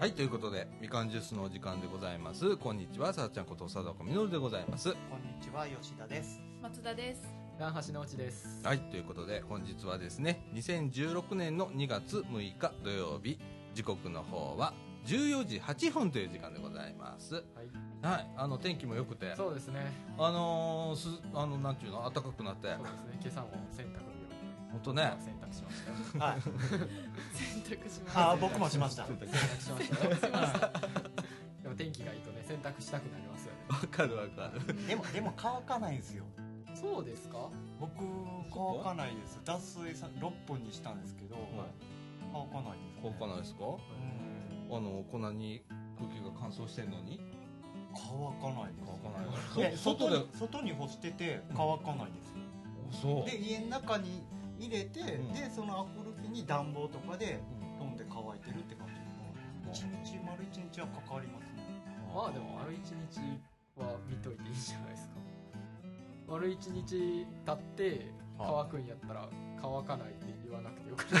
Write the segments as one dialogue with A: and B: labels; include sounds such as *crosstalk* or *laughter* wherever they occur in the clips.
A: はい、ということで、みかんジュースのお時間でございます。こんにちは、さあちゃんこと貞子みのるでございます。
B: こんにちは吉田です。
C: 松田です。
D: 南橋直ちです。
A: はい、ということで、本日はですね、2016年の2月6日土曜日、時刻の方は14時8分という時間でございます。
D: はい。
A: はい、あの、天気も良くて、
D: そうですね。
A: あのー、す、あの、なんていうの、暖かくなって
D: そう、ですね。今朝も洗濯日和。
A: ほんとね、
D: 洗濯しました。 *laughs*
B: はい。
C: 選択します。
B: あー僕もしま *laughs* した。
D: 洗濯しましたね。でも天気がいいとね洗濯したくなりますよね。
A: わかるわかる。
B: でもでも乾かないんですよ。
D: そうですか？
B: 僕乾かないです。脱水さ六本にしたんですけど、乾かないです、ね。
A: こうかないですか
B: う
A: あ
B: ん
A: の、こんなに空気が乾燥してんのに
B: 乾かないです。
A: 乾かない
B: い
A: か
B: や
A: ら。そ
B: 外
A: 外
B: に
A: で、
B: 外に干してて乾かないです、
A: そう。
B: で家の中に入れて、
A: うん
B: でそのアコる日に暖房とかで
A: うん
B: 飛んで乾いてるって感じ、一日丸一日はかかりますね
D: まあでも丸一日は見といていいじゃないですか。丸一日経って乾くんやったら乾かないって言わなくてよくな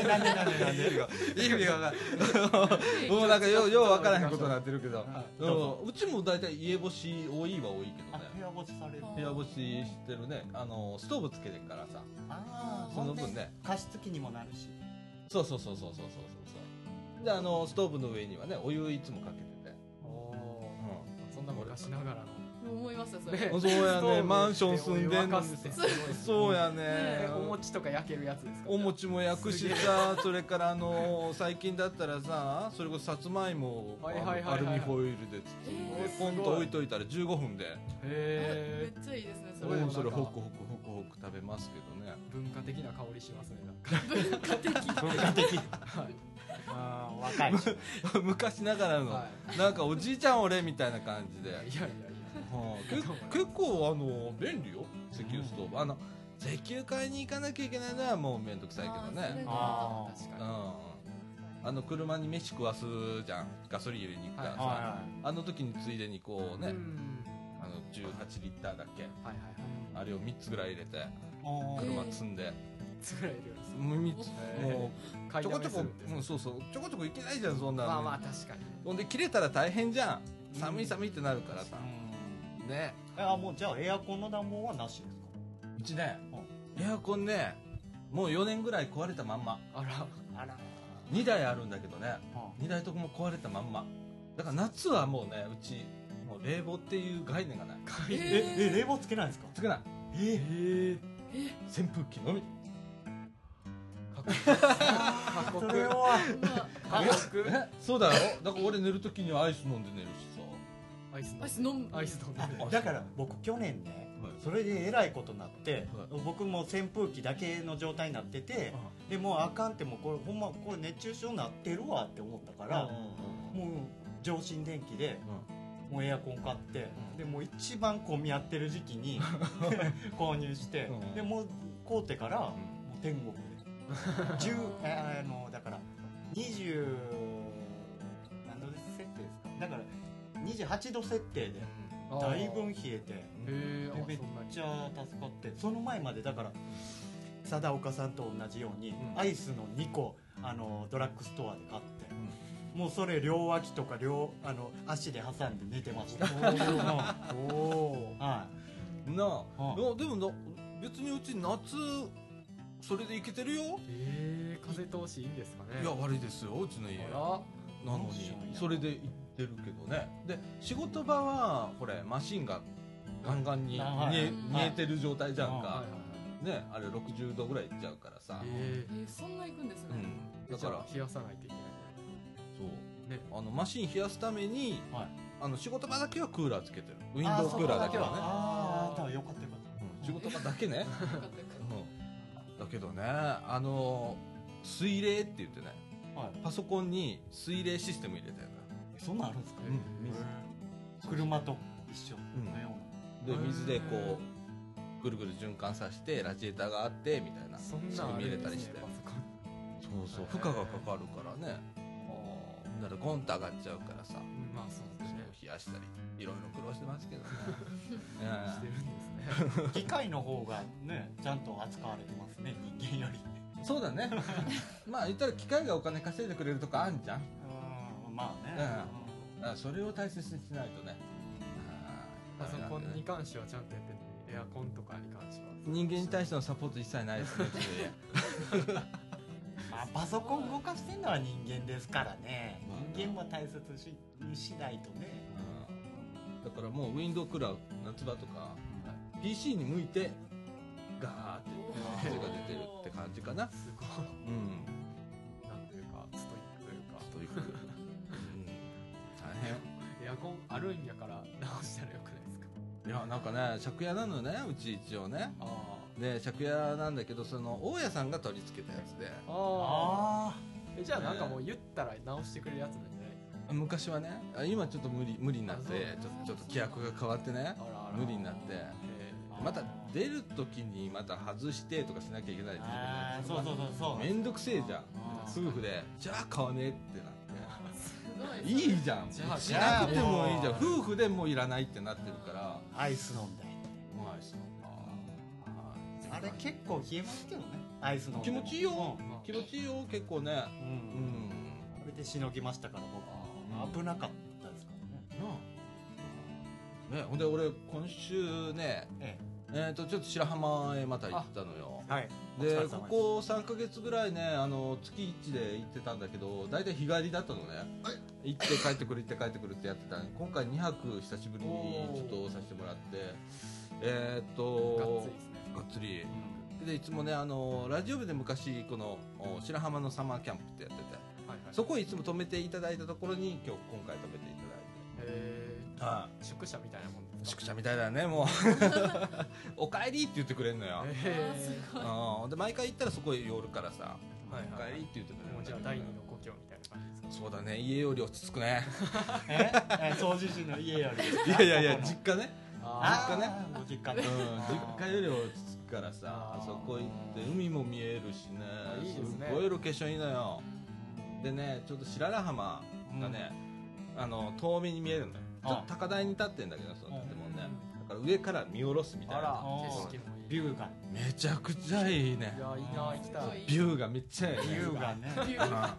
B: *laughs* えなんでなんでなん *laughs* で
A: 意味がわかんない。もうなんかよう、ようわからへんことになってるけど。
B: は
A: う
B: いど
A: んうちも大体家干し多いは多いけど
B: あ部
A: ね。
B: 屋干しされる
C: あ
A: 部屋干ししてるね。あの、ストーブつけてるからさ。
B: ああ
A: その分ね
B: 加湿器にもなるし
A: そうそうそうそうそうそうそうそう。で、あの、ストーブの上にはね、お湯いつもかけてて。
D: おおー。
A: う
D: そんな昔ながらの。
C: もう思いましたそれ。
D: ね
A: そうや
D: ストーブ
A: ね。
D: で
A: マンション住んでんの
D: お湯沸か
A: に
D: すっ
A: さ
D: てすごいですね
A: そうやね
D: え。お餅とか焼けるやつですか
A: お餅も焼くし
D: すげえ
A: さ、それからあの、最近だったらさ、それこそさつまいもを
D: はい
A: あ
D: はいはい
A: の
D: は
A: ア
D: い
A: ルミホイルで包ん
C: え
A: で
C: ー、
A: ポン
D: す
A: と
D: ごい
A: 置いといたら15分で。
C: め
D: へえ
C: っちゃいいですねそ
D: お
C: れ。
D: う
A: そ
D: そ
A: れ
D: れ
A: ホ
D: ホ
A: ク
D: ク
A: ホクホクホク食べますけどね
D: 文化的な香りしますねなんか
C: 文化的。
B: 文化的 *laughs*
D: はい
B: あー若いし
A: *laughs* 昔ながらの、
D: は
A: なんかおじいちゃん俺みたいな感じで、
D: *laughs* いいやいやい
A: はあけ結構あの便利よ石油ストーブ、あの石油買いに行かなきゃいけないのはもう面倒くさいけどね
C: あ
D: や確
A: うん
D: か
A: あの車に飯食わすじゃんガソリン入れに行ったらさ、
D: はい
A: あの時についでにこう
D: に
A: ね、
D: うん
A: あの18リッターだっけ
D: はいはいはい
A: あれを3つぐらい入れて
B: あー
A: 車積んで、
D: いつぐらいいるんです
A: もう3つ
D: ー
A: もう
D: 買い
A: ちょこち
D: だめ
A: ょ
D: す
A: こ
D: るんで、す
A: うん、そうそうちょこちょこいけないじゃんそんなの
D: まあまあ確かに
A: ほんで切れたら大変じゃん寒い寒いってなるからさ
B: う、ん
A: ね
B: えあもうじゃあエアコンの暖房はなしですか
A: うちねエアコンねもう4年ぐらい壊れたまんま
D: あら
B: あら
A: 2台あるんだけどね2台とも壊れたまんまだから夏はもうねうちもう冷房っていう概念が *laughs* ない
C: え
B: え
C: ー
B: え冷房つけないんですか
A: つけない
B: え
A: 扇風機のみ
D: 過酷過
B: そ
D: 酷
B: れは *laughs*
C: ま
D: 過酷
A: えそうだよだから俺寝る時にはアイス飲んで寝るしさ
D: アイス飲
C: あ、アイス飲む。
D: むアイス飲んで
A: あ
B: だから僕去年ね
A: はい
B: それでえらいことになって、
A: は
B: 僕も扇風機だけの状態になってて、でもうあかんってもうこれほんまこれ熱中症になってるわって思ったから、もう上新電気でもうエアコン買って、
A: うん
B: でもう一番混み合ってる時
A: *laughs*
B: 期に購入して、
A: うん
B: でもう買うてから、も
A: ん
B: う天国で10えーあのだから20何度で設定ですかだから28度設定でだいぶ
D: へ
B: 冷えて
D: え
B: でめっちゃ助かってその前までだから貞岡さんと同じように、
A: ん
B: アイスの2個あのドラッグストアで買って、もうそれ両脇とか両あの足で挟んで寝てましたは
D: おお
A: うんなあ、
B: はい
A: やでもな別にうち夏それでいけてるよ
D: えー風通しいいんですかね
A: いや悪いですようちの家な
D: あ
A: のにそれで行ってるけどねで仕事場はこれマシンがガンガンに煮
B: あ
A: え
B: はい
A: 煮えてる状態じゃん
D: ら
A: か
D: はいはいはい
A: ねあれ60度ぐらいいっちゃうからさ
D: え
C: えーそんな行くんです
A: う
C: ね。
A: ん
D: ー
A: だから
D: 冷やさないといけない
A: そう
D: ね
A: あのマシン冷やすために
B: いはい
A: あの仕事場だけはクーラーつけてるウィン
B: あ
A: ドウ
B: そ
A: ク
B: こ
A: ーラー
B: だ
A: だけ
B: けは
A: はね
B: ああだからよかったよかっ
A: うん仕事場だけね
C: よかったよかっ
A: うんだけどねあの水冷って言ってね
B: た、は
A: パソコンに水冷システム入れてるのよ
B: い、そんなんあるんですか、
D: うん
B: 車と一緒
A: ん
B: のような、
A: で
D: へー
A: 水でこうぐるぐる循環させてラジエーターがあってみたいな
D: そん
A: 仕
D: なん
A: 組み
D: ある
A: 入れ
D: んで
A: た
D: す
A: り
D: ね
A: して
D: パソコン
A: そうそう
D: へー
A: 負荷がかかるからねだからゴンと上がっちゃうからさ
D: うんまあそうで
A: そう
D: すね
A: 冷やしたりいろいろ苦労してます
D: *laughs*
A: けどね
D: して
A: ね
D: るんですね
B: 機械の方がねちゃんと扱われてますね人間より
D: *laughs*
A: えそうだねまあ言ったら機械がお金稼いでくれるとかあんじゃん
B: うんまあね、
A: あそれを大切にしないとねあ
D: パ
A: ー
D: ソ
A: ダメなん
D: コ
A: だ
D: ン
A: ね
D: に関してはちゃんとやっててエアコンとかに関しては
A: 人間に対してのサポート一切ない
D: *laughs*
A: ですね
B: まあパソコン動かしてんのは人間ですからね人間も大切ししないとね
A: うんだからもうウィンドウクラウド夏場とか PC に向いてガーって手が出てるって感じかな
D: すごい
A: うん
D: なんというかストイックというか
A: ストイックうん大変
D: エアコンあるんやから直したらよくないですか
A: いやなんかね借家なのねうち一応ね
D: あ
A: で借家なんだけどその大家さんが取り付けたやつで
D: あ
B: あ
D: えじゃあなんかもう言ったら直してくれるやつなんじゃない
A: 昔はねあ今ちょっと無理無理になって
D: あ
A: ち
D: そ
A: ょちょっと規約が変わってね
D: あらあら
A: 無理になって
D: え
B: あ
A: また出る時にまた外してとかしなきゃいけない
B: ー
A: って
B: あーそうそうそうそう
A: めんどくせえじゃん
B: あー
A: 夫婦で「じゃあ買わねえ」ってなっ
C: す
A: て「
C: ごい。
A: いいじゃん」し
D: じゃあ
A: なくてもいいじゃん
B: じゃあ
A: 夫婦でもういらないってなってるから
B: アイス飲んだり
A: うまいしはい
B: あれ結構冷えますけどねアイス飲んでも
A: 気持ちいいよ
D: ーまあ
A: 気持ちいいよ結構ね
B: うん、う
A: うんん
B: これでしのぎましたから僕
A: あ
B: は
A: ー
B: 危なかったですからね
A: なあねほんで俺今週ね
B: え
A: えー、とちょっと白浜へまた行ったのよ
B: えはい
A: で
B: お疲れ様
A: ここ3か月ぐらいねあの月1で行ってたんだけど大体日帰りだったのね行って帰ってくる行って帰ってくるってやってたのに今回2泊久しぶりにちょっとさせてもらってえっ、
D: がっ
A: と
D: つりで
A: が
D: すね
A: っつりでいつもねあのラジオ部で昔このお白浜のサマーキャンプってやってて
D: はいはい
A: そこいつも泊めていただいたところに今日今回泊めていただいて
D: え
A: あ
D: ー宿舎みたいなもんですか
A: 宿舎みたいだよねもう
D: *laughs*
A: おかえりって言ってくれるのよ、
C: あ
D: え
C: ーす
D: ー
C: ごい。
A: うんで毎回行ったらそこへ寄るからさ「
D: はい
A: お
D: はい
A: か
D: はい
A: えり」って言ってくれるんだけど
D: もうじゃあ第二の故郷みたいな感じですか
A: そうだね家より落ち着く
D: *laughs*
A: ね
B: ええ掃除師の家より
A: いやいやい *laughs* や
B: ここの
A: 実家ね、
D: あ
A: 実家ね
B: *laughs* あーご実家
A: うん、
B: ね
A: 実家より落ち着くからさ
D: あー
A: あそこ行って海も見えるしね
D: あいいですね
A: ごいロケーションいいのよでねちょっと白良浜がね、あの遠目に見えるのよちょっと高台に立ってんだけどその建物ねだから上から見下ろすみたい
D: あら
A: な
B: あー
D: 景色もいい
B: ビューが
A: めちゃくちゃいいね
D: いやいいな行きたい
A: ビューがめっちゃいいね
B: ビューがね
C: ビュー
A: あ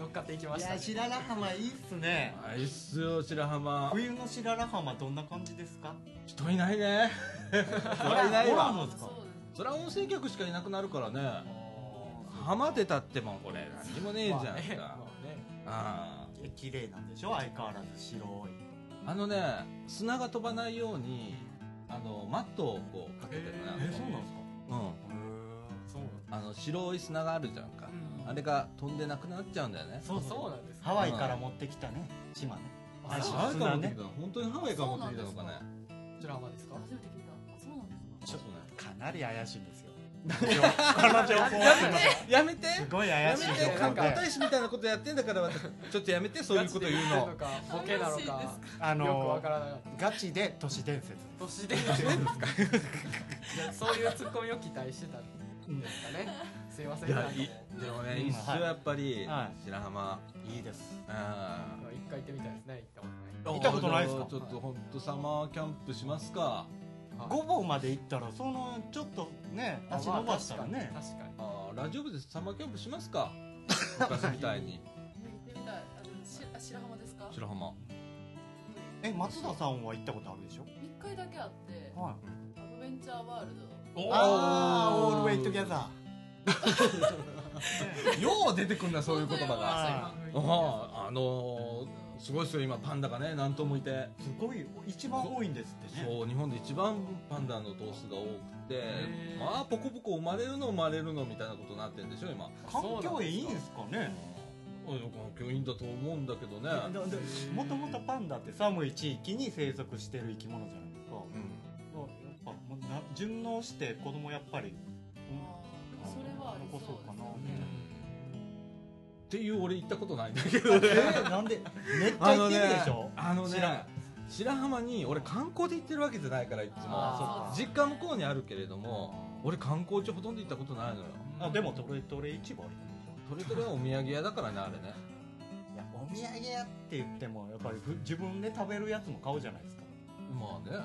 D: 乗っかっていきま
B: い
D: した
B: や
D: ね
B: 白良浜いいっすね
A: あいいっすよ白浜
B: 冬の白良浜どんな感じです *laughs* か
A: 人いないね
B: ほ
A: 人
B: ら
A: いない
B: ほ
A: わ
B: ら
C: そうです
A: そりゃ温泉客しかいなくなるからね浜出たってもんこれ何もねえじゃん
D: まあね
A: か
D: まあね
A: あ
B: え綺麗なんでしょ相変わらず白い
A: あのね砂が飛ばないようにあのマットをこうかけてるな、
D: えそう
B: です
A: うん
B: か
D: そうなん
A: あの白い砂があるじゃんか、あれが飛んでなくなっちゃうんだよね
B: そう
D: だ
B: そ
D: そう
B: う
D: なんですか
B: ハワイから持ってきたね島ね
D: あ
B: あ
D: そう
B: ハワイから持ってき
A: たの本当にハワイから持ってきたのかね
D: こちら浜ですか
C: 初めて聞いた。あそうなんですか。
A: ちょっとね
B: かなり怪しいんですよこの情報は
A: やめて
B: すごい
A: や
B: 怪しい
A: め
B: 情
A: て観
B: 報
A: 光
B: で
A: 大使みたいなことやってんだから私ちょっとやめてそういうこと言うの
D: ガチで言うのかボケなのか
B: あ
D: よくわ
B: の
D: からなかっ
B: ガチで都市伝説
D: た都市伝説ですかそういうツッコミを期待してたんですかねすいません
A: い
D: な
A: や
D: んかもう
A: いいでもね、
B: うん
A: 一緒やっぱり、
B: は
A: 白浜
B: いいです
A: あ
D: 一回行ってみたいですね行ったこと
A: あ
B: 見たことないっすか
A: ちょっと本当サマーキャンプしますか
D: ない
B: 五房まで行ったらそのちょっとね足伸ばしたらね
D: まあ確かに確か
A: あーラジオ部でサマーキャンプします *laughs* か昔みたいに
C: 行ってみたい。あでもしあ白浜ですか。
A: 白浜
B: え松田さんは行ったことあるでしょ
C: 一回だけあって、
B: はい
C: アドベンチャーワール
A: お
B: ああオールウェイトギャザ
A: よう出てくんなそういう言葉
C: 本当に思いま
A: が
C: した
B: あ
A: ああの
C: ド。
A: ー、すごいですよ今パンダがね何頭もいて
B: ーすごい一番多いんですってね
A: そう日本で一番パンダの頭数が多くて
D: へー
A: まあポコポコ生まれるの生まれるのみたいなことになってんでしょ今
B: 環境いいんすかね
A: 教員だと思うんだけどね
B: だだもともとパンダって寒い地域に生息してる生き物じゃないですか、
A: う
B: やっぱもうな順応して子供やっぱり、
C: あーそれはありそうです
B: 残そうか
A: ん
B: な
C: ね。
A: っていう俺行ったことないんだけどね *laughs*
B: えーなんでめっちゃ行ってるでしょ
A: あの
B: 知らん
A: ね白浜に俺観光で行ってるわけじゃないからいつも
B: あ
A: 実家向こうにあるけれども俺観光地ほとんど行ったことないのよ
D: に
B: あでもトレトレ市場あるんでしょ
A: トレトレはお土産屋だからねあれね
B: いやお土産屋って言ってもやっぱりふ自分で食べるやつも買うじゃないですか、
A: まあね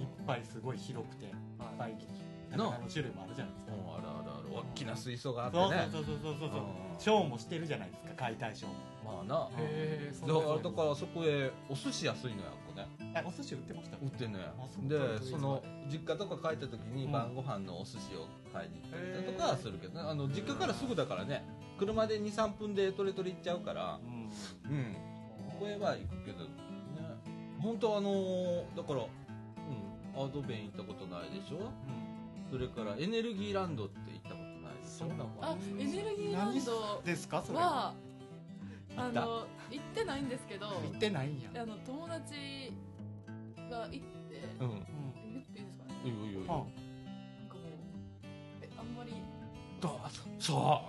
B: いっぱいすごい広くていっぱい
A: なあ
B: 魚の種類もあるじゃないですか、
A: もうあるあるある大きな水槽があって
B: そう
A: ね
B: そうそうそうそうそ
A: う
B: う
A: ん
B: ショーもしてるじゃないですか解体ショーも
A: まあな
D: へえそ
A: だから
D: ん
A: だからそこへお寿司安いのやんこね
B: あお寿司売ってました
A: 売ってんのや
B: あそう
A: でその実家とか帰った時に
B: うん
A: 晩ご飯のお寿司を買いに行ったりだとか
D: へ
A: は
D: ー
A: するけどねあの実家からすぐだからね車で23分でトレトレ行っちゃうから
B: うん
A: うんここへは行くけどね本当あのーだからうんアドベン行ったことないでしょそれからエネルギーランドって行ったことないでし
D: そ
A: ょ
D: んなんもあ
C: あ
D: る
C: エネルギーランド
B: ですかそれ
C: は
B: た
C: あの行ってないんですけど
B: 行ってないんや
C: あの友達が行って
A: うん
B: うん
C: 言っていいですかね
A: いいよいいよいい
B: あ
A: よ
C: なんかもうえあんまり
A: どうそ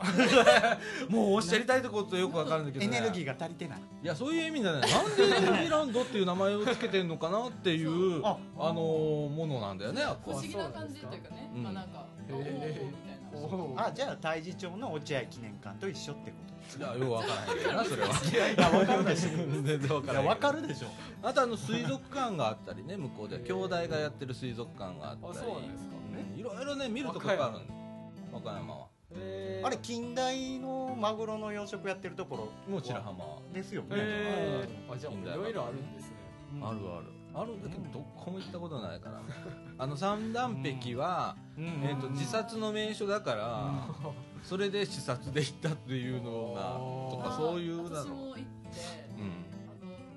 A: うもうおっしゃりたいところとよくわかるんだけど、
B: エ
A: ね、
B: ネルギーが足りてない
A: いやそういう意味じゃないなんでエネルギーランドっていう名前をつけてんのかなっていう
B: あ
A: あのーものなんだよねあっこ
C: 不
A: は
C: 思議な感じというかね
A: うん
C: あなんか
D: へ
C: お
D: ー
C: おみたい
D: お
C: な
D: お
B: あじゃあ太地町の落合記念館と一緒ってこ
A: いやよくわからへんけどなそれは
B: といやいや分かんないし
A: 全然わ
B: い
A: から
B: や
A: へん
B: 分かるでしょ
A: *laughs* あとあの水族館があったりね向こうで
D: へー
A: 兄弟がやってる水族館があ
D: あ
A: ったり
D: そうなんですか
A: うんいろいろね見るとこがあるんだ和歌山は
D: へー
B: あれ近代のマグロの養殖やってるところ
A: もう白浜は
B: ですよね、
D: へ
A: うん
D: ーあじゃあいろいろあるんですね
B: うん
A: あるあるあるんだけどどこも行ったことないからねあの三段壁は、
B: うん
A: えー、と自殺の名所だから、それで視察で行ったっていうのがと
D: あ
A: かそういうな
C: 私
A: の、
C: も行っ
A: うん、
C: てあの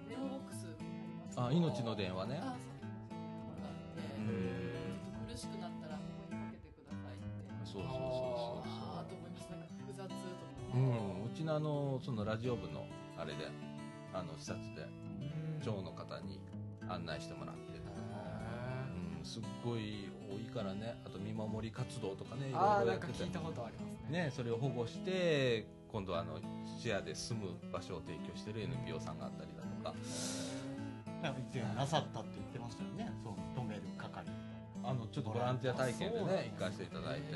C: 電話ボックス
A: あ命の電話ね
C: あそうがあって
A: うん
C: ちょっと苦しくなったらここにかけてくださいって
A: そうそうそうそう
C: ああと思いますなんか複雑と
A: そう、う
C: 思って
A: ん、うちのあのそのラジオ部のあれであの視察で長の方に案内してもらって、うん、すっごい多いからねあと見守り活動とかねい
D: あ
A: ろ
D: あ
A: いろ
D: な
A: やっ
D: んか
A: て
D: 聞いた
A: て
D: ことありますね
A: ね、それを保護して今度はあのシェアで住む場所を提供してる NPO さんがあったりだとか
B: なんか以前なさったって言ってましたよねそう止める係
A: あのちょっとボランティア体験で
D: あそうなん
A: ね
D: だ
A: 行かせていただいて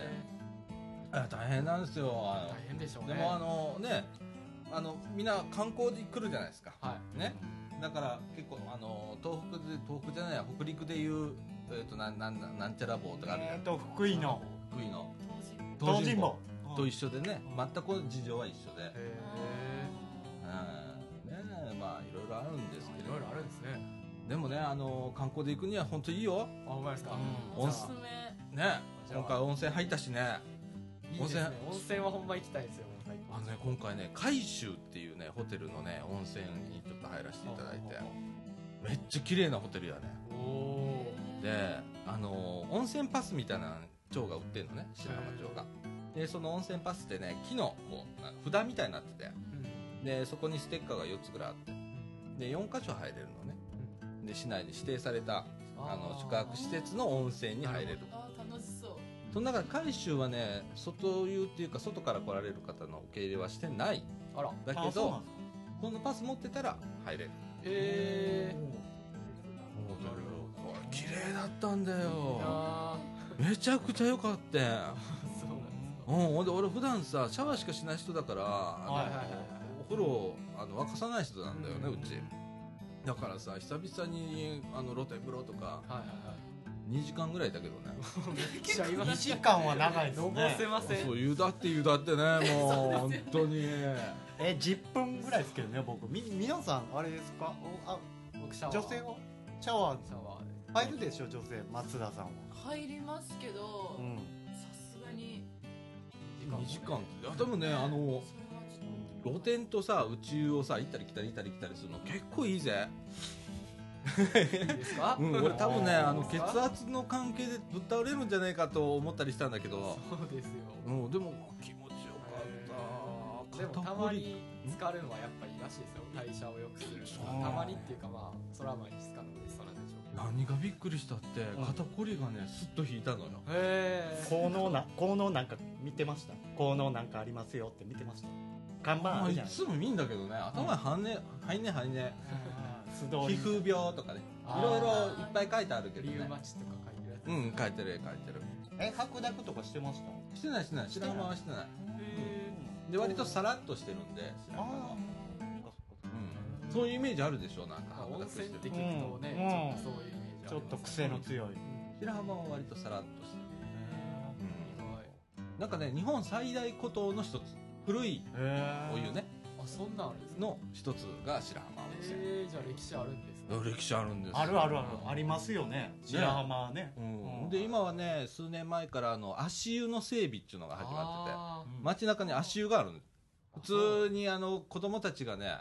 A: あ大変なんですよあ
D: 大変でしょう
A: の
D: ね
A: でもあのねあのみんな観光で来るじゃないですか
D: は
A: ねだから結構あの東北で東北じゃないや北陸でいう、えー、となんなんなんなんちゃら棒とかあるじゃな
B: えー
A: い
B: と福井の
A: 福井の
C: 当時
B: 東尋坊
A: と一緒でね
B: うん
A: 全く事情は一緒で、
D: へ
A: うんねえまあいろいろあるんですけれ
D: い
A: ど
D: ろいろあるんですね
A: でもねあの観光で行くには本当いいよ
D: あほんまですか
B: うん
C: お
A: 温
C: すす
A: 泉
C: め
A: ね
D: じゃあ
A: 今回温泉入ったしね
D: いいですね温泉はほんま行きたいですよ最
A: あのね今回ね海州っていうねホテルのね温泉にちょっと入らせていただいてめっちゃ綺麗なホテルやね
D: 高お
A: であの温泉パスみたいな蝶が売ってんのね白浜町がでその温泉パスってね木のこうな札みたいになっててでそこにステッカーが4つぐらいあってで4箇所入れるのねで市内に指定されたあの宿泊施設の温泉に入れる
C: あー楽しそう
A: その中で海州はね外湯っていうか外から来られる方の受け入れはしてない
D: あら
A: だけ
B: あそう
A: ど
B: なんですか
A: そのパス持ってたら入れる
D: へえ
A: これ綺麗だったんだ
D: いや
A: よ
D: ー *laughs*
A: めちゃくちゃ良かったよ
D: そうなんです
A: うんほんで俺普段さシャワーしかしない人だから、
D: かはいはいはいはい
A: お風呂あの沸かさない人なんだよね、う
D: うん
A: ちだからさ久々にあの露天風呂とか
D: はいはいはい
A: 2時間ぐらいいたけどね
D: めっちゃいま
B: 2
D: す
B: 時間は長いです
D: のぼ
B: ね
D: せません
A: そう湯だって湯だってねもう本当に
B: え10分ぐらいですけどね僕み皆さんあれですかおあ
D: 僕シャワー
B: 女性はシャワ
D: シャワー
B: ー入るでしょ女性松田さんは
C: 入りますけど
B: うん
C: さすがに
A: 2時間っていやでもねあの
C: それはちょっと
A: 露天とさ宇宙をさ行ったり来たり行ったり来たりするの結構いいぜ、
D: いいですか *laughs*
A: うん、俺多分ねあの
D: そう
A: 血
D: ですか
A: 圧の関係でぶっ倒れるんじゃないかと思ったりしたんだけど、
D: そうですよ
A: うん、でも気持ちよか
D: で
A: っ
D: も
A: た
D: たまに浸かるのはやっぱりいいらしいですよ代謝を良くする
A: そう
B: なんだ
D: たまにっていうかまあそれはまあいつかのベストなんでしょうけど
A: 何がびっくりしたって
B: うん
A: 肩こりがねすっと引いたのよ
D: へえ
B: 効能な効能なんか見てました効能なんかありますよって見てました看板
A: ま
B: あ
A: あ
B: る
A: い
B: じゃないです
A: つ
B: か
A: も見んだけどね頭にはんねはいねはいね
B: 素
A: 皮
B: 通り
A: 膚病とかね
D: あー
A: いろいろいっぱい書いてあるけど
D: リウ
A: ね
D: マチとか書いてるやつ
A: うん書いてる書いてる
B: え白濁とかしてました
A: してないしてない白浜はしてない
D: へ
A: で割とさらっとしてるんで白浜は
B: ああ
A: うんそういうイメージあるでしょなん
D: まあ
A: か
D: 温泉って聞くと
B: うん
D: ねちょっとそういうイメージあります
B: ちょっと癖の強い
A: 白浜は割とさらっとしてる
D: へー意外
A: なんかね日本最大古島の一つ古い
B: え
A: お湯ね
D: あそんなんあるんですか
A: の一つが白浜温泉、
D: えー、じゃあ歴史あるんですね
A: 歴史あるんですよ
B: あるあるある、ありますよね白浜はね
A: うん
B: うん
A: で今はね数年前からあの足湯の整備っていうのが始まってて
D: あー
A: 街中に足湯があるん普通にあの子供たちがね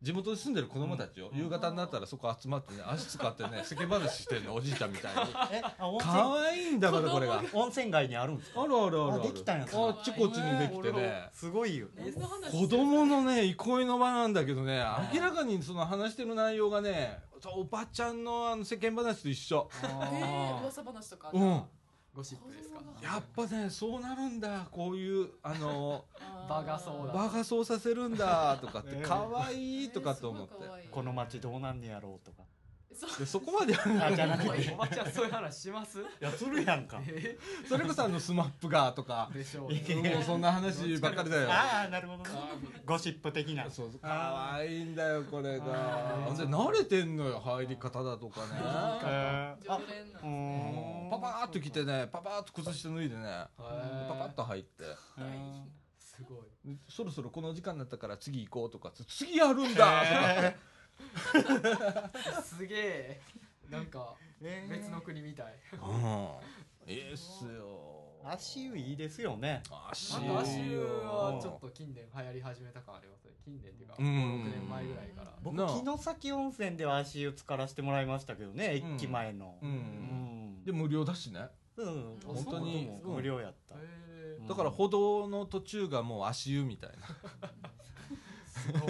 A: 地元に住んでる子供たちを、
B: うん
A: 夕方になったらそこ集まってね足使って
B: *laughs*
A: ね世間話してるのおじいちゃんみたいに
B: えあ温
A: かわいいんだからこれがあ
B: 泉温泉街にあるんですか
A: るあるある
B: あできたんやそれ
A: あっちこっちにできてね
B: すごいよ
C: 何の話
A: 子供のね憩いの場なんだけどね明らかにその話してる内容がねそうおばちゃんのあの世間話と一緒
C: えー、
B: あ
C: 噂話とか
A: うん
D: *laughs* ゴシップですか
A: やっぱねそうなるんだこういうあの *laughs*
D: バカそうだ
A: 場がそうさせるんだとかって
B: ねえ
A: 可愛いとかと思って
B: ーこの街どうなんねやろうとか
C: そう
A: でそこまではね
B: あじゃなくて
D: おばちゃんそういう話します
B: いやするやんか
D: え
A: それこそあのスマップがとか
D: ーでしょう
B: いや
D: ね
A: もう *laughs* そんな話ばっかりだよ
B: ああなるほどねゴシップ的な
A: そうそう可愛いんだよこれが
D: あー
A: ほんで慣れてんのよ入り方だとか
B: え
A: ね
B: ーあ
C: 常連なん
B: う
C: で
B: ん
A: パパーっと来てねパパーっと靴下脱いでね
D: へー
A: パパッと入って
B: うん
D: すごい
A: で *laughs* そろそろこの時間になったから次行こうとか次やるんだとか
D: すげえなんか
B: えー
D: 別の国みたい
A: うんいいっすよ
B: 足湯いいですよね
A: 足
D: あ
A: 湯
D: と足湯はちょっと近年流行り始めた感ありますね近年っていうか
A: うん
D: 56年前ぐらいから
B: 僕
A: なあ
B: 城崎温泉では足湯浸からしてもらいましたけどね
A: うん
B: 駅前の
A: う
B: うんん
A: で無料だしね
B: うん
D: あ
B: 本当に
A: そう
B: 無料やった
D: へ
A: だから歩道の途中がもう足湯みたいな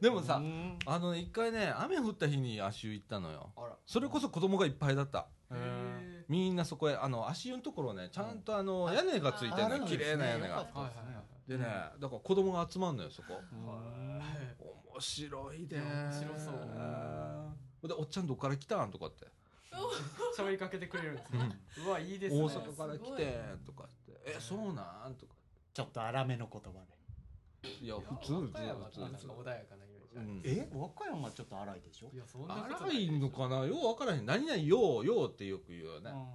A: でもさ
B: うん
A: あのね一回ね雨降った日に足湯行ったのよ *laughs*
D: あら
A: それこそ子供がいっぱいだった
B: へ
D: へ
A: みんなそこへあの足湯のところねちゃんとあの
C: あ
A: 屋根がついてる
B: あ
A: の
B: る
A: よ
B: んです
A: 綺
B: ね
A: 麗な屋根
B: よか
A: が
B: っ
D: ーはいはいはい
A: でねだから子供が集まるのよそこ
B: うん
A: 面白いで
D: いや面白そう
A: でおっちゃんどっから来たんとかって
D: ちょいかけてくれるんですねうわいいですね
A: 大
C: すごい
A: 阪から来てとかってえそうなんとか
B: ちょっと荒めの言葉で
A: いや
D: いや
A: 普通普
D: 和歌山って
A: 通
D: なん
A: 普
D: か
A: 通
D: 穏やかなイメージあ
A: う
D: る
A: ん
B: え和歌山はちょっと荒いでしょ
D: いやそんなこと
A: 荒いのかなようわからへん何々ようようってよく言うよね、
B: うん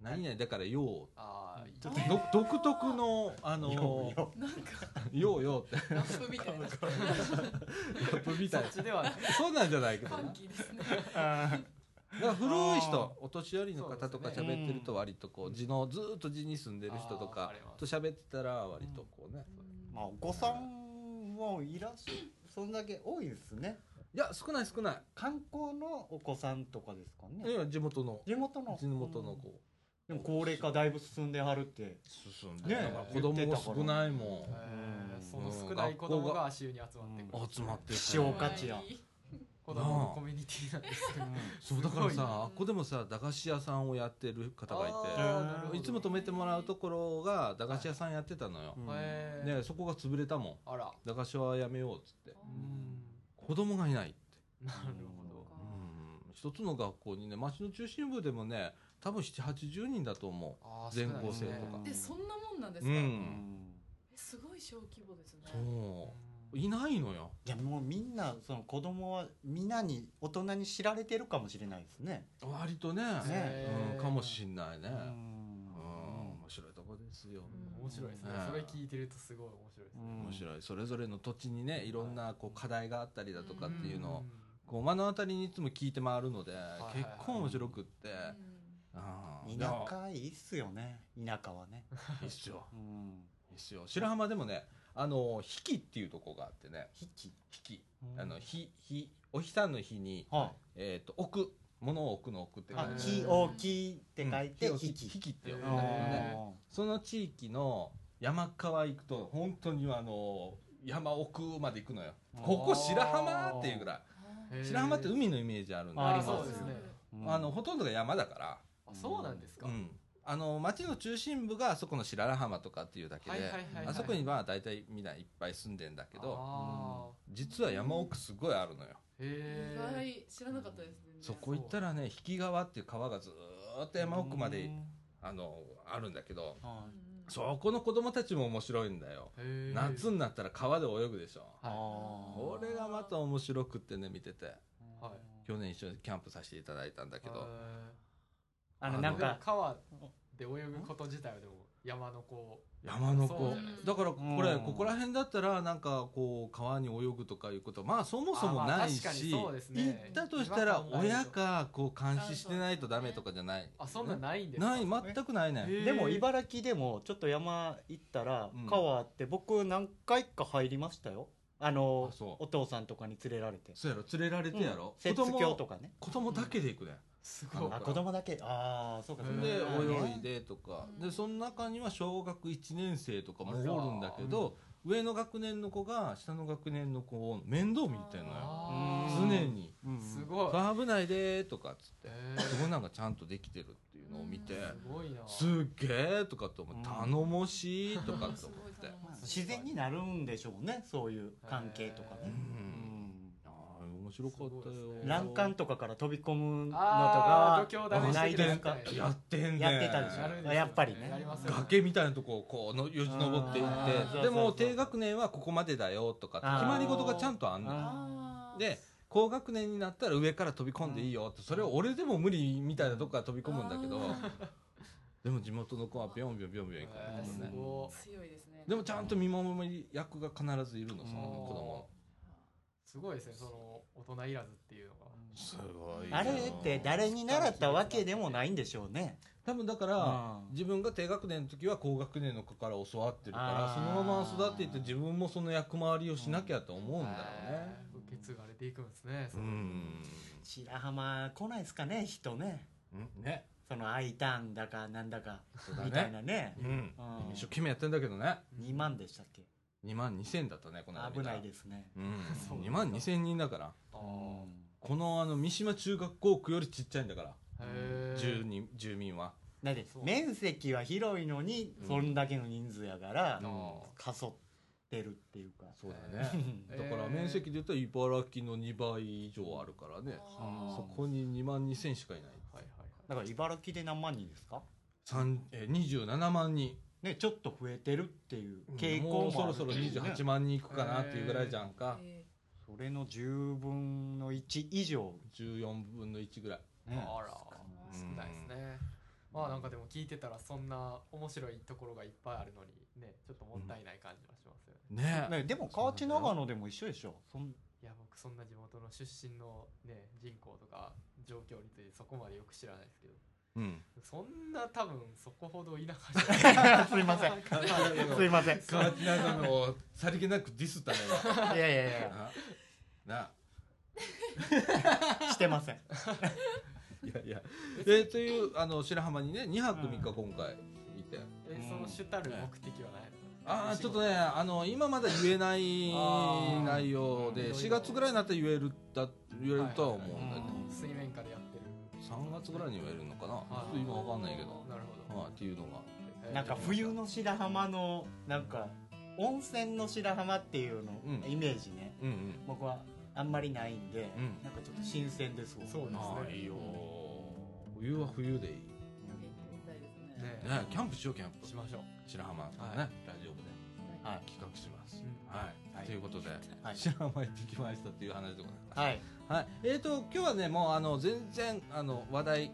A: 何々だからよう
D: ああいい
B: ちょっ
A: ど独特のあの
B: よよ
C: なんか
A: ようようって
C: ラップみたいなフ
A: ラップみた
D: そ
A: い
D: っちではない
A: な *laughs* そうなんじゃないけどな
C: ァ
A: だ
C: ン
A: か
C: キーですね
B: あ
A: ら古い人
B: あ
A: お年寄りの方とか
D: そう
B: ですね
A: 喋ってると割とこう地のずーっと地に住んでる人と
D: あー
A: か
D: あります
A: と喋ってたら割とこうね
B: ーまあお子さんもいらっしゃそんだけ多いですね
A: いや少ない少な
B: 観光のお子さんとかですか
A: いい
B: ね
A: や地元の
B: 地元の
A: 地元の子
B: でも高齢化だいぶ進んではるって
A: 進ん
B: ね
A: でだから子供も少ないもん
D: へ
B: うん
D: ーその少ない子供が足湯に集まってくる
A: 集まってくる
B: 希少価値や
D: 子供のコミュニティなんですけど
A: そうだから
D: すごい
A: さあっこでもさ駄菓子屋さんをやってる方がい
B: あー
A: ていつも泊めてもらうところが駄菓子屋さんやってたのよ、
B: うん
D: へえ
A: ねそこが潰れたもん
D: あら
A: 駄菓子はやめようっつって
D: うん
A: 子供がいないって、
D: なるほ
A: うん、一つの学校にね町の中心部でもね多分780人だと思
D: どあー
A: 全校生
D: 少
A: と
D: な
A: か
D: いです
C: でそ
D: ね
C: んなもんなんです
A: うう
C: か、
B: うんん
C: えすごい小規模ですね
A: そ
D: うん
A: ういないのよ
B: いやもうみんなその子供は皆に大人に知られてるかもしれないですね。
A: 割とね、
D: ね
A: うん、かもしんないねう
B: う
A: ん
B: ん
A: 面白いとこですよ、
D: 面白いですね
A: うん
D: それ聞いてるとすごい面白いですね
A: 面
B: い。
A: 白いそれぞれの土地にねいろんなこう課題があったりだとかっていうのを、
D: うん
A: こう目の当たりにいつも聞いて回るので、
D: はい
A: 結構面白くって、
C: う
A: ああ
B: 田舎いいっすよね。田舎はね。
A: いいっすよ
B: うん。
A: いいっすよ白浜でもねあの引きっていうとこがあってね
B: ひき。
A: 引きあのひひお日さんの日に、
B: は
A: えー、と置く物を置くのを置くって
B: い。
A: 書い
B: あ
A: て、
B: 木大きいって書いて
A: うん
B: ひ
A: 引
B: き。
A: きって呼ぶん
B: あ
A: だけどね
B: ー
A: その地域の山川行くと本当にあの山奥まで行くのよ
B: あー
A: ここ白浜っていうぐら
C: ん
D: へ
A: い
D: ー
A: 白浜って海のイメージあるんだ
B: あ
A: け
B: り
A: ど
B: ます
D: そうですね
B: うん
A: あのほとんどが山だから
D: あそうなんですか
A: う
D: はい
A: ん、あの町の中心部があそこの白良浜とかっていうだけで、
D: はいはいはい
A: あそこには大体みんないっぱい住んでんだけど
D: あ
A: 実は山奥すごいあるのよ、
D: ーへ
C: 意
D: え
C: 外知らなかったですね
A: そこ行ったらね引き川っていう川がずーっと山奥まで、あのあるんだけど
B: は
C: う
B: い
C: ん
A: そこの子供たちも面白いんだよ、夏になったら川で泳ぐでしょ
D: はい
B: あ
A: これがまた面白くってね見てて
B: ー
D: はい
A: 去年一緒にキャンプさせていただいたんだけど
D: へー
B: あのなん
D: でも
B: か
D: 川で泳ぐこと自体はでも山のこ
A: 山の
D: そう
A: 子
D: じゃない
A: だからこれ、
B: うん
A: ここら辺だったらなんかこう川に泳ぐとかいうことはまあそもそも
D: あまあ
A: ない
D: 確かに
A: し、
D: そうですね
A: 行ったとしたら
D: 違和感ない
A: 親かこう監視してないとダメとかじゃない、
D: うあそんなんないんですか
A: ない全くないね、
D: へえ
B: でも茨城でもちょっと山行ったら
A: うん
B: 川あって僕何回か入りましたよあの
A: あそう
B: お父さんとかに連れられて
A: そうやろ連れられてやろ、
B: うん
A: 子
B: 摂津
A: 供
B: 峡とかね
A: 子供だけで行くね、
D: す
A: そ
D: ご
A: う
D: い
A: か
B: あ子供だけああそうかそうか
A: で
D: うん
A: 泳いでとか、
C: うん
A: でその中には小学1年生とかもおるんだけど、上の学年の子が下の学年の子を面倒見てんのよ
D: あー
A: 常に
B: うん
D: す
A: 「
D: ごい
A: 危ないで」とかっつって
D: へ
A: そこなんかちゃんとできてるっていうのを見て
D: えすごい
A: 「
D: な
A: すっげえ」とかと思って「頼もしい」とかと
C: す
A: 思
C: ごい
A: って
C: 頼もしい
B: 自然になるんでしょうねそういう関係とか
A: う
B: ね
A: んあー面白かった
D: すごいで
A: よ
D: すね
B: 欄干とかから飛び込むのとか
D: あー度胸
A: 試し
B: ない
A: てきて
B: ですか
D: か
A: やってんねん
B: やってたでしょ
D: なるんですよ
B: やっぱりね
D: なりますよ
A: 崖みたいなとこをこうのよじ登っていっ
C: あ
A: て
C: ー
A: で
B: そ
A: も
B: うそうそう
A: 低学年はここまでだよとかって
B: あー
A: 決まり事がちゃんとあんの
B: あ
C: あー
A: で高学年になったら上から飛び込んでいいよってそれを俺でも無理みたいなとこから飛び込むんだけどでも地元の子はビョンビョンビョンビョン行くんだ
D: え
A: け
D: ー
A: ど
D: す
A: ね
D: ごい
C: 強いですね
A: でもちゃんと見守り役が必ずいるのその子供
D: すごいですねその大人いらずっていうのが
A: すごいよ
B: あれって誰に習ったわけでもないんでしょうね
A: 多分だから自分が低学年の時は高学年の子から教わってるから
B: あー
A: そのまま育っていって自分もその役回りをしなきゃと思うんだよね
D: えー受け継がれていくんですね
A: う
D: その
A: ん
B: 白浜来ないですかね人ね
A: ね
B: その I ターンだかなんだか
A: そうだ
B: みたい
A: ね
B: なね
A: うん
B: うん
A: 一生懸命やってんだけどね
B: 2万でしたっけ
A: 2万2000だったねこの間
B: 危ないですね
A: う、
D: そうんなんだ
A: 2万2000人だから
D: あ
A: このあの三島中学校区よりちっちゃいんだから、
D: ーへえ
A: 住人住民は、
B: だって
D: そう
B: 面積は広いのに
A: うん
B: そんだけの人数やから
A: うん
B: かそってるっていうか
A: そうだ
D: だ
A: ね
D: え
A: だから面積で言ったら茨城の2倍以上あるからね
C: あー
A: そこに2万2000しかいない
D: はいはいはい
B: だから茨城で何万人ですか
A: 三えー27万人
B: ねちょっと増えてるっていう傾向も
A: うそ
B: ある
A: ろそろ
B: っていうね
A: 28万人いくかなっていうぐらいじゃんか、
C: え
B: それの10分の1以上、
A: 14分の1ぐらい
B: ね
D: あら
C: ー
A: うん
D: 少ないですねまあなんかでも聞いてたらそんな面白いところがいっぱいあるのにねちょっともったいない感じはしますよね
A: ねえ
B: ね、でも河内長野でも一緒でしょそん
D: いや僕そんな地元の出身のね人口とか状況についてそこまでよく知らないですけど
A: うん
D: そんな多分そこほど田舎じゃない
B: すいませんすい
A: *laughs*
B: ませんい
A: 河内長野をさりげなくディスったね
B: やいやいや
A: はなな
B: *laughs* してません
A: いやいやでというあの白浜にね2泊3日今回いて、
D: えその主たる目的はない
A: ああちょっとねあの今まだ言えない
D: あー
A: 内容で
D: うん
A: 4月ぐらいになったら言えるだ言えるとは思うんだけ
B: はいはいはい
A: ど
B: うん
D: 水面下でやってる
A: 3月ぐらいには言えるのかなちょ
D: はい
A: っと今わかんないけど
D: なるほど、
A: はいっていうのが
D: えー
B: なんか冬の白浜のなんか温泉の白浜っていうの、
A: うん
B: イメージね
A: うんうん
B: 僕はあんまりないんで、
A: うん
B: なんかちょっと新鮮ですわ
D: そうです
A: あ
D: ね
A: あいいよ冬は冬でいい
C: ー行ってみたいですね
D: ね
A: ねキャンプしようキャンプ
D: しましょう
A: 白浜とかね、
D: はい
A: ラジオ部で
B: はい
A: 企画します、
D: うん
A: はい、
B: はい
A: ということで、
B: はい
A: 白浜行ってきましたっていう話でございます
B: はい
A: はい、えーと今日はねもうあの全然あの話題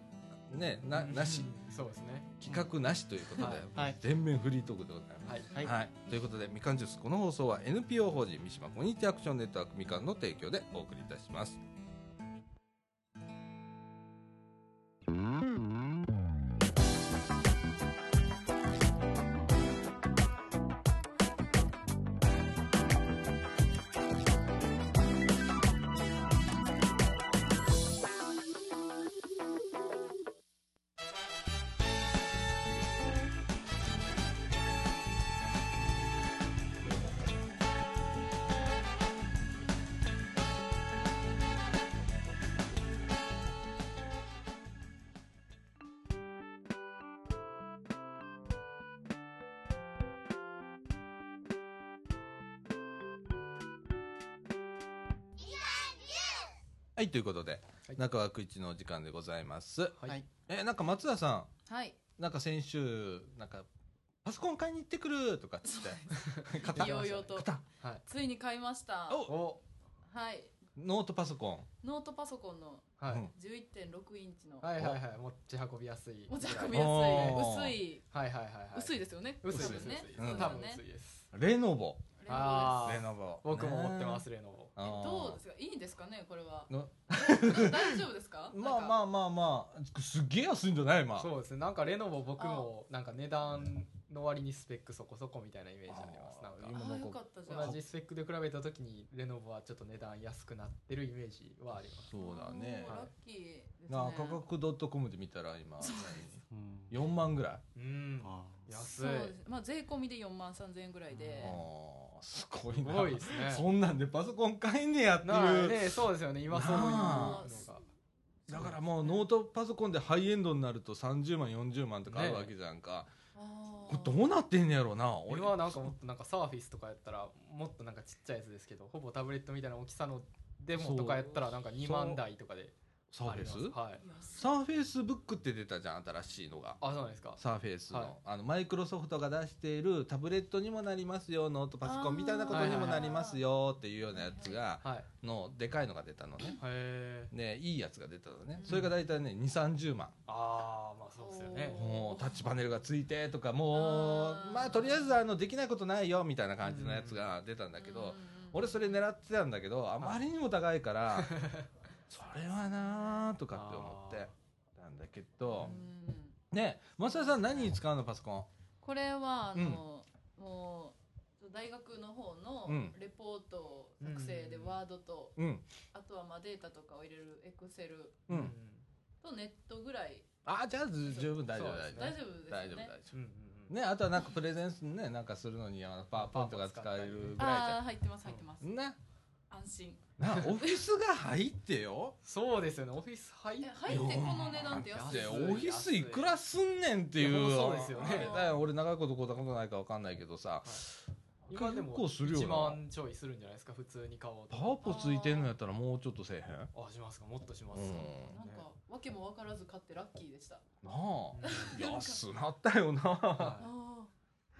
A: ねななし
D: そうですね
A: 企画なしということで、
B: はい
A: 全面フリートークでございます。
D: はい
B: はい
A: ということでみかんジュースこの放送は NPO 法人三島コミュニティアクションネットワークみかんの提供でお送りいたします。はいということで、
D: はい
A: 中川く一のお時間でございます。
D: はい
B: はい
A: えーなんか松田さ
C: はい
A: んなんか先週なんかパソコン買いに行ってくるとかっつって買った
C: いよいよと
A: 買った
D: はい
C: ついに買いました
A: お
D: お
C: はい
A: ノートパソコン
C: ノートパソコンの
D: はい、
A: うん
C: 11.6インチの
D: はいはいはい持ち運びやすい
C: 持ち運び
A: や
C: や
A: おー
C: すい薄い
D: はいはいはいはい
C: 薄い
D: い
C: ですよね
D: 薄い
C: 多
D: です
C: 分ね
D: 薄いです
A: うん
D: 多分
C: ね
D: 薄いです
A: レノボ
C: レ
D: あ
C: ノ
D: ー
A: レノボ
D: 僕も持ってますすレノボ
A: あ
C: ボ
A: ー
C: ですえどうですかいいんですかねこれは
A: の
C: 大丈夫ですか
A: *laughs* まあま
C: あ
A: あまあまあすっげえ安いんじゃないまあ
D: そうですねなんかレノボ僕もなんか値段の割にスペックそこそこみたいなイメージありますなん
A: あー
D: か
A: 今
C: あ
A: な
C: あ
A: んか
C: よかったじゃ
D: 同
C: ん
D: じスペックで比べた時にレノボはちょっと値段安くなってるイメージはあります
A: そうだね
C: おーラッキーですね
A: な価格 .com で見たら今
B: うん
A: 4万ぐらい
D: うん
B: あ
D: 安
C: そう
D: い
C: ですまあ税込みで4万3000円ぐらいで
A: あーすごい
D: す
A: な
D: ごいですね
A: そんなんでパソコン買えんねやって
D: なあ
A: いう
D: ねそうですよね今そういうの
A: な
D: が
C: あ
A: だからもうノートパソコンでハイエンドになると30万40万とかあるわけじゃんか、
C: あ
A: こ
C: ー
A: れどうなってんねやろうな俺
D: 俺はなんかもっとなんかサーフィスとかやったらもっとなんかちっちゃいやつですけどほぼタブレットみたいな大きさのデモとかやったらなんか2万台とかで
A: サーフェイ
D: あり
A: ス
D: ますはい
A: サーフェイスブックって出たじゃん新しいのが
D: あそうなんですか
A: サーフェイスの,、
D: はい
A: あのマイクロソフトが出しているタブレットにもなりますよノートパソコ
C: あー
A: ンみたいなことにもなりますよっていうようなやつが
D: はいへ
A: のでかいのが出たのね
D: え
A: でいいやつが出たのね
D: うん
A: それが大体ね2 3 0万
D: ああまあそうですよね
C: おー
A: もうタッチパネルがついてとかも
C: あ
A: う
C: ー
A: まあとりあえずあのできないことないよみたいな感じのやつが出たんだけど、俺それ狙ってたんだけどあまりにも高いからそれはなーとかって思ってたんだけど
C: うん
A: ね増田さん何に使うのパソコン
C: これはあの、もう大学の方の
A: うん
C: レポートを作成で
D: うん
C: ワードと、
A: うん
C: あとはまあデータとかを入れるエクセル
A: うん、
C: とネットぐらい
A: あじゃあず十分大丈夫
D: そうで
A: 大
D: す
A: 丈
D: ね
A: 夫、
C: 大丈夫ですよね
A: 大丈夫大丈
D: うんうんう
A: 夫
D: ん
A: ねあとはなんかプレゼンスねなんかするのにあのパワーポイントが使えるぐら
C: ああ入ってます入ってます、
A: いじゃんね
C: 安心
A: なオフィスが入ってよ
D: そうですよねオフィス入っ
C: え入ってこの値段って安い
A: で
D: 安
A: オ
D: い
A: フィスいくらすんねんってい
D: いや
A: う
D: そうですよね
A: あれだよ俺長いことこうたことないから分かんないけどさ、
D: 今で
A: 結
D: も
A: 構するよな
D: 1万ちょいするんじゃないですか普通に買おう
A: パ
D: と
A: ワポついてんのやったらもうちょっとせえへんな
D: あしますかもっとします
A: うん
D: か
C: なんかわけも分からず買ってラッキーでした、
A: あ
D: う
A: 安なったよ
D: ん
A: な
D: は
C: あ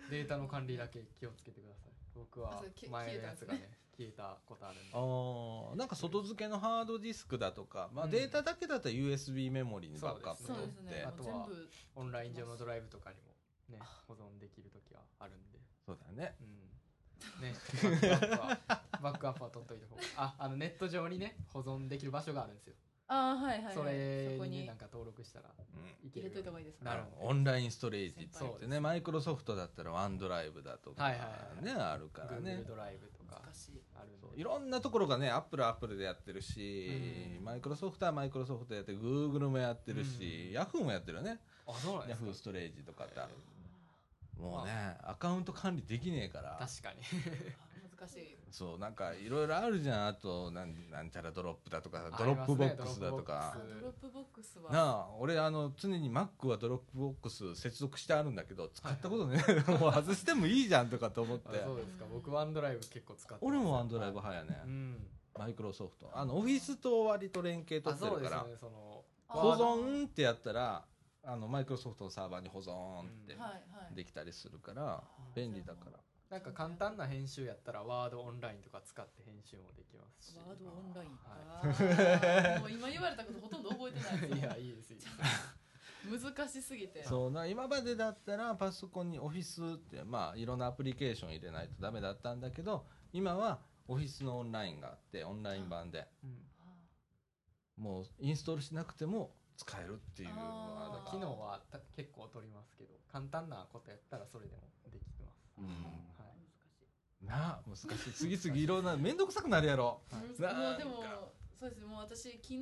D: いデータの管理だけ気をつけてください僕
C: あ
D: は
C: それけ
D: 前のやつがね消えたことあるん
A: *laughs*
D: で
A: あーなんか外付けのハードディスクだとか、ま
D: う
A: あ、
D: ん
A: データだけだったら USB メモリにバックアッ
C: あ
A: プ
C: そう
A: 取っ
C: ですね
A: て
D: あ
C: も
D: と
C: う全
D: は
C: 部
D: オンライン上のドライブとかにもね保存できる時はあるんで
A: そうだよね
C: *laughs*
D: うんねバックアップはバックアップは取っといた方がああのネット上にね保存できる場所があるんですよ
C: ああはいはい、はい、
D: それ
C: そこ
D: にね
C: に
D: なんか登録したら
A: うん
D: いけ
C: 入れ
D: る
C: といた方がいいですね
D: なる
A: オンラインストレージって言
D: そう
A: っ
D: で
A: て
D: す
A: ね
D: ね
A: マイクロソフトだったらワンドライブだとか
D: は
A: ね、
D: いはい
A: あるからね
D: Google ドライブとか
C: 難しい
D: あるんで
A: そういろんなところがねアップルはアップルでやってるし
D: うん
A: マイクロソフトはマイクロソフトでやってグーグルもやってる
D: う
A: し
D: ん
A: ヤフーもやってるよね
D: あそうなんで
A: ヤ
D: す
A: フ
D: か
A: ーストレージとかってあるもうねアカウント管理できねえから
D: 確かに
C: あー難しい
A: そうなんかいろいろあるじゃんあとなんなんちゃらドロップだとか
D: あ
A: ドロップボックスだと
D: あ
C: あ
A: か、
D: りますね
C: ドロップボックスは
A: なあ俺あの常に Mac はドロップボックス接続してあるんだけど使ったことね、 *laughs* もう外してもいいじゃんとかと思っ
D: あ
A: て
D: そうですか僕ワンドライブ結構使ってます
A: 俺もワンドライブ派やね
D: はいうん
A: マイクロソフトあのオフィスと割と連携
D: あ
A: 取っ
D: そう
A: てる
D: です
A: から、
D: よねその
C: あー
A: 保存ってやったらあのマイクロソフトのサーバーに保存って
C: はいはい
A: できたりするから便利だから
D: なんか簡単な編集やったらワードオンラインとか使って編集もできますし
C: ワードオンライン
D: は
C: か、もう今言われたことほとんど覚えてない
D: *laughs* いやいいですいいです
C: 難しすぎて
A: そうな今までだったらパソコンにオフィスってまあいろんなアプリケーション入れないとダメだったんだけど今はオフィスのオンラインがあってオンライン版で
D: うん
A: もうインストールしなくても使えるっていうのはだ
C: あー
A: か
D: 機能はた結構取りますけど簡単なことやったらそれでもできます、
A: ら、
D: は
C: 難
D: い、
A: うん、なあ難しい次々いろんな面倒くさくなるやろ
C: しい
A: はい
C: もうでも
A: なんか
C: そうですもう私昨日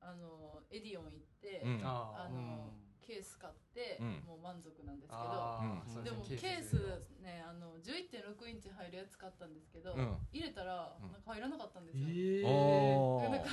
C: あのエディオン行って、
A: うん
D: あ
C: あ
D: ー
C: のケース買って、
A: うん
C: もう満足なんですけど
D: あー
A: うん
D: そう
C: でもケ
D: すね
C: ースねあの11.6インチ入るやつ買ったんですけど、
A: うん
C: 入れたら
A: うん
C: なんか入らなかったんですよ、
D: ええー、
A: おー
C: なんか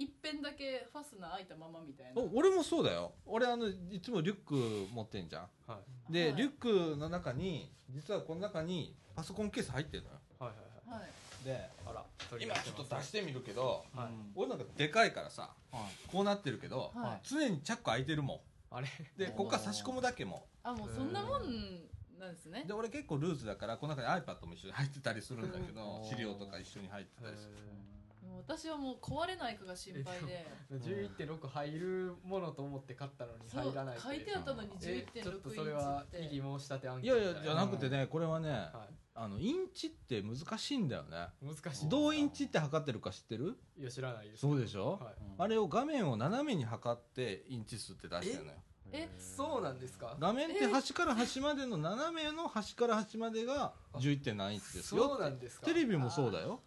C: 一辺だけファスナー開いたままみたいな
A: お俺もそうだよ俺あのいつもリュック持ってんじゃん
D: はい
A: で、
C: はい
A: リュックの中に実はこの中にパソコンケース入ってるのよ
D: はいはいはい
C: はい
A: で
D: あら取り
A: 今
D: 出
A: ち
D: せ
A: ょ
D: ま
A: っ
D: す
A: と出してみるけど
D: はい、
A: 俺なんかでかいからさ
B: はい
A: こうなってるけど、
C: はい
A: 常にチャック開いてるも
D: あれ
A: んでここから差し込むだけも
C: あもうそんなもんなんですね
A: で俺結構ルーズだからこの中に iPad も一緒に入ってたりするんだけ
D: う
A: ど
D: ん
A: 資料とか一緒に入ってたりする
C: うもう私はもう壊れないかが心配で
D: 11.6入るものと思って買ったのに
C: そう
D: 入らないって
C: 書いてあったのに11.6イン
D: え
C: チ
D: ちょっとそれ
C: っ
D: は
C: て
D: 異議申し立て案件
A: いやいやじゃなくてねこれはね、
D: は
A: あのインチって難しいんだよね
D: い難しい
A: どうインチって測ってるか知ってる
D: いや知らないです
A: そうでしょ、
D: はい
A: あれを画面を斜めに測ってインチ数って出してるのよ
C: え
D: そうなんですか
A: 画面って端から端までの斜めの端から端までが11.7インチですよ
D: そうなんですか
A: テレビもそうだよ、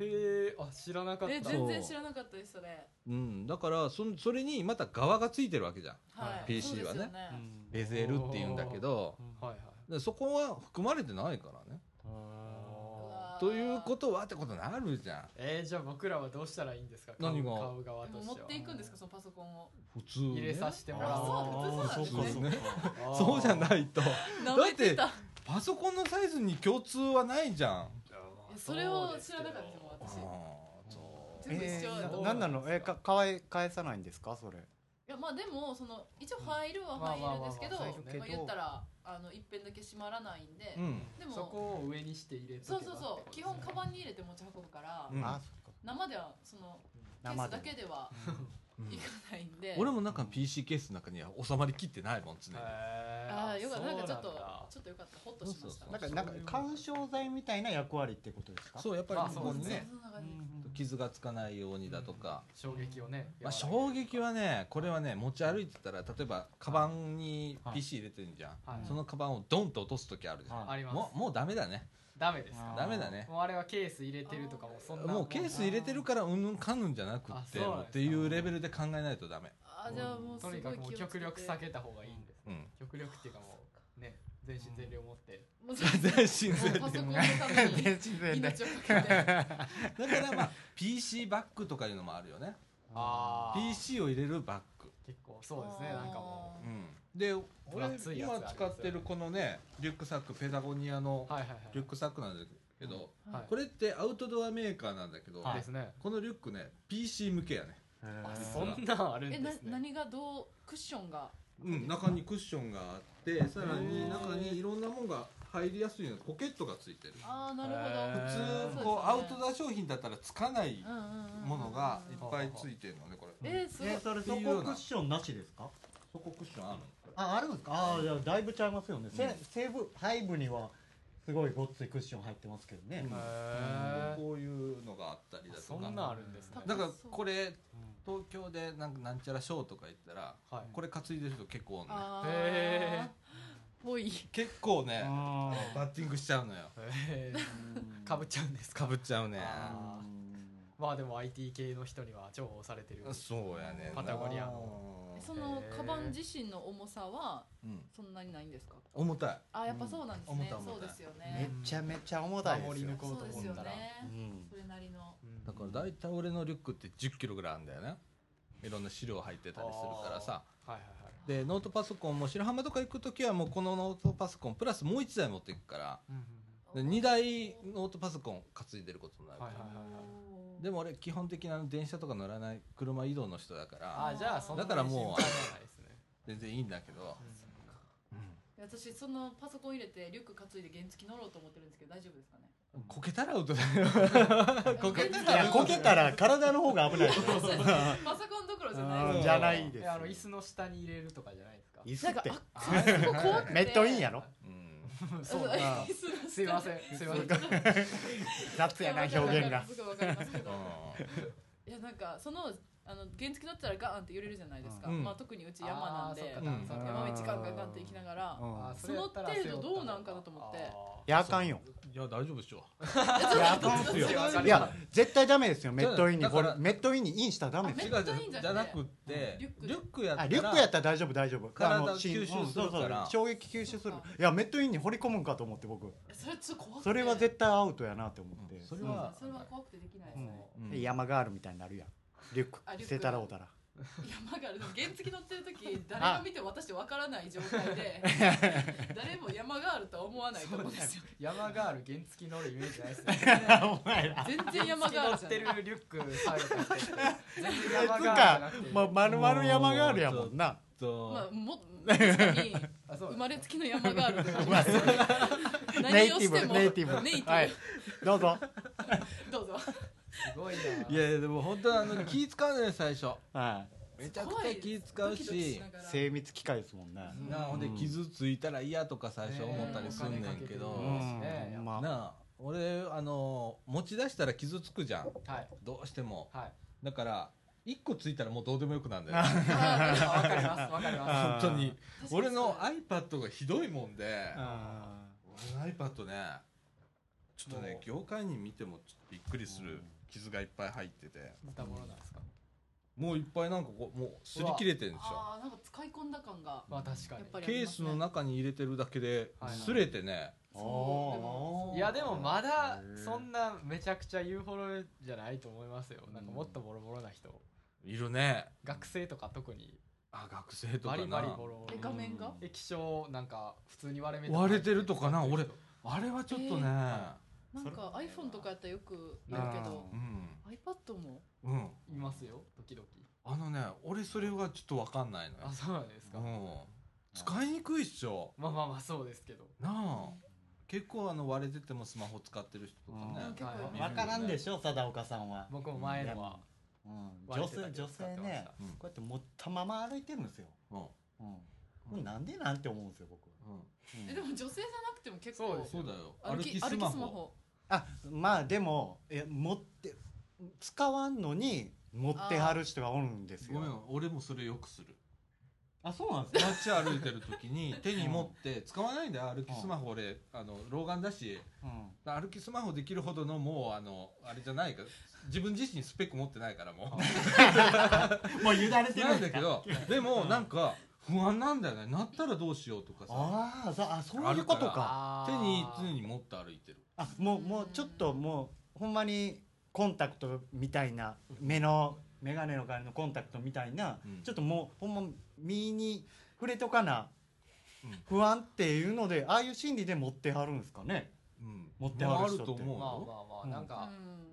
D: へえあ知らなかっ
C: え
D: た
A: そう
C: 全然知らなかったですそれ
A: うん、だからそのそれにまた側がついてるわけじゃん
C: はい
A: PC
C: そうですよ
A: はベゼルっていうんだけど
D: はいはい
A: でそこは含まれてないからね
C: うわー
A: ということはってことになるじゃん
D: えー、じゃあ僕らはどうしたらいいんですか買う
A: 何が
D: 買う側
C: でも
D: と
C: 持
D: して
C: っ
D: は
C: ていくんですかそのパソコンを
A: 普通、
D: 入れ
A: ね、
D: させてもらおう
C: あそう普通そうなんです
A: ね
B: か
D: あー
A: そうじゃないと
C: 舐めてた
A: パソコンのサイズに共通はないじゃんあ
C: えそれを知らなかったですもん
A: あ
C: 私
A: そう
C: 全部
B: え
C: 一緒だと
B: ー、
C: 思う
B: ななんなのえかかわい返さないんですかそれ
C: いやまあでもその一応入るは入るんですけど
D: まあ
C: ま
D: まあまあまあ
C: あ言ったらあの一辺だけ閉まらないんで
A: うん
C: で
D: そ
C: も
D: こを上にして入れとけば
C: そうそうそう基本カバ
D: ン
C: ンに入れて持ち運ぶから
A: うん
B: あそっか
C: 生ではそのケー
B: 生
C: スだけでは
A: うん
C: いかないんで
A: 俺もなんか PC ケースの中には収まりきってないもん常に、
C: ああよかったなんかちょっと
D: あ
C: ちょっとよかったホッとしました
A: そうそうそう
B: なんかなんか緩衝材みたいな役割ってことですか
A: そうやっぱり
D: まあ
A: こ
D: そ
A: こ
D: うで
A: に
D: す
A: ね
D: ね
C: そんな
B: う
C: 感じ
B: ん
A: 傷がつかないようにだとか、
D: 衝撃をね
A: まあ、衝撃はねこれはね持ち歩いてたら例えばカバンに
B: はい
A: PC 入れてるじゃん、
D: はい
A: そのカバンをドンと落とす時あるでしょ、
B: はい
D: あります
A: もうもうダメだね
D: ダメです
B: あー
D: か
A: ダメだね
D: もうあれはケース入れてるとかもそんな
A: もうケース入れてるからうんぬんかんぬんじゃなく
D: あ
A: って
D: そうなんですか
A: っていうレベルで考えないとダメ、
C: あーじゃあもうす
D: と
C: ごい
D: に
C: 気
D: か
C: を
D: くもう
C: つけて
D: 極力避けた方がいいんです
A: うん、
D: 極力っていうかもうね全身全霊を持って
C: もう
A: 全身 *laughs* 全
C: もうパソコンのた
D: *laughs*
C: め
B: 全
C: に
B: 然全然
C: 命をかけて
A: だからまあ PC バッグとかいうのもあるよね
D: あー
A: PC を入れるバッグ、
D: 結構そうですね
C: あー
D: なんかも
A: うん、で
D: 熱
A: 俺
D: いやつあ
A: 今
D: りますよね
A: 使ってるこのねリュックサックペダゴニアの
D: うはいはい
A: リュックサックなんだけど、
D: はい
A: これってアウトドアメーカーなんだけど、
D: はいですね
A: このリュックね PC 向けやね
D: あ
B: そ
D: そんなんあるん
C: え
D: で
C: な
D: すね
C: 何がどうクッションが
A: うん、中にクッションがあってさら
D: へ
A: に
D: ー
A: 中にいろんなもんが入りやすいようにポケットがついてる
C: ああなる
A: 普
C: ほど
A: 通
C: そうですね
A: こうアウトドア商品だったらつかない
C: うんうんうんうん
A: ものがいっぱいついてるのねこれ
C: えーすごい
B: えそれそこクッションなしですか
A: そこクッションある
B: ああるんですかああいやだいぶちゃいますよね、
A: う
B: せ
A: ん
B: 西部背部にはすごいごっついクッション入ってますけどね、
A: うん
D: へー
A: こういうのがあったりだと
D: そ
A: か
D: んなんあるんですね
A: だからこれ東京でなんかなんちゃらショーとか言ったら
D: はい
A: これ担いでる人結構おんね
C: あ
D: へ
C: あ
D: ー
C: ぽい
A: 結構ね
B: あ
A: バッティングしちゃうのよ
D: へ
B: ー
D: ーかぶっちゃうんですか
A: かぶっちゃうね
D: あまあでも IT 系の人には重宝されてる
A: そうやね
D: パタゴニアの
C: その
D: へー
C: カバン自身の重さは
A: うん
C: そんなにないんですか
A: 重たい
C: あやっぱそうなんです
A: うん重
C: ね
A: たい重たい
C: そうですよ
B: め
C: ね
B: ちゃめちゃ重たいです
D: 守り
B: よ
D: 抜こうと
C: そう
D: 思
C: ですよ
D: ったら
C: ね
B: うん
C: それなりの
A: だから大体俺のリュックって1 0キロぐらいあるんだよねいろんな資料入ってたりするからさ
D: はいはい
A: でノートパソコンも白浜とか行く時はもうこのノートパソコンプラスもう1台持っていくから
D: はい
A: で2台ノートパソコン担いでることになるから、
D: はいはいはいはい
C: おー
A: でも俺基本的な電車とか乗らない車移動の人だから
D: あじゃあそんな
A: だからもう
D: 心配じゃないですね
A: 全然いいんだけど、
C: 私そのパソコン入れてリュック担いで原付乗ろうと思ってるんですけど大丈夫ですかね *laughs*
A: *laughs* こけたらアウトだよこけた
B: いやこけたら体の方が危ないですよ
C: パソコンどころじゃ
A: う
C: ない
A: ん
B: じゃないです
D: え
B: よ
D: あの椅子の下に入れるとかじゃないですか
B: 椅子
C: なん
B: っ
C: か
B: て
C: ああそこ怖くて
B: *laughs* めっちゃいいんやろ
A: うん
C: うん
B: そうだな
C: 椅子の下に
D: す
C: *laughs*
D: いませんすいませんは
B: 雑やな表現が
C: すごいわかりますけど
A: う
C: いやなんかそのあの原付乗ったらガーンって揺れるじゃないですか、
A: うん
C: まあ特にうち山なんで
D: あーそっ
A: う
D: か
A: ん
D: そっか
C: 山道ガンガンガンって行きながら
D: あ
B: うん
D: それやったら背負った方が
C: その程度どうなんかなと思って
B: いやあかんよ
A: いや大丈夫でしょ
B: いやあかんっすよ
D: あー
B: いや絶対ダメですよメ
A: じゃあ
B: ットインに
A: だか
B: こ
A: ら
B: れメットインにインしたらダメです
A: 違
B: よ
A: う
C: めっちゃいいんじゃん
A: じゃなくって
C: リュック
A: リュックやった
B: あ
A: ら
B: リュックやったら大丈夫大丈夫
A: 体
B: あの
A: を吸収
B: しんうん
A: するから
B: そうそう衝撃吸収す
C: そ
B: る
C: っか
B: いやメットインに掘り込むんかと思って僕
C: それちょっと怖くて
B: それは絶対アウトやなって思っ
A: う
B: て
A: んそれは
C: それは怖くてできないですね、
A: うん
B: で山ガールみたいになるやんリュック
C: あリュック
B: 捨てたらお
A: *laughs*
B: たら
C: 山があるでも原付乗ってる時誰が見ても私ってわからない状態
B: *laughs*
C: で誰も山があるとは思わないと思うんですよ
D: 山ガール原付乗るイメージないですね
B: お前ら
C: 全然
D: 山
C: 山
D: ガ
C: があるじ
D: ールっ
C: ゃ
D: て
C: ない
D: るリュックサイドとして全然山ガールじゃなくて
B: まあ丸々山ガールやもんな
A: と
C: まあも確かに
D: あそ
C: 生
D: うだ
C: まれつきの山があるとか
B: ネイ
C: 何
B: テ
C: を
B: ィ
C: して
B: ブ
C: も
B: ネイティブ
C: ネイティブ
B: はいどうぞ
C: どうぞ
D: すごいな。
A: いやいやでも本当はあの気使うね最初
B: は
A: めちゃくちゃ気使う
C: ドキドキ
A: し
C: な
B: *laughs*
C: が
B: い
C: ら
B: 精密機械ですもんね
D: うん
A: なあほんで
B: うん
A: 傷ついたら嫌とか最初思ったりすんねんけど、
D: ねえうん
B: うんまあ
A: なあ俺あの持ち出したら傷つくじゃん
D: はい。
A: どうしても
D: はい。
A: だから一個ついたらもうどうでもよくなんだよ
D: あーわかります。わかりま
A: 本当に
C: 確かに
A: 俺の iPad がひどいもんで
B: あ
A: 俺の iPad ねちょっとね業界に見てもちょっとびっくりす
B: う
A: る
B: ん
A: 傷がいっぱい入ってて
D: す。似たものなんですか。
A: もういっぱいなんかこうもう擦り切れてんでしょ
C: ああなんか使い込んだ感が
D: まあ確か
C: や
D: に
C: っ。ぱりあり
A: ケー
C: ます
A: ス
C: ね
A: の中に入れてるだけで
D: はいはい
A: 擦れてね
B: ー
C: そ
D: いやでもまだ
B: へー
D: そんなめちゃくちゃ言うほどじゃないと思いますよ。なんかもっとボロボロな人。
A: いるね
D: 学生とか特に
A: あ学生と
D: バ
A: か
D: リバリ
A: な
D: ボロボ
C: え
D: ロ。
C: 画面が
D: 液晶なんか普通に割れ目
A: 割れてるとかな
D: 入って
A: 俺
D: る人
A: あれはちょっとね、
C: なんか iPhone とかやったらよく見るけど
A: う
B: うん
C: iPad も
A: うん
D: いますよ時々
A: あのね俺それはちょっとわかんないのよ
D: あそうなんですか、
A: うん使いにくいっしょ
D: まあまあまあそうですけど
A: なあ結構あの割れててもスマホ使ってる人とか
C: うん
A: ね
C: 結構
D: はい
B: わからんでしょ佐田岡さんは、
D: 僕も前のは
B: うん
D: 割
B: 女性
D: れてたけど
B: 女
D: 使って
B: 性
D: まし
B: ね
D: た
A: うん
B: こうやって持ったまま歩いてるんですよ、
A: うんうん
B: うん、これなんでなんて思うんですよ僕、うん
C: えでも女性じゃなくても結
D: そう
C: 構
D: です
A: そうだよ
C: 歩
A: 歩
C: き
A: きス
C: 歩きス
A: マ
C: マ
A: ホ
C: ホ
B: あまあでもえ持って使わんのに持ってはる人がおるんです
A: ごめん
B: よ
A: 俺もそれよくする
B: あそうなんですか
A: 街歩いてる時
B: *laughs*
A: に手に持って使わないんだよ歩きスマホ俺あの老眼だし
B: うん
A: 歩きスマホできるほどのもうあのあれじゃないから自分自身スペック持ってないからもう
B: もう委ねて
A: な
B: る
A: んだけ
B: *laughs*
A: どでもなんか不安なんだよねなったらどうしようとかさ
B: あーそあそういうことか
D: あ
A: 手
D: ー
A: に常に持って歩いてる
B: あもうもうちょっともうほんまにコンタクトみたいな目の眼鏡の代わりのコンタクトみたいな、
A: うん
B: ちょっともうほんま身に触れとかな
A: うん
B: 不安っていうのでああいう心理で持ってはるんですかね
A: うん
B: 持って歩く
A: ま
B: 人って
A: ああると思う
D: まあ
A: よ
D: まあまあ、
B: うん
D: なん
C: う
D: か
C: ん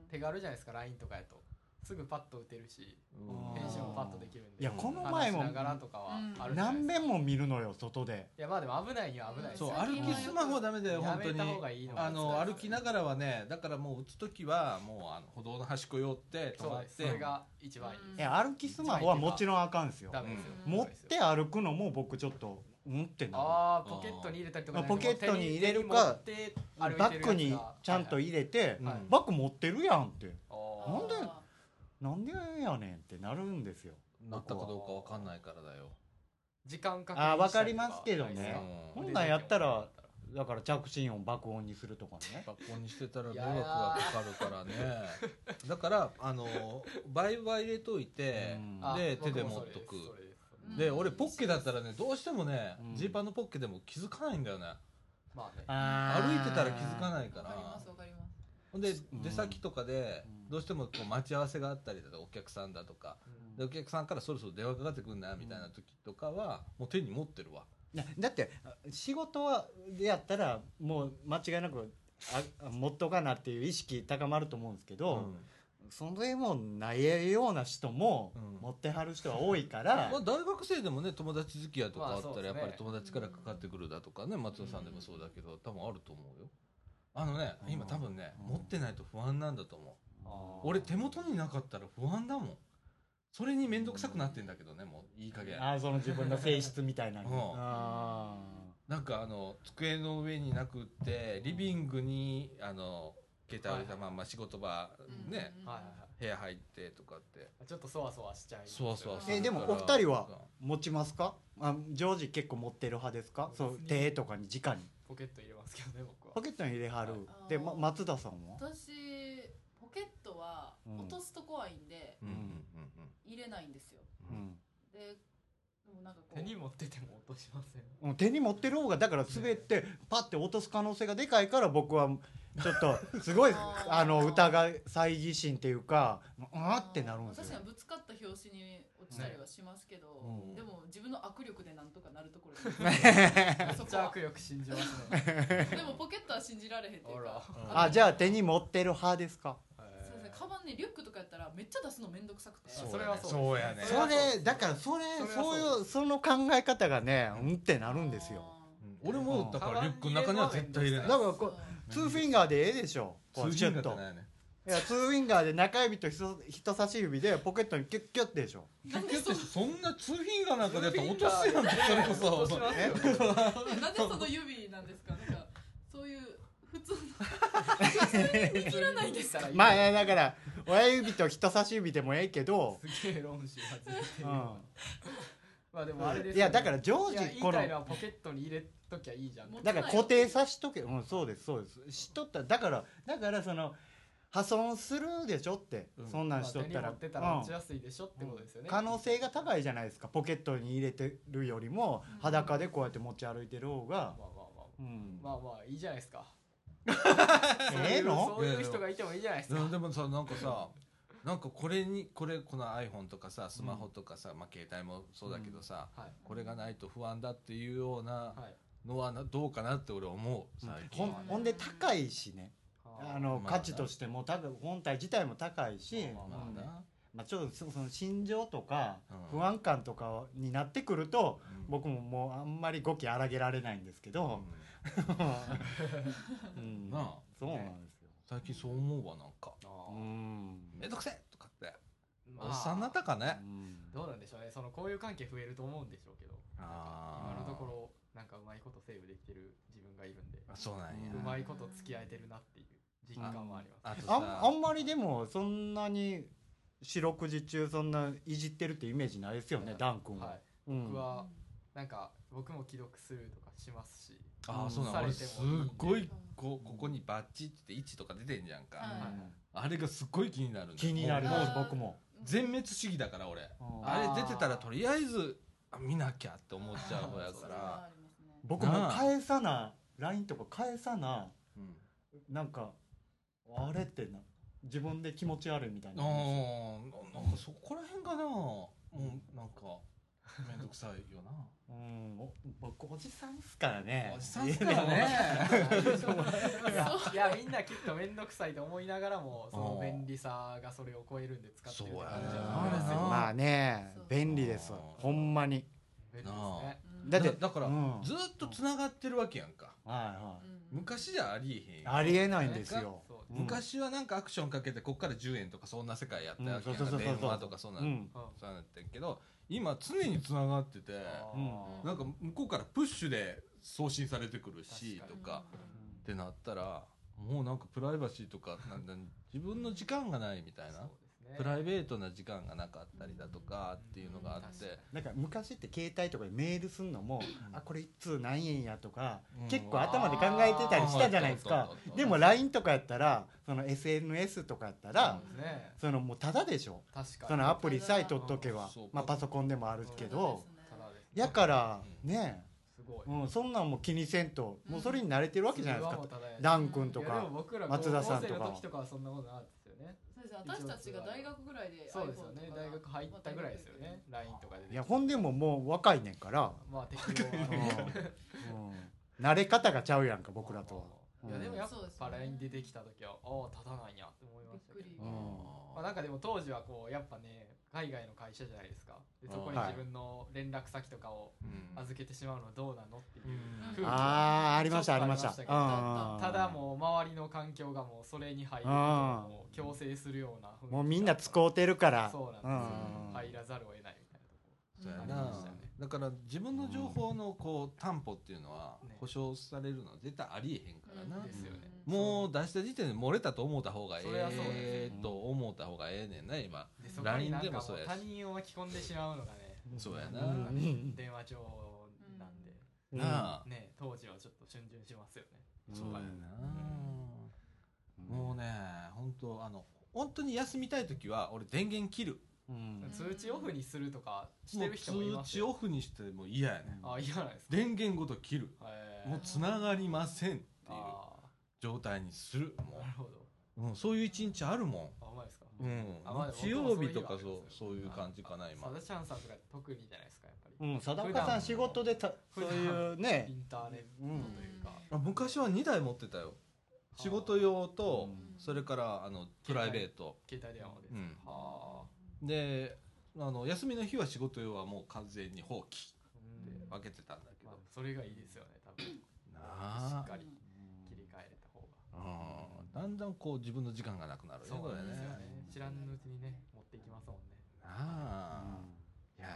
D: 手軽じゃないですか LINE とかやとすぐパッと打てるし
A: うん
D: 返信もパッとできるんで
B: いや
A: うん
B: この
D: 話
B: 前
D: し
B: も
D: ながらとかはあるじゃない
B: 何
D: ですか
B: 遍も見るのよ外で
D: いやまあでも危ないには危ないです
A: そう
D: よ
C: 最
A: 歩
C: 近は
A: きスマホはダメだよ
D: や
A: 本当
D: めた方
A: に
D: がいいのか
A: あの
C: そうです
A: 歩きながらはねだからもう打つ時はもうあの歩道の端っこ寄って止
D: そ
A: ま
D: う
A: っ
D: ですそれ
A: て
D: が一番いいです
C: うん
B: いや歩きスマホはもちろんあかんですよ
D: ダメですよ
C: うん
B: 持って歩くのも僕ちょっとうんってな
D: ああポケットに入れたりとかじゃなくて
B: あーポケットに入れるか
D: 手に持って
B: る
D: 歩い
B: バ
D: て
B: ッ
D: るやつが
B: グにちゃんと入れて
A: うん
D: はい
B: バッグ持ってるやんって
D: あー
B: なんで
C: あ
B: なんでやねんってなるんですよ
A: なったかどうかわかんないからだよ
D: 時間か
B: あーわかりますけどね
A: う
B: え
A: ん
B: ほんなんやったらだから着信音爆音にするとかね
A: 学校にしてたら迷惑がかかるからねだからあの倍は入れといて
B: うん
A: で手で持っとく
C: うん
A: で俺ポッケだったらねどうしてもね
B: うん
A: ジーパンのポッケでも気づかないんだよね
D: まあね
B: あ
A: 歩
B: ー
A: いてたら気づかない
C: ー
A: か
C: わかります
A: ら
C: わかります
A: ほんで
B: うん
A: 出先とかで
B: うん
A: どうしてもこう待ち合わせがあったりだとかお客さんだとかでお客さんからそろそろ電話かかってくんなみたいな時とかはもう手に持ってるわ
B: なだってあ仕事はでやったらもう間違いなくあ持っとかなっていう意識高まると思うんですけど、その辺もないような人も
A: うん
B: 持ってはる人は多い *laughs* から、
A: まあ、大学生でもね友達付き合いとかあった
D: まあそ
A: ら
D: うで
A: や
D: す
A: っ
D: ね
A: ぱり友達からかかってくるだとかね松野さんでもそうだけど多分あると思うよあのね今多分ね
B: うん
A: 持ってないと不安なんだと思
D: あ
A: う
D: ー
A: 俺手元になかったら不安だもんそれに面倒くさくなってんだけどねもういい加減
B: あーその自分の性質みたい *laughs* なの
A: うん
B: あ
A: なんかあの机の上になくってリビングにあの携帯置いたまんま仕事場
C: うん
A: ね
C: うん
D: はいはいは
A: 部屋入ってとかって
D: いちょっとそわそわしちゃいます
A: そわそわす
B: え
A: る
B: でも
A: から
B: お二人はー持ちますかあジョージ結構持ってる派ですかそう
D: 別に
B: 手とかに直に
D: ポケット入れますけどね僕
B: ポ
D: は
B: ケットに入れはる
C: はい
B: で、
C: あー
B: ま、松田さんは
C: 私ポケットは
B: うん
C: 落とすと怖いんで
A: うんうん
C: 入れないんですよ
A: うんうん
C: ででもなんかこう
D: 手に持ってても落としません
B: うん手に持ってる方がだから滑ってパッて落とす可能性がでかいから僕はちょっと
C: *laughs*
B: すごい
C: あー
B: あの疑い猜疑心っていうかあーってなるんです
C: 確
B: よ
C: かにぶつかった拍子に落ちたりはしますけど、
A: うん
C: でも自分の握力でなんとかなるところですそ
D: めっ
C: こ
D: ちゃ
C: は
D: 悪欲信じますね
C: でもポケットは信じられへんっていうか
A: あ
B: あじゃあ手に持ってる派ですか
C: そうですねカバンねリュックとかやったらめっちゃ出すのめんどくさくて
D: そうそれはそう
A: そうやね
D: です
B: それだからそれ
D: それは
B: そう
D: そう
B: いうその考え方がねうんってな
C: あ
B: るんですよ
A: うん俺もだからリュックの中には絶対入れない
B: だからこうツーフィンガーでええでしょこ
A: 通
B: うち
A: 信
B: ょっ
A: 型
B: と
A: だよね
B: いやツーウィンガーで中指と人人差し指でポケットにキュッキュッてでしょ *laughs*
C: なんで
A: だっ
C: そ
A: *laughs* てそんなツーフィンガーなんかでやったら落とすやん
D: ね
A: それこ
D: 落とし
A: そ
D: ますよ
C: なんでその指なんですかなんかそういう普通の普通にできらないんですか
B: まあいやだから親指と人差し指でもええけど、
D: すげえ論旨外れて
B: う
D: る。
B: ん、
D: まあでもあれですよね
B: いやだから常
D: い
B: 時
D: や言い
B: この
D: たいのはポケットに入れときゃいいじゃん。
C: もう
B: だから固定さしとけうんそうですそうですしとったらだからだからその破損するでしょって、
A: うん
B: そんなんしとっ
D: まあ手に
B: た
D: 持
B: ら,、
D: ってたら
B: う
D: 打
B: ん
D: ちやすいでしょってことですよね。
B: 可能性が高いじゃないですかポケットに入れてるよりも
C: うん
B: 裸でこうやって持ち歩いてる方
D: まあ
B: が、
D: まあまあ
B: うん
D: まあまあいいじゃないですか。
B: ええの
D: そういう人がいてもいいじゃないです
A: うん
D: か。
A: でもさなんかさなんかこれにこれこの iPhone とかさスマホとかさ、まあ携帯もそうだけどさ、
D: はい
A: これがないと不安だっていうような
D: はい。
A: のはなどうかなって俺思う最
B: ほん
A: 近、
B: ほんで高いしねあの
A: まあ
B: 価値としても高い本体自体も高いし、
D: まあ
A: まあな、
B: まあ、ちょっとそその心情とか
A: うん
B: 不安感とかになってくると
A: うん
B: 僕ももうあんまり語気荒げられないんですけど、う
A: うんんなあ
B: そうなんですよ、
A: 最近そう思うわなんか
B: うん
A: めんどくせえとかって
D: まあ
A: おっさんなったかね、
D: どうなんでしょうね。その交友関係増えると思うんでしょうけど。
A: あー
D: 今のところなんかうまいことセーブできてる自分がいるんで、
A: あそうなんや、
D: うまいこと付き合えてるなっていう実感はあります。
A: あと
B: あ
A: さ
B: んあんまりでもそんなに四六時中そんないじってるってイメージないですよね、
D: はい
B: ダン君は、
D: はい。
B: うん
D: 僕はなんか僕も既読するとかしますし、
A: あーそうなん
D: さ
A: 俺
D: れて
A: す
D: も
A: っごいこここにバッチって位置とか出てんじゃんか、
C: はい
A: あれがすっごい気になるんだよ
B: 気になりま
A: も
B: す
A: う
C: あー
B: 僕も
A: 全滅主義だから俺
B: うん
A: あ
D: あー
A: れ出てたらとりあえずあ見なきゃって思っちゃう方や
C: そ
A: か
C: れは
A: ら
C: ありますね
B: 僕も返さな LINE とか返さな
A: うん
B: なんかあれってな自分で気持ち悪いみたい
A: あー
B: な
A: ななんかそこら辺かなもうなんかめんどくさいよな
B: うんお僕おじさんっすからね
A: おじさんっすからね
D: いやいやみんなきっと面倒くさいと思いながらもその
A: あー
D: 便利さがそれを超えるんで使ってるって
A: そうや
D: 感
A: ね
D: じだと
A: あ
D: 思い
A: れ
D: ますよ
A: な
B: まあね
C: そう
B: 便利ですほんまに
D: 便利ですね
C: うん
B: だって
A: だから、
B: うん
A: ずっとつながってるわけやんか
B: はいは
C: うん
A: 昔じゃありえへん
B: い
A: やん
B: ありえないんです
A: な
B: よ
D: そう
B: うん
A: 昔はなんかアクションかけてこっから10円とかそんな世界やったわけやん
B: うん
A: か
B: そうそうそうそう
A: 電話とかそんな
B: うんん
D: うん
A: そうなってんけど今常につながってて
D: あー
A: なんか向こうからプッシュで送信されてくるし
D: 確
A: と
D: か
A: かってなったらもうなんかプライバシーとかなんだ自分の時間がないみたい
D: そ
A: な
D: うですね
A: プライベートな時間がなかったりだとかっていうのがあって
B: なんか昔って携帯とかでメールすんのも、
A: うん
B: あこれ一通何円やとか、
A: うん
B: 結構頭で考えてたりしたじゃないですか
A: あー
B: でも LINE とかやったらその SNS とかやったら、
D: そうですね
B: そのもうタダでしょ
D: 確かに
B: そのアプリさえ取っとけば
A: そう、
B: まあ、パソコンでもあるけど、
D: ただですね
B: やから
A: うん
B: ね、
D: すごい
B: うん、そんなんも気にせんともうそれに慣れてるわけじゃないです
D: それは
B: か
D: もうただや
B: ダン君と
D: いやで
B: か
D: も僕ら
B: 松田さんとか
D: 高校生の時とかはそんなことなかったですよね
C: そうですね私たちが大学ぐらいで
D: そうですよ
C: iPhone
D: ね
C: とかが
D: 大学入ったぐらいですよね LINE とかで
B: いやほんでももう若いねんから、
D: まあ適当
B: うん
D: な *laughs*
B: うん慣れ方がちゃうやんか僕らとは。
D: いやでもやっ
C: そうです
D: ぱ
C: よね
D: LINE 出てきた時はああただなんやって思いましたけ
C: びっくり
D: ど
B: う
C: うん
D: まあなんかでも当時はこうやっぱね海外の会社じゃないですかでそこに
B: はい
D: 自分の連絡先とかを
A: うん
D: 預けてしまうのはどうなのっていう
A: うん
D: 空気
B: あーありましたあ
D: ちょ
B: り
D: っと
B: ました。
D: け
B: うん
D: ど
B: うんうん
D: ただもう周りの環境がもうそれに入ることをもう強制するような雰囲気だった
B: もうみんな使うてるから。
D: そうなん
B: うん
D: ですよ入らざるを得ないみたいなとこ
A: そうや
D: あり
A: な
D: ましたね
A: だから自分の情報のこう担保っていうのは
D: ね
A: 保証されるのは絶対ありえへんからな、
C: うん
D: ですよね
A: もう出した時点で漏れたと思った方がえ
D: それはそうだね
A: えと思った方がええねんな今
D: でそこにな
A: LINE
D: ん
A: でも
D: かも
A: そうや
D: う
A: し
D: 他人を巻き込んでしまうのがね
A: そうやな
D: なんか
B: うんうん
D: 電話帳なんで、
B: うん
A: なあ
D: ね当時はちょっと逡巡しますよね
A: そうや
B: うん
A: なもうね本当あの本当に休みたい時は俺電源切る
B: うん
D: 通知オフにするとかし
A: も
D: て
A: う
D: る人もいま
A: 通
D: す
A: 知
D: よ
A: オフにしても嫌やね
D: あ嫌なんですか
A: 電源ごと切る
D: へー
A: もうつながりませんっていう
D: あ
A: 状態にする
D: ー
A: も
D: なるほど
A: う、うん、そういう一日あるも
D: あほんまですか、
A: ん、うん
D: あまあ、
A: 日曜日とか
D: でも
A: そうそういう感じかな今
D: サダちゃんさんとか特にじゃないですかやっぱ
B: う
D: り、
B: ん、貞岡さん仕事でた
D: 普
B: そう
D: 段
B: いうね
D: インターネットというか、
A: あ昔は2台持ってたよ仕事用と
B: うん
A: それからあのプライベート
D: 携帯電話です、
A: うん
D: はあ
A: であの休みの日は仕事用はもう完全に放棄
D: で
A: 分けてたんだけ
D: ま
A: ど
D: あ、それがいいですよね多分
A: な
D: しっ
A: あ
D: かり切り替えれた方が
A: うんだんだんこう自分の時間がなくなるよねこれね
D: 知らぬうちにね持っていきますもんね
A: なあ、いや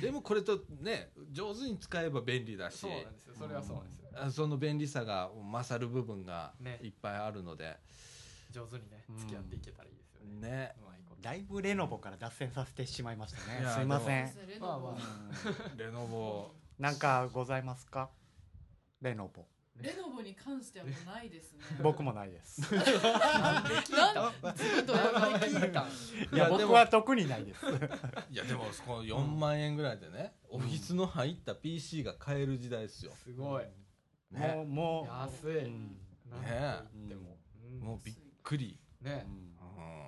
A: ーでもこれとね上手に使えば便利だし
D: そうなんですよそれはそうなんですよ
A: あその便利さが勝る部分が
D: ね
A: いっぱいあるので、
D: 上手にね
B: うん
D: 付き合っていけたらいいですよね
A: ね
D: うまい
A: *laughs*
D: こと
B: だいぶレノボから脱線させてしまいました
A: い
B: ね
A: や
B: すいません
C: そうですねレ
D: まあ
C: ノ
D: ま
C: ボ
D: あ
A: レノボ
B: なんかございますかレノボ
C: レノボに関してはもうないですね。
B: 僕もないです
C: なんずっとやばい
B: いや
A: いやでも
B: 僕は特にないです
A: いやでもそこ4万円ぐらいでね、オフィスの入った PC が買える時代ですよ、
D: *laughs* すごい
B: も
A: ね
B: うも
D: 安
B: う
D: い
B: うん
D: なん
A: ね
D: と言ってもうん
A: もうびっくり、
D: ね
A: うん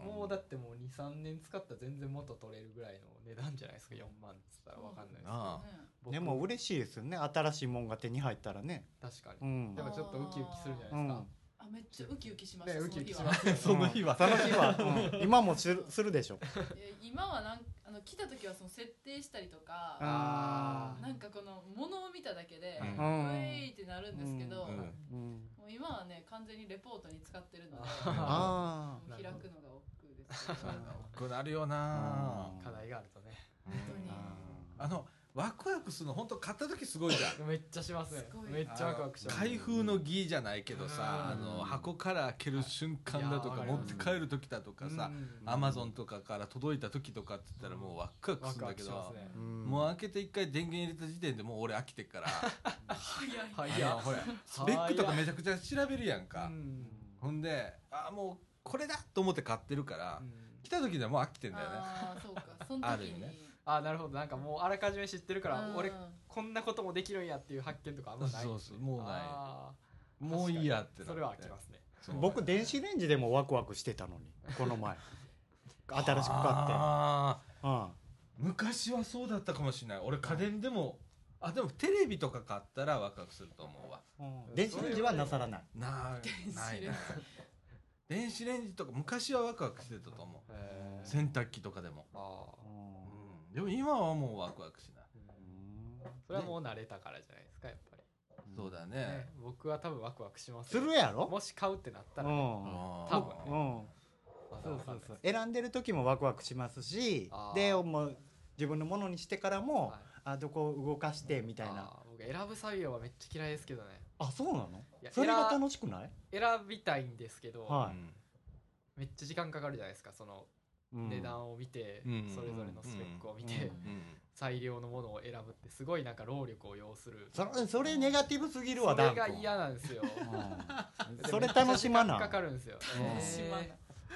D: もうだってもう23年使ったら全然元取れるぐらいの値段じゃないですか4万っつったらわかんないです
A: な
D: 僕
B: でも嬉しいですよね新しいもんが手に入ったらね
D: 確か
B: う
D: に
B: ん
D: やっぱちょっとウキウキするじゃないですか
C: あめっちゃウキウキしまし
D: ね
C: た。
D: ウキウキし
C: その
D: ま
C: 日は
D: すよね
A: その日は
B: その日は、
D: *laughs*
B: うん今もするするでしょ
C: いや今はなんあの来た時はその設定したりとか、
B: あ
C: なんかこの物を見ただけで、
A: うん
C: うえいってなるんですけど、
A: うん
C: も
B: うん
C: う今はね完全にレポートに使ってるので、
D: あ
B: あ
C: もう開くのが億劫ですけど。
B: あ
A: 多くなるよな、
D: ー課題があるとね
A: うん
B: あ
A: あのワクワクするの本当買った時すごいじゃん
D: めっちゃしますね
C: すごい
D: めっちゃワクワクします
A: 開封の儀じゃないけどさ、
D: うん
A: あの箱から開ける瞬間だと
D: い
A: か、
D: やー
A: 持って帰る時だとかさ、
D: うん
A: アマゾンとかから届いた時とかって言ったらもうワクワク
D: ワ
A: するんだ
D: クワ
A: け
D: ク
A: ど
D: しますね
B: うん
A: もう開けて一回電源入れた時点でもう俺飽きてっから
C: 早い。
D: は
A: あのほらスペックとかめちゃくちゃ調べるやんか、
D: うん
A: ほんであーもうこれだと思って買ってるから、
D: うん
A: 来た時にはもう飽きてんだよね
C: ああそうか。その
A: ある
C: 時
A: 意味ね
C: に。
D: あなるほどなんかもうあらかじめ知ってるから
C: うん
D: 俺こんなこともできるんやっていう発見とかあんまないんですね
A: そうそうもうない
D: あー
A: もういいやってなって
D: それは飽きますね
A: そう
B: 僕電子レンジでもワクワクしてた
D: *laughs*
B: のにこの前新しく買って
A: あー
B: うん
A: 昔はそうだったかもしれない俺家電でも、あでもテレビとか買ったらワクワクすると思うわ
B: うん電子レンジはなさらない
A: な
C: 電子レンジ
A: ない
C: *laughs*
A: ない電子レンジとか昔はワクワクしてたと思
D: へ
A: う
D: ー
A: 洗濯機とかでも、
D: あー
A: うん、でも今はもうワクワクしない、
D: それはもう慣れたからじゃないですかやっぱり
A: そうだね
D: ね僕は多分ワクワクします
B: す
D: よ
B: るやろ
D: もし買うってなった
B: う
D: ら
B: ん
A: 多
D: 多分ね
B: うん
D: まだ
B: そう
D: わか
B: そ
D: んないう
B: そう選んでる時もワクワクしますし
D: あー
B: でもう自分のものにしてからも、
D: はい
B: あどこを動かしてみたいな
D: あー僕選ぶ作業はめっちゃ嫌いですけどね
B: あそうなの
D: いや
B: それが楽しくない
D: 選選びたいんですけど、
B: は
D: めっちゃ時間かかるじゃないですかその
B: うん
D: 値段を見て、
A: うん
D: それぞれのスペックを見て、
A: うん
D: 最良のものを選ぶってすごいなんか労力を要する
B: それそれネガティブすぎるわ
D: それが
B: ダン君
D: 嫌なんですよ *laughs*
B: うん *laughs* それ楽しま
D: めっち
B: な
D: ゃ時間かかるんですよ
B: うん
D: 楽し
C: し
D: ま
C: ま
D: な
C: ないい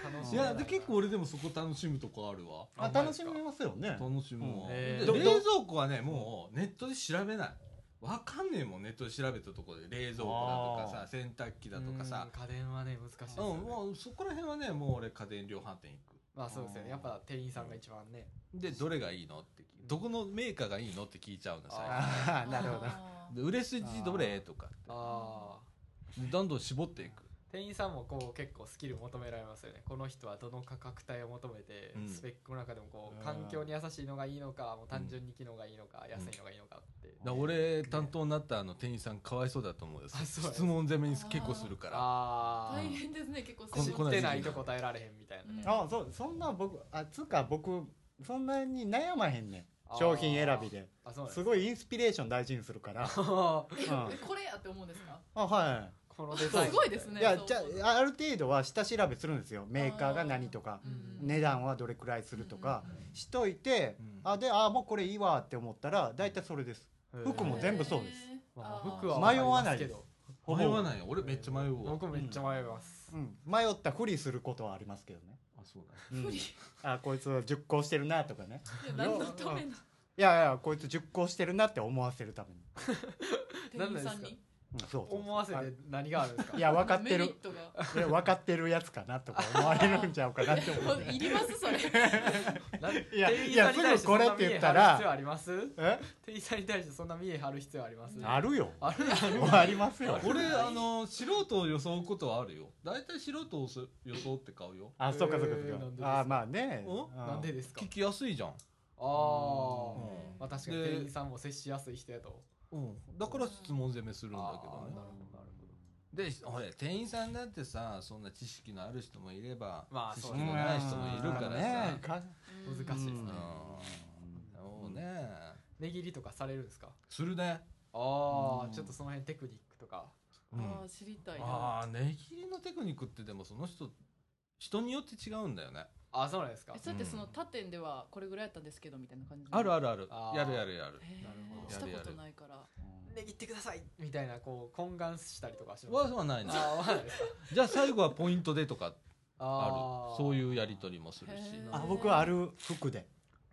D: 楽
A: うん
D: し
A: い
D: ま
A: や
D: な
A: で結構俺でもそこ楽しむとこあるわ
B: あ楽しみますよね
A: 楽しむわ、
D: えー
A: で
B: ど
A: 冷
B: ど
A: 蔵庫はねもうネットで調べないわかんねえもんネットで調べたとこで冷蔵庫だとかさ洗濯機だとかさ
D: うん家電はね難しいです
A: うん
D: よ、ね
A: もうそこら辺はねもう俺家電量販店行く
D: まあそうですよねやっぱ店員さんが一番ね、
A: でどれがいいのって聞いどこのメーカーがいいのって聞いちゃうの最近
B: ああなるほど
C: あー
A: で売れ筋どれとかって
D: ああ
A: でどんどん絞っていく
D: 店員さんもこう結構スキル求められますよねこの人はどの価格帯を求めて、
A: うん
D: スペックの中でもこ
B: う
D: うん環境に優しいのがいいのかもう単純に機能がいいのか、安いのがいいのかって、
A: だから俺担当になったあの店員さんかわいそうだと思うよ
D: あそう
A: 質問攻めに結構するから
D: ああ
C: 大変ですね結構
A: こん
D: 知
C: 仕事
A: こんな
D: っ
A: 時
D: て
A: 期
D: ないと答えられへんみたいなね、
C: うん
B: ああそうそんな僕あつうか僕そんなに悩まへんね
D: あ
B: ん
D: ー
B: 商品選びで
D: あそうなんです
B: すごいインスピレーション大事にする
D: *laughs*
B: から、
D: あー
B: うん、あ
C: えこれやって思うんですか。
B: は
D: このデザイン
C: すごいです
B: い
C: ね。
B: いや
C: そう
B: じゃあある程度は下調べするんですよメーカーが何とか
C: うん
B: 値段はどれくらいするとかしといて、
A: うん
B: あであもうこれいいわって思ったら大体それです服も全部そうです
C: へー
D: まあ
C: あー
D: 服は
B: 迷わない
D: 迷いますけど
A: 迷わないよ俺めっちゃ迷うわ
D: 僕めっちゃ迷います、
B: うん、迷ったふりすることはありますけどね、
A: あそうだね
B: うん
C: 不利。い
B: あこいつ熟考してるなとかね
C: や何のための
B: いやいやこいつ熟考してるなって思わせるために、
C: 店員さんに。
B: うんそうそうそう
D: 思わせて何があるんです
B: *laughs*
C: *laughs*
D: か
B: いや *laughs* 分かって
C: メリ
B: る
C: ットが。
B: いや分かってるやつかなとか思われるんちゃうかなって思
C: *laughs*
B: う
C: いりますそれ。
D: なん
B: いや
D: 店員さんに対してそんな見栄張る必要あります
B: え
D: 店員さんに対してそんな見え張る必要あります
B: あるよ
D: ある
B: もう *laughs* ありますよ
A: 俺あの素人を装うことはあるよ大体素人をそ装って買うよ
B: あそうかそうか
D: えーな
B: そ
D: ん
B: う
D: でです
B: か
D: か
B: あまあね
A: うん
B: う
D: なんでですか
A: 聞きやすいじゃん、
D: ああ、
A: うん
D: まあ、確かに
A: で
D: 店員さんも接しやすい人やと
A: うん、だから質問攻めするんだけど
D: あー
A: ね
D: なるほどなるほど
A: でほれ店員さんだってさそんな知識のある人もいれば、
D: まあ
A: 知
D: そ
A: 識
D: うですね
A: のない人もいるからさ、
E: ねか
D: 難しいです
A: う
D: ね、
A: んそうね
D: 値切りとかされるんですか
A: するね
D: ああ、
E: うん
D: ちょっとその辺テクニックとか
A: うん
C: ああ知りたいな
A: ああ値切りのテクニックってでもその人人によって違うんだよね
D: あそうなんですか
C: えそうやってその他店ではこれぐらいやったんですけどみたいな感じ
A: あるあ
C: る
A: るある
D: あー
A: やるやるやる
D: なるほど
C: し
A: や
C: たこ
A: るや
C: と
A: る
C: ないから
D: 値切ってくださいみたいなこう懇願したりとかします
A: ははないね
D: あーわかんないですか
A: じゃあ最後はポイントでとかあ
D: あ
A: るそう
D: う
A: いうやり取りもするし
C: へー
B: あ僕はある服で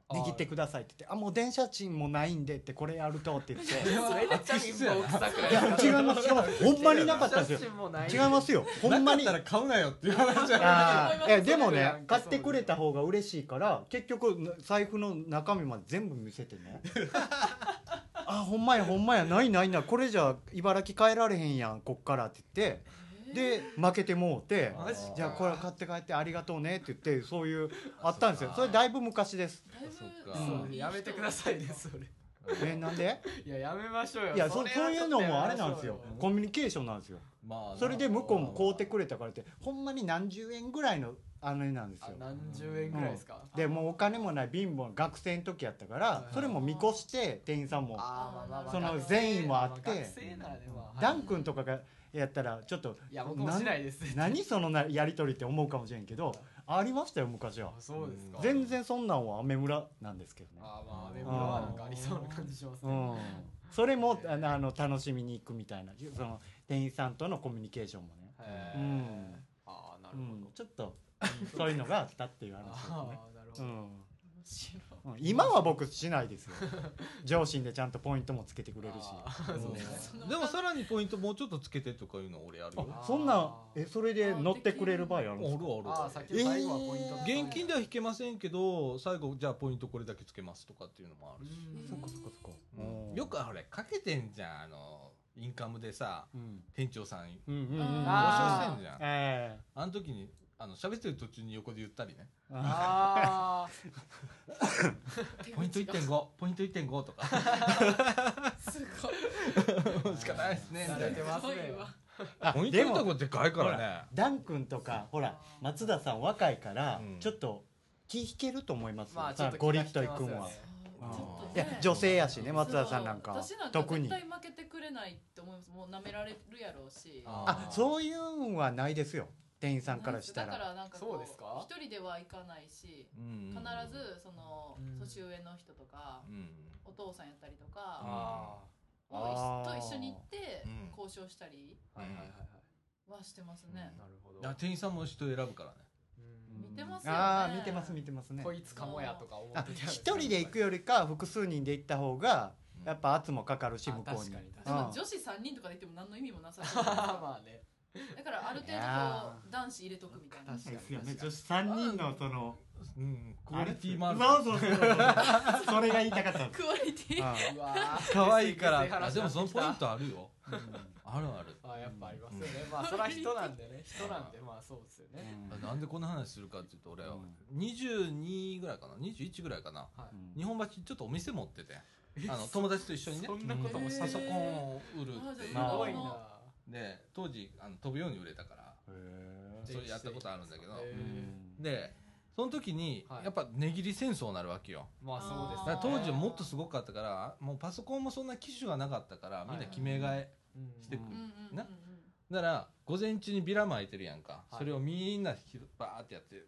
D: あー
B: 握ってくださいって言って「あもう電車賃もないんで」ってこれやるとって言って
D: それめっちゃ貧乏臭くない
B: いや違います違いますほんまになかったんですよ違いますすよほんまに
A: なかったら買うなよっていう話じゃない
B: あー
C: いや
B: えでも
D: それ
B: ね
D: は
B: 買ってくれた方が嬉しいから結局財布の中身まで全部見せてねあほんまやほんまやないないないこれじゃ茨城帰られへんやんこっからって言ってで負けてもうて
A: マジか
B: じゃあこれ買って帰ってありがとうねって言ってそういうあったんですよそれだいぶ昔です
C: だいぶ
A: そっか
D: そう
C: い
D: ね
C: い
D: やめてくださいねそれ
B: えなんで
D: いややめましょうよ
B: いやそ
D: れ
B: そう
D: はち
B: い
D: ょ
B: う
D: っと
B: の
D: やめましょ
B: もあれなんですよコミュニケーションなんですよ
A: まあ
B: それで向こうも買うてくれたからってほんまに何十円ぐらいのあれなんです
D: あ
B: よ
D: 何十円ぐらいですか、
B: でもうお金もない貧乏学生の時やったから、
D: はいはい
B: それも見越して店員さんも
D: あーまあまあまあ
B: その
D: 学生
B: 善意もあって
D: ま学生ならねまあ
B: ダン君とかがやったらちょっと
D: いや僕もしないです
B: 何そのなやり取りって思うかもしれんけどありましたよ昔は
D: あ *laughs* そうですか
B: 全然そんなんはアメ村なんですけどね、
D: あーまあアメ村はなんかありそうな感じします
B: う
D: ね、
B: ん、それもあのあの楽しみに行くみたいなその店員さんとのコミュニケーションもね、
D: へ
B: う
D: ー
B: ん
D: ああなる
B: う
D: ほど、
B: ん、ちょっとそういうのがあったっていう話です
D: あ
B: ね、
D: あなるほ
B: う
D: ど、
B: ん
C: 面白い
B: うん、今は僕しないですよ上心でちゃんとポイントもつけてくれるし
D: あーそうです
C: そ
D: ね
C: の
A: でもさらにポイントもうちょっとつけてとかいうの俺やるよ
B: あ
D: ー
B: そんなえそれで乗ってくれる場合ある
A: あ
B: ん
A: る
B: ですか
D: あ
A: あ
D: あ
A: る
D: 先ほど最後はポイント、
B: えー
A: 現金では引けませんけど最後じゃあポイントこれだけつけますとかっていうのもあるし
D: うん
B: そっかそっかそっか
A: うんよくあれかけてんじゃんあのインカムでさ
B: うん
A: 店長さん
B: うんうんうん
A: 交渉
D: あー
A: してんじゃん
B: ええ
A: あの時にあの喋ってる途中に横で言った
D: *laughs*
A: りね
B: あ
D: あ
A: ポイント
C: 手口が
A: 1.5ポイント1.5と
D: *laughs*
A: か
C: *laughs* すごい
A: しかないですねみ
D: あ
A: た
D: 慣れ
A: い
D: て
A: な
D: ま
C: す
D: す
C: ごい
D: ね
C: わ
B: あ
A: ポイント
B: で
A: 1.5
B: も
A: でかいからね
B: ダン君とかほら松田さん若いから
A: うん
B: ちょっと気引けると思いますよ
D: まあち
B: *laughs*
D: ょ
B: さ
D: っ
B: あ
D: と
B: ゴリッとい
D: 気が
B: く
D: 引け
B: ん
D: ま
B: は
D: すよね
C: ちょっと
B: い
C: ね
B: や女性やしね松田さんなん
C: そ
B: か
C: う私なんか
B: 特に
C: 絶対負けてくれないって思いますもう舐められるやろうし
A: あ
B: あそういうんはないですよ店員さんからした
C: だかららなんか
D: そう
C: こ
D: ですか
C: う一人では行かないし
A: うん
C: 必ずその
D: うん
C: 年上の人とか
A: うん
C: お父さんやったりとか
D: あ
C: を
B: あー
C: と一緒に行って
A: うん
C: 交渉したり
D: あはいはいはいはい
C: はしてますね
A: うん
D: なるほど
A: だから店員さんも人選ぶからね
D: うん
C: 見てますよね
B: ああ見てます見てますね
D: こいつかもやとか思
B: あ
D: ってたら
B: 一人で行くよりか複数人で行った方が
A: うん
B: やっぱ圧もかかるし向こ
D: あ
B: う
D: 確
B: に
D: かに確
C: で
D: か
C: も
B: ああ
C: 女子3人とかで行っても何の意味もなさそうじゃないですか
D: *laughs* まあね
C: だからある程
B: いや
C: 度こう男子入れとくみたいな
D: 確かに
B: ですよね女子三人のその
A: うんクオ
B: あれ
A: リティもある
B: そうそうそうそうそれが言いたかっ
D: *laughs*
B: たんです
C: クオリティ
B: あ
D: うわー
A: 可愛い
D: *laughs*
A: から
D: 薄話
A: あでもそのポイントあるよ
B: あ
A: あるある
D: あやっぱありますよね、まあそれは人なんでね人なんでまあそうですよ
B: うん
D: ね、
A: なんでこんな話するかっていうと俺は
B: う
A: 22ぐらいかな21ぐらいかな
D: は
B: うん
A: 日本橋ちょっとお店持っててあの友達と一緒にね
D: そんなこともし
A: パ
D: て
A: ソコンを売るってい
D: す
A: う
C: あ
A: の
D: ご
A: を
D: いな
A: で当時あの飛ぶように売れたから
B: へ
D: え
A: それやったことあるんだけど
D: へ
B: え
D: え
A: でその時に
D: はい
A: やっぱ値切り戦争になるわけよ
D: まあそうです
A: だ
D: ね
A: から当時はもっとすごかったからもうパソコンもそんな機種がなかったからみんな決め替え、
D: うん
A: してく
C: うんうんうんうん
A: なだから午前中にビラ巻いてるやんか、
D: はい
A: それをみんなひろバーってやって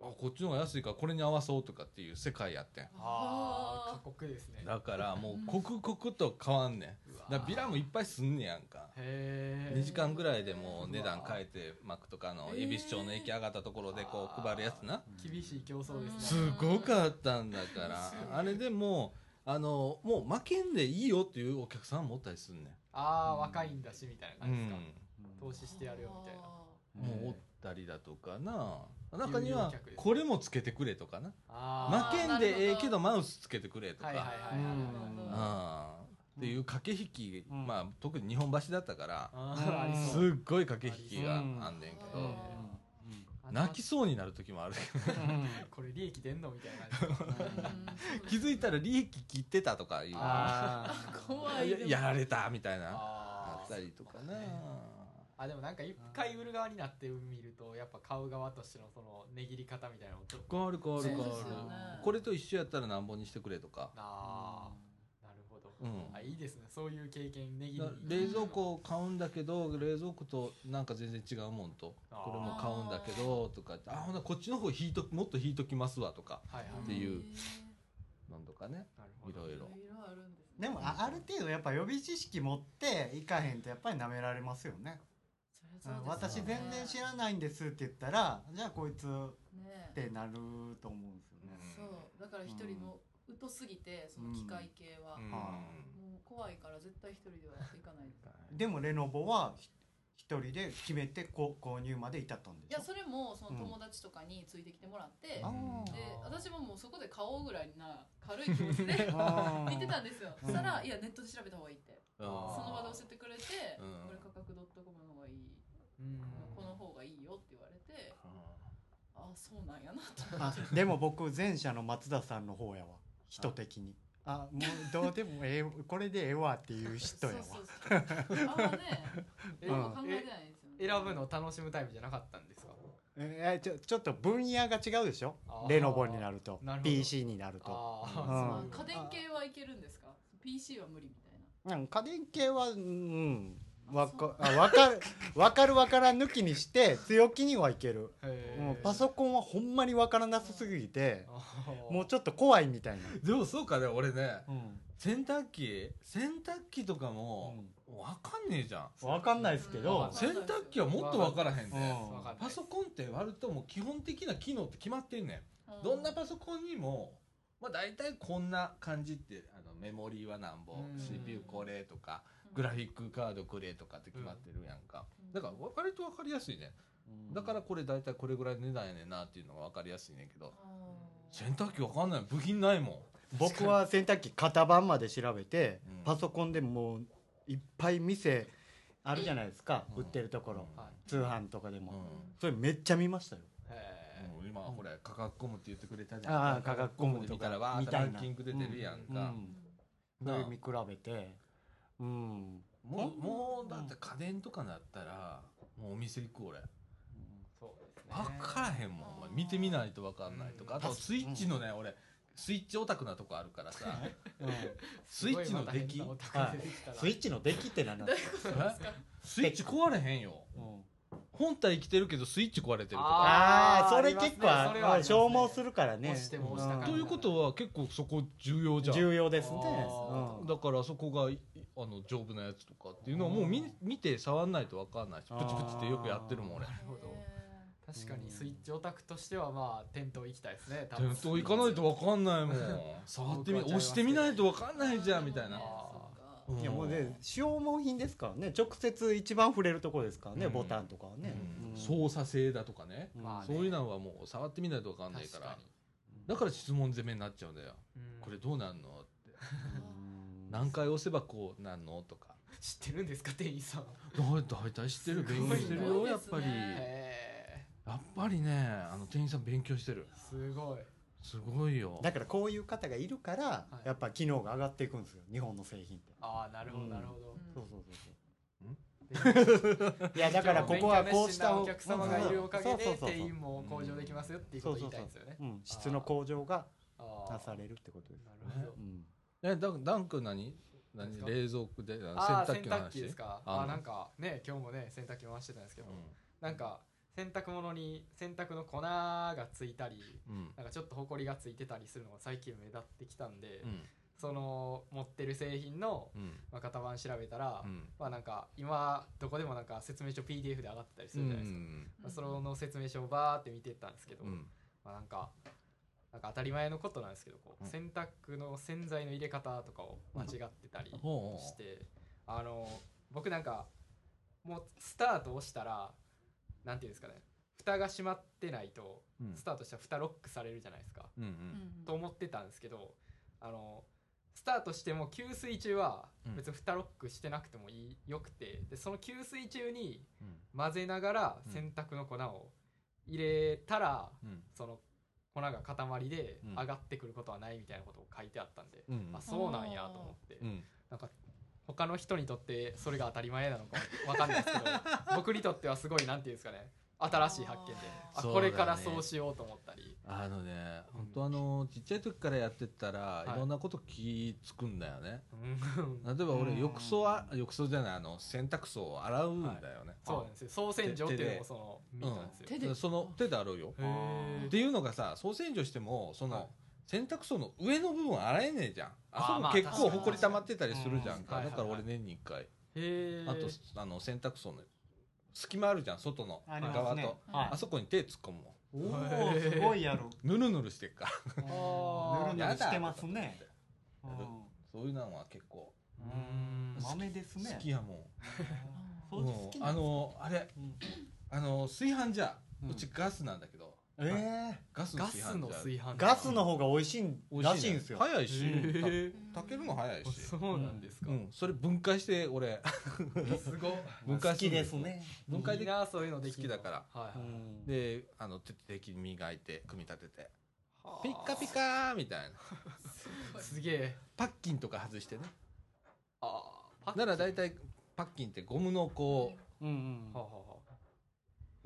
A: あこっちの方が安いからこれに合わそうとかっていう世界やってん
D: ああ
C: あ
D: 過酷ですね
A: だからもう刻々と変わんねんだからビラもいっぱいすんねやんか
D: へ
A: 2
D: え
A: 時間ぐらいでもう値段変えて巻くとかあの
C: へー
A: 恵比寿町の駅上がったところでこう配るやつな
D: 厳しい競争です
A: す
D: ね
A: ごかったんだからあれでもうあのもう負けんでいいよっていうお客さんもおったりすんね、
D: ああ若いんだしみたいなん感じですか、
B: うん
D: 投資してやるよみたいな
A: うん、もうおったりだとかな中には
D: 有料客ですね
A: これもつけてくれとかな
D: あ
A: 負
C: あ
A: けんでええけどマウスつけてくれと
D: ー
A: か、
D: はいはいはいはい
B: うん
A: あーっていう駆け引き、
B: うん
A: まあ、特に日本橋だったから、
D: あーあり
A: す
D: そ
A: っ
D: う
A: ごい駆け引きがあんねんけど、
C: うん
A: 泣きそうになる時もある
D: これ利益出んのみたい
A: *laughs*
D: な感じ
A: 気づいたら利益切ってたとかいう
D: あ
C: 怖いでも
A: ややられたみたいなあ
D: あ
A: ったりとかな
D: あでもなんか一回売る側になって見るとやっぱ買う側としてのその値切り方みたいなのもちょっと
A: 変わる変わる変わる
C: そうですよね
A: これと一緒やったら何本にしてくれとか、
D: あーなるほど、
A: うん、
D: あいいですねそういう経験値切り
A: だ冷蔵庫を買うんだけど冷蔵庫となんか全然違うもんと
D: あー
A: これも買うんだけどとかってあほなこっちの方引いともっと引いときますわとか
D: *laughs* はいはい
A: っていう
C: へ
A: なんとかね
D: なるほ
A: い
D: ど
A: ろい
C: ーい
A: ろ
C: ろいろあるんですね
B: でもあある程度やっぱ予備知識持っていかへんとやっぱり舐められますよね
C: そりゃ
B: う
C: そうんです
B: 私
C: よね
B: 全然知らないんですって言ったらじゃあこいつっ
C: ね
B: てなると思うんですよね
C: そうだから一人もう疎すぎてその機械系は、
A: うん
B: は
C: もう怖いから絶対一人では行かない
B: でもレノボはひ一人で決めてこ購入まで至ったんで
C: い
B: しょ
C: やそれもその友達とかについてきてもらって、
B: あ
C: で
D: あー
C: 私ももうそこで買おうぐらいな軽い気持
A: *laughs*
C: ちで
B: あー
C: 見てたんですよ、
B: うん
C: そしたら「いやネットで調べた方がいい」って
A: あ
C: そ
A: ー
C: の場で教えてくれて「
A: うん
C: これ価格 .com の方がいい」
D: うん
C: この方がいいよ」って言われて
A: う
C: あそうなんやなと
B: あでも僕前者の松田さんの方やわ人的にあもうどうでもええこれでええわっていう人やわ
C: そうそうそうあんまね
A: *laughs*
D: え
C: あんま考え
D: え
C: てないんですよね
D: 選ぶの楽しむタイプじゃなかったんですか
B: えーちょちょっと分野が違うでしょ
D: あー
B: レノボになると
D: なるほど
B: PC になると
D: あ
C: まあ
B: うん
D: あ
C: 家電系はいけるんですか PC は無理みたいな
B: うん家電系はうんわか
C: あ
B: あわかるわかるわからん抜きにして強気にはいける、
D: へ
B: うん
D: ー
B: パソコンはほんまにわからなさすぎて
D: あー
B: もうちょっと怖いみたいな、
A: んでもそうかね俺ね
B: うん
A: 洗濯機洗濯機とかもわかんねえじゃん
B: わかんないですけど
C: ん、
A: 洗濯機はもっとわからへん
B: う
A: ね
B: ん
D: わかんない
A: パソコンって割ともう基本的な機能って決まってんねんどんなパソコンにも、まあ、大体こんな感じってあのメモリーは何本
D: うん
A: CPU これとかグラフィックカードこれとかって決まってるやんか、だから割と分かりやすいねだからこれ大体これぐらいの値段やねんなっていうのが分かりやすいねんけど洗濯機分かんない部品ないも
B: 僕は洗濯機型番まで調べて、
A: うん
B: パソコンでもういっぱい店あるじゃないですか、
A: うん
B: 売ってるところ、
A: は
B: 通販とかで
A: ん、
B: も、
A: う
B: それめっちゃ見ましたよ
D: へー
A: ん今ほら価格コムって言ってくれたじゃん
B: ああ価格コムとか
A: 見たらわーっ
B: み
A: て
B: たい
A: ラ
B: な
A: ンキング出てるやん
B: う
A: か、
B: ん、そ
A: な
B: れ
A: あ
B: 見比べてうん
A: もうもうだって家電とかなったらもうお店行く俺
D: そうですね
A: 分からへんもんお前見てみないと分かんないとかあとスイッチのね俺スイッチオタクなとこあるからさ
B: うん
A: スイッチの出
D: す
A: 来
D: ごいまた変なお宅出てきたな
B: スイッチのデッキって何なん
D: *laughs*
B: ですか、
A: えスイッチ壊れへんよ
B: うん
A: 本体生きてるけどスイッチ壊れてるとか
D: あー
B: ああそれ
D: ありますね
B: 結構あ
D: それはありますね
B: 消耗するからね
D: 押しても押したから
A: ということは結構そこ重要じゃん
B: 重要ですね
D: あ
B: うん
A: だからそこがいあの丈夫なやつとかっていうのはもう見見て触んないと分かんないしプチプチってよくやってるもん俺
D: なるほど確かにスイッチオタクとしてはまあ店頭行きたいですね
A: 店頭行かないと分かんないもん触ってみ押してみないと分かんないじゃんみたいな
B: うんいやもうね消耗品ですからね直接一番触れるとこですからね、
A: うん
B: ボタンとかはね、
A: うん
B: うん
A: 操作性だとかね
B: うん
D: まあね
A: そういうのはもう触ってみないと分かんないからだから質問攻めになっちゃうんだよこれどうなんのって
B: うん
A: 何回押せばこうなんのとか
D: 知ってるんですか店員さん
A: だ大体知ってる勉強してる
C: すご
A: よ
C: い
A: や
C: で
A: っ
C: す
A: ぱり
C: ね
D: へ
A: やっぱりねあの店員さん勉強してる
D: ーすごい
A: すごいよ
B: だからこういう方がいるから、
D: い
B: やっぱ機能が上がっていくんですよ日本の製品って、
D: ああなるほど
B: うん
D: なるほど
B: そうそうそうそ
D: 勉強
B: ういやだからここはこうした
D: 勉強熱心なお客様がいるおかげ
B: そう
D: で
B: そうそうそう
D: 店員も向上できますよっていうことを言いたいんですよね
B: うん、質の向上が
D: ああ
B: なされるってことです、
D: なるほど
B: うん、
A: えダンダン君何
D: 何
A: 何
D: ですか
A: 冷蔵庫であ
D: あ
A: の
D: ー
A: 洗濯
D: 洗
A: 機の
D: 濯
A: 話
D: 機ですか
A: あの
D: あなんかね今日もね洗濯機回してたんですけどなんか洗濯物に洗濯の粉がついたり
A: うんうん
D: なんかちょっとほこりがついてたりするのが最近目立ってきたんで、
A: うん
D: その持ってる製品の、
A: うん
D: まあ、型番調べたら、
A: うん
D: まあなんか今どこでもなんか説明書 PDF で上がってたり
A: う
D: する
A: ん
D: じゃないですか、まあ、その説明書をバーって見てったんですけど、
A: うん
D: まあなんかなんか当たり前のことなんですけどこう、
A: うん
D: 洗濯の洗剤の入れ方とかを間違ってたり
A: ほ
D: し
A: う
D: て、あの僕なんかもうスタート押したらなんていうんですかね蓋が閉まってないと
A: うん
D: スタートしたら蓋ロックされるじゃないですか、
A: うん
D: と思ってたんですけどあのスタートしても給水中は
A: うん
D: 別に蓋ロックしてなくてもいいよくてでその給水中に
A: うん
D: 混ぜながら
A: うん
D: 洗濯の粉を入れたら、
A: うん
D: その粉が塊で
A: うん
D: 上がってくることはないみたいなことを書いてあったんで、
A: うん
D: あそうなんやと思って、
A: うん
D: なんかほっ他の人にとってそれが当たり前なのかわかんないで
A: *laughs*
D: すけど僕にとってはすごいなんていうんですかね新しい発見であ、
A: そうだね
D: これからそうしようと思ったり
A: あのね
D: う
A: 本
D: ん
A: 当あのちっちゃい時からやってったら
D: い
A: いろんなこと気つくんだよね、
D: うん
A: 例えば
B: う
A: 俺
B: ん
A: 浴槽は浴槽じゃないあの洗濯槽を洗うんだよね、
D: そうなんですよ総選挙っていうのもその見たんですよ、
C: 手で
A: その手で洗うよ
D: へー
A: っていうのがさ総洗浄してもその、
D: はい
A: 洗濯槽の上の部分洗えねえじゃんあそ
D: あーまあ
A: こ結構
C: 確かに
A: ほこり溜まってたりするじゃんか、
D: うん
A: だ
D: はいはいはい
A: から俺年に1回、
D: へー
A: あとあの洗濯槽の隙間あるじゃん外の
B: ありま
A: 側と
B: す
A: あ,、
B: ね
C: はい
A: そこに手突っ込むもん
B: おおーすごいやろ
A: ぬるぬるしてっから
B: ぬ
D: あー
B: るぬるしてますね
A: やだとか思そういうのは結構
D: うん
B: うん豆です
A: 好
B: ね
A: きやもん、
B: そうで
A: う
B: す
A: んあのあれ
B: うん
A: あの炊飯ジャー、
B: うん
A: うちガスなんだけど
B: え
A: ガスの
D: ガ
A: 炊飯ジ
D: ス
A: ャ
D: の
A: ー
D: 炊飯器
B: ガスの方が美味しいん
A: 美
B: ら
A: 味
B: しい
A: ね
B: んですよ
A: 早いし、
D: へ
A: 炊けるの早い
D: ー
A: し
D: そうなんですか、
A: うん、それ分解して俺
D: すごい
A: 分
B: 好
A: 解る
B: き
A: んだ
B: で
A: よ
B: すね
A: 分解で
D: いいなそういうのできるの
A: 好きだから
D: はいはい
B: うん
A: であの徹底的に磨いて組み立てて
D: はあ
A: ピッカピカーみたいな
D: すげえ
A: パッキンとか外してね
D: ああ
A: なら大体パッキンってゴムのこ
B: うんうん
D: はあはあはあ
A: う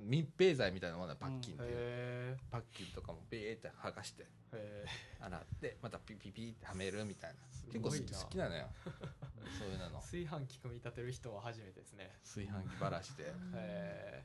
A: 密閉剤みたいなものはパッキンっていう、
D: へ
A: パッキンとかもビーって剥がして
D: えへえ
A: 洗ってまたピピピってはめるみたいな
D: す
A: 結構
D: ご
A: 好
D: いな
A: き好きなのよそういうの
D: 炊飯器組み立てる人は初めてですね
A: 炊飯器ばらして
D: へえ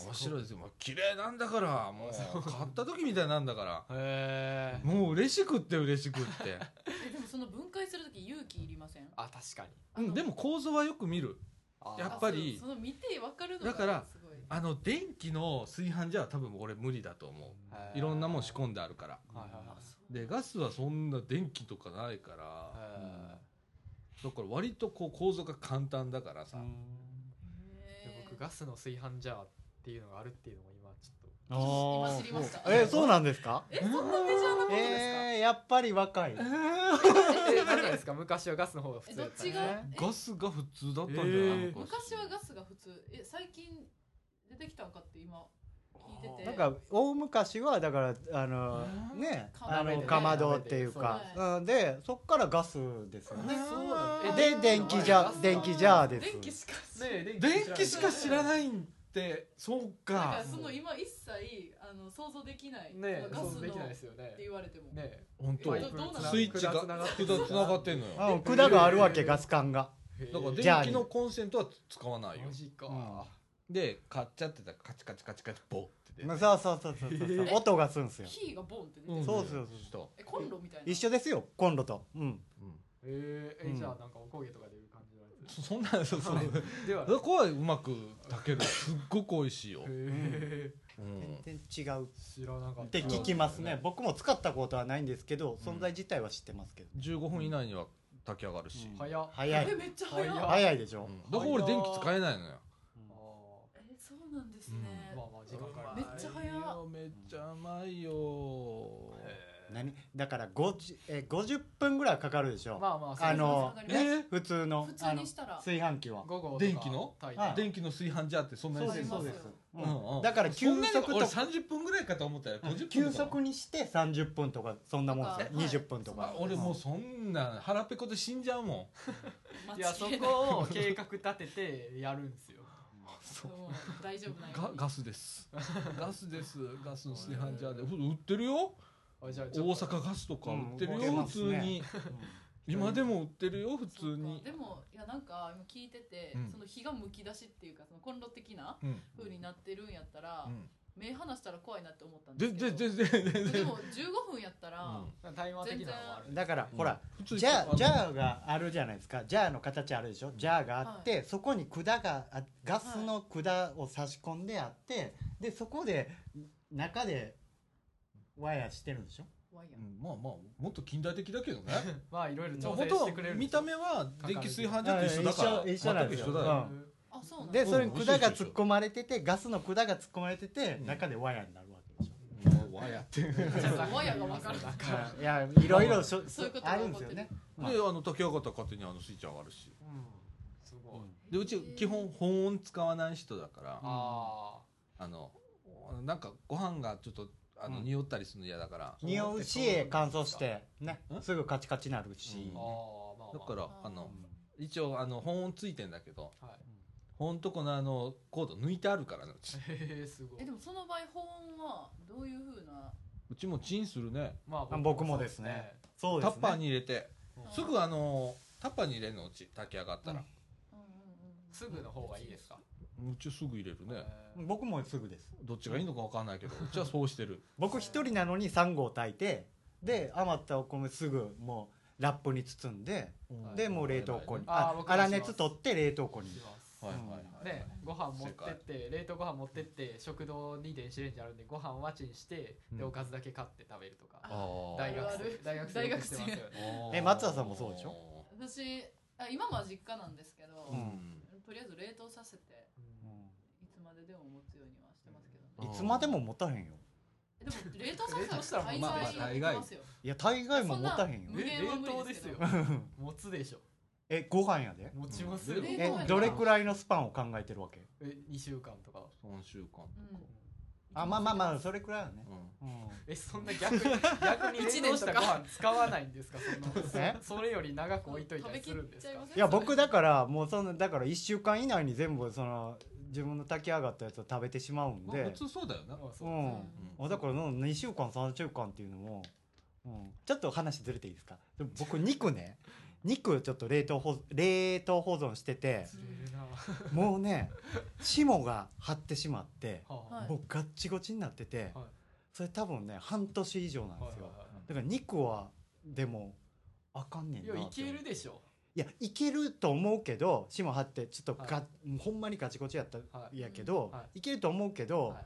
A: 面白いですよもう綺麗なんだからもう買った時みたいなんだから
D: へえ
A: もう嬉しくって嬉しくって
D: *laughs*
C: えでもその分解するとき勇気いりません
D: あ確かに
C: あ
A: う
C: の
A: んでも構造はよく見る
D: あー
A: やっぱり
C: あそうその見てわかるの
A: だから
C: すごい
A: あの電気の炊飯じゃ多分俺無理だと思
D: へ
A: う
D: ー
A: いろんなもん仕込んであるから
D: はいはいは
C: あそう
A: でガスはそんな電気とかないから
D: いへ
A: だから割とこう構造が簡単だからさ
C: へー
D: えで僕ガスの炊飯ジャーっていうのがあるっていうのも今ちょっ
B: あー
C: 今知りました
B: えそうなんですか
C: えそんなメジャーなことですか
B: えーやっぱり若い
D: とえ何ですか昔はガスの方が普
C: え
D: 通
C: どっ
D: だった
C: ちが
B: え
A: ガスが普通だったんじゃない
D: えー
A: 昔
C: 昔はガスが普通え最近出てきたんかって今聞いてて
B: なんか大昔はだからあのねあ
C: 鍋
B: の
C: で
B: かまどっていうか
C: そう
B: うんでそっからガスですよね
D: そうなんだ
B: で電気じゃ
D: ガス
B: 電気ジャーです
C: 電気しかし
D: ねえ電
A: 電気しか
D: 知
A: 知らないんってそう
C: だか
A: から
C: その今一切あの想像できない
D: らないねえ
C: ガス
D: 想
C: の
D: 像
C: で
D: で
C: き
D: き
C: なっ
D: ないいで
C: て
D: すよね
C: 言われても、
D: ねえ
A: 本当
D: パ
A: ス
D: イプ
C: どうなの
A: イッチが
D: 管繋がって
A: 管つながってんのよだか
B: うん管があるわけガス管が
A: ら
B: じゃあ
A: 電気のコンセントは使わないよ
D: マジか、
B: うん
A: で買っちゃってたらカチカチカチカチボって出て
B: そうそうそうそうそう
C: え
B: 音がするんですよ
C: 火がボンって出て
A: ん
C: る
B: そうそう
A: した
C: えコンロみたいな
B: 一緒ですよコンロとうん
A: うん
D: えーえ
B: うん
D: じゃあなんかおこげとか出る感じのや
A: そそんなそうそう
D: つではな
A: そ
D: い
A: こはうまく炊けるすっごく美味しいよ、
D: へ
A: うん
B: 全然違うっ
D: ー知らなかった
B: て聞きますね
A: うん
B: 僕も使ったことはないんですけど
A: うん
B: 存在自体は知ってますけど
A: 15分以内には炊き上がるし、
B: うん
D: 早っ
B: 早
C: え
B: い
C: めっちゃ早い
D: 早い
B: 早いでしょ
A: うんだから俺電気使えないのよ
D: あー
C: えそうなんです
A: う
C: ね、
D: まあまあ時間かか
C: め
D: る
C: っちゃ早いう
A: まいよめっちゃ甘いよ
B: 何だから50え50分ぐらいかかるでしょ
D: まあまあ
B: あの
C: わかり
A: え
C: ます
A: ー
B: 普通の
C: 普通
B: あの
C: にしたら
B: 炊飯器は
D: 午後とか
A: 電気の
D: 炊い
B: は
D: た
B: い
A: 電気の炊飯ジャーってそんなに
C: そうですそうです
B: うん
A: うんうん
B: だから
A: そんな
B: 休
A: に
B: 息と
A: 俺30分ぐらいかと思ったよ50分
B: 休
A: とか
B: 息にして30分とかそんなもんですよ
C: はい
B: 20分と
A: あ
B: か
A: 俺もうそんな腹ペコで死んじゃうもん
D: いやそ
C: 間違な
D: こを計画立ててやるんですよ
A: そう
C: もう大丈夫なよう
A: ガ
C: に
A: ガスですガスですガスの炊飯ジャーで売ってるよ
D: あじゃあ
A: 大
D: ちょっと
A: 阪ガスとか売ってる
B: うん売って
A: よ、
B: ま
A: 普
B: す
A: 通
B: ね
A: に今でも売ってるよ普通
C: そ
A: に
C: うかでもいやなんか今聞いてて、
A: うん
C: その火がむき出しっていうかそのコンロ的な
A: うん
C: 風になってるんやったら、
A: うん
C: 目離したら怖いなって思ったんで
A: です
C: けど
A: ででででで
C: でも15分やったら、
A: うん
D: タイマー的なのもある
B: うんだからほら
A: 普通に
B: ジャージ
A: あ
B: ャーがあるじゃないですかジャーの形あるでしょジャーがあって、そこに管があガスの管を差し込んであってでそこで中でワイヤーしてるんでしょ
C: 怖いや、
A: うんんまあまあもっと近代的だけどね
D: まあいろいろ調
A: 本
D: 整
A: 当
D: して
A: は
D: くれる
A: 見た目は電気炊飯ジャーと一緒だから
B: うん一緒一緒なんですよ
A: 全く一緒だ
B: う
A: よ
B: ん
C: あそうなん
B: で
A: うん
B: それに管が
A: 一緒一緒
B: 突っ込まれててガスの管が突っ込まれてて、
A: うん
B: 中でワイヤーになるわけでしょ
A: もうわやってで
C: 怖いやが分かるだから
B: いやいろいろしょ
C: そういうことが
B: あ
C: 起
B: る
C: こ
B: ん
C: っ
B: で
C: て
B: す
C: る
B: よね。
A: あの炊き上がったら勝手にあのスイッチ上がるし
D: うんすごい
B: うん
A: でうち基本保温使わない人だから
D: あ
A: あのなんかご飯がちょっとあの
B: うん
A: 匂ったりするの嫌だから
B: 匂うし乾燥してね
A: うん
B: すぐカチカチなるし
A: う
D: ーあーまあまあ
A: だからあの一応あの保温ついてんだけど
D: はい
A: 保温とこのあのコード抜いてあるからねうち
D: へえすごい
C: えでもその場合保温はどういうふうな
A: うちもチンするね
D: ま
B: あ
D: あ
B: 僕もですねそう
A: タッ
B: ですね
A: パーに入れて
D: うん
A: すぐあのタッパーに入れるのうち炊き上がったら、
C: うんうん
D: すぐの方がいいですか
A: うちすぐ入れるね
D: えー
B: 僕もすぐです
A: どっちがいいのか分かんないけど
B: *laughs*
A: うちはそうしてる
B: 僕一人なのに3合炊いてで余ったお米すぐもうラップに包んで
D: はい
B: でもう冷凍庫に
A: は
D: あー
B: あ
D: 僕もします
B: 粗熱取って冷凍庫に
D: します
A: いはいはい、
D: ねご飯持ってって冷凍ご飯持ってって食堂に電子レンジあるんでご飯はチンして
A: うん
D: でおかずだけ買って食べるとか
A: あー
D: 大学
C: あるある
D: 生大学生
C: 大
D: よ
C: 学
D: くしてますよね
A: あー
B: え松田さんもそうでし
A: ょ
C: うんうん私あ今は実家なんですけど、
A: うん
C: とりあえず冷凍させていつまででも持つようにはしてますけどね
A: う
B: うん
A: ん
B: いつまでも持たへんよ
C: えでも冷凍させた
D: 冷凍したら
C: ら
D: も
C: 大
D: うま
C: 概
D: あ
A: まあ
C: できますよ
B: いや大概も持たへんよ
C: 無限は無理ですけど
D: え冷凍ですよ *laughs* 持つでしょ
B: えご飯やで
D: 持ちますよ
A: うん
B: え
C: 冷凍
B: どれくらいのスパンを考えてるわけ
D: え2週間とか
A: 3週間
C: うん
B: あまあまあまあそれくらいはね
A: う
B: うん
D: えそんな
C: *laughs*
D: 逆に逆に冷凍したご飯使わないんですかそん
B: え
D: なそれより長く置いといたりするん
C: 食べき
D: ですか
C: っちゃいます
B: いや僕だからもうそのだから1週間以内に全部その自分の炊き上がったやつを食べてしまうん
A: んまあ
B: で
A: 普通そうだよな、
D: あそううん
A: うん
B: あだからの2週間3週間っていうのも、うん、ちょっと話ずれていいですかでも僕肉ね
D: *laughs*
B: 肉ちょっと冷凍保冷凍保存してて
D: ずれるな
B: もうね霜が張ってしまって
D: は
B: もうガッチゴチになってて、
D: はい
B: それ多分ね半年以上なん
D: い
B: で
D: はい
B: すよ、
D: は
B: だから肉はでもあかんねん
D: い
B: な
D: や
B: って
D: い
B: 思う
D: けるでしょ
B: いやいけると思うけど霜張ってちょっと
D: は
B: が、ほんまにガチゴチやった、
D: はい
B: やけど、、
D: はい
B: けると思うけど、
D: は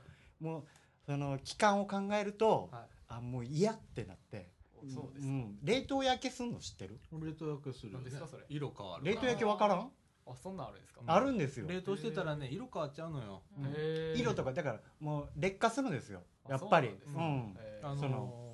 B: もうその期間を考えると、
D: は
B: あもう嫌ってなって、
D: いそうです
B: ん、冷凍焼けすんの知ってる
A: 冷凍焼けするよ
D: なん
A: ね
D: ですかそれ
A: 色変わる
B: 冷凍焼けわからんあ
D: あそんなんあるんですか
A: うん
B: るんですよ、
A: 冷凍してたらね色変わっちゃうのよ
C: うんうん
B: 色と
D: か
B: かだからもう劣化するんですよやっぱり
A: う
B: うんん、
A: あ
B: そ
A: の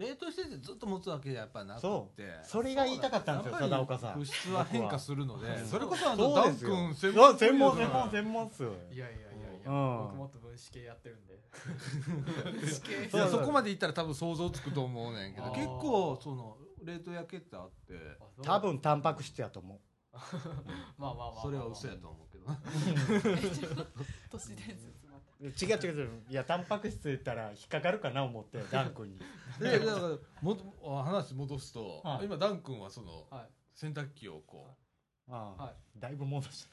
A: ー冷凍しててずっと持つわけじゃやっぱなく
B: そ
A: って
B: それが言いたかったんですよ貞岡さん
A: 物質は変化するので
B: 僕は
A: それこそあの
B: そ
A: ダ
B: う
A: ン
B: ですよ
A: 君専
B: いや
A: 門
B: 専門
A: 分野
B: 専
A: だから
B: 門専門っすよ
D: いやいやいやいや、
B: うん
D: 僕もっと分子系やってるんで
C: 地形
A: いや
B: そう
A: そこまでいったら多分想像つくと思うねんけど
D: あー
A: 結構その冷凍焼けってあって
B: 多分タンパク質やと思う
D: まあまあまあまあまあ
A: それは嘘やと思う *laughs* けどな
C: *laughs* 都市伝説また
B: 違う違う *laughs* 違ういやタンパク質言ったら引っかかるかな思 *laughs* ってダン君に
A: でだからもと話戻すと
B: はい
A: 今ダン君はその
D: はい
A: 洗濯機をこ
B: ああ、
D: は
B: だいぶ戻し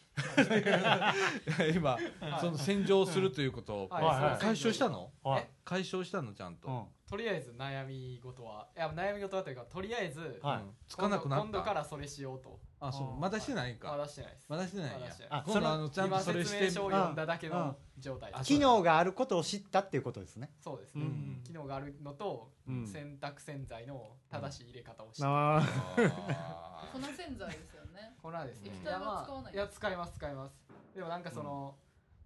A: う今
D: はい
A: その洗浄するということをこう
D: はい
B: はい
A: 解消したの
B: た
D: はい
A: 解消したのちゃん
B: う
A: と
B: ん
D: とりあえず悩み事はいや悩み事はというかとりあえず
B: はい
A: うんつかなくなった
D: 今度今度からそれしようと
A: あそう
B: うん
A: まだしてないん
D: ま
A: か
D: だしてないです
A: まだしてないん
D: ま
A: や
D: だしてない
B: あ
A: 今
B: そ
A: 度あ
B: の
A: のちゃんと
D: 今
A: それ
D: 説
A: し
D: 明
A: て
D: 書を読んだだけの状態です
A: うん
B: 機能があることを知ったっていうことですね
D: そうです
B: う
D: ね
B: ん
D: 機能があるのと
B: うん
D: 洗濯洗剤の正しい入れ方をして
B: ああ
A: あ
C: 粉洗剤ですよね
D: これはですね
A: 液
C: 体は使わない
D: いや使います使いますでもなんかその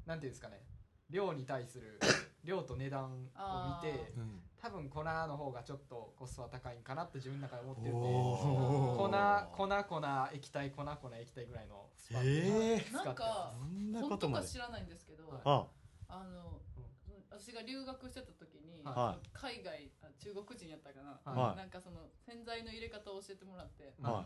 D: なんていうんですかね量に対する量と値段を
C: あ
D: 見
C: ー
D: て
A: ー *laughs* うん
D: 多分粉の方がちょっとコストは高いんかなって自分の中で思ってるんで
B: お
D: 粉
B: ー
D: 粉粉液体粉粉液体ぐらいのスパンで
B: ええ
D: 使
C: な
D: っ
C: ん
D: てま
C: か
B: そんなこ
C: 本
B: と
C: 当
B: ま
C: か
B: で
C: 知らないんですけど
D: はい
B: あ
C: あの私が留学してた時に
B: は
C: 海外あ中国人やったかな
D: は
B: はい
C: なんかその洗剤の入れ方を教えてもらって
B: あは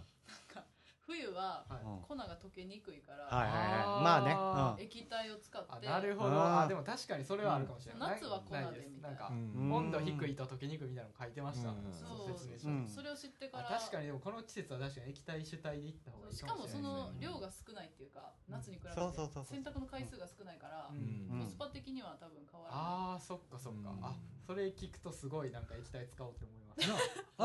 C: 冬はい
D: はい
B: いうん
C: 粉が溶けにくいか
B: はいはい
C: ら
B: はいまあ
D: あ
B: ね
C: 液体を使っ
D: あ
C: て
D: なるほど
B: あー
D: あでも確かにそれはあるかもしれない
C: 夏は粉で
D: いす
C: みた
D: な
C: なん
D: いか
A: うん
B: うん
D: 温度低いと溶けにくいみたいなの書いてました
A: うん
D: そう説明書
B: う
D: に
B: ん
C: それを知ってから
D: あ確かにでもこの季節は確かに液体主体でいった方がいい
C: し
D: か
C: か
D: も
C: も
D: し
C: そ
D: れない
C: の量が少ないっていうか
D: うん
C: 夏に比べて
B: そうそうそうそう
C: 洗濯の回数が少ないから
D: う
A: うんん
B: うん
C: コスパ的には多分変わらない
D: あーそっかそっか
A: うん
D: あそれ聞くとすごいなんか液体使おうって思います
A: な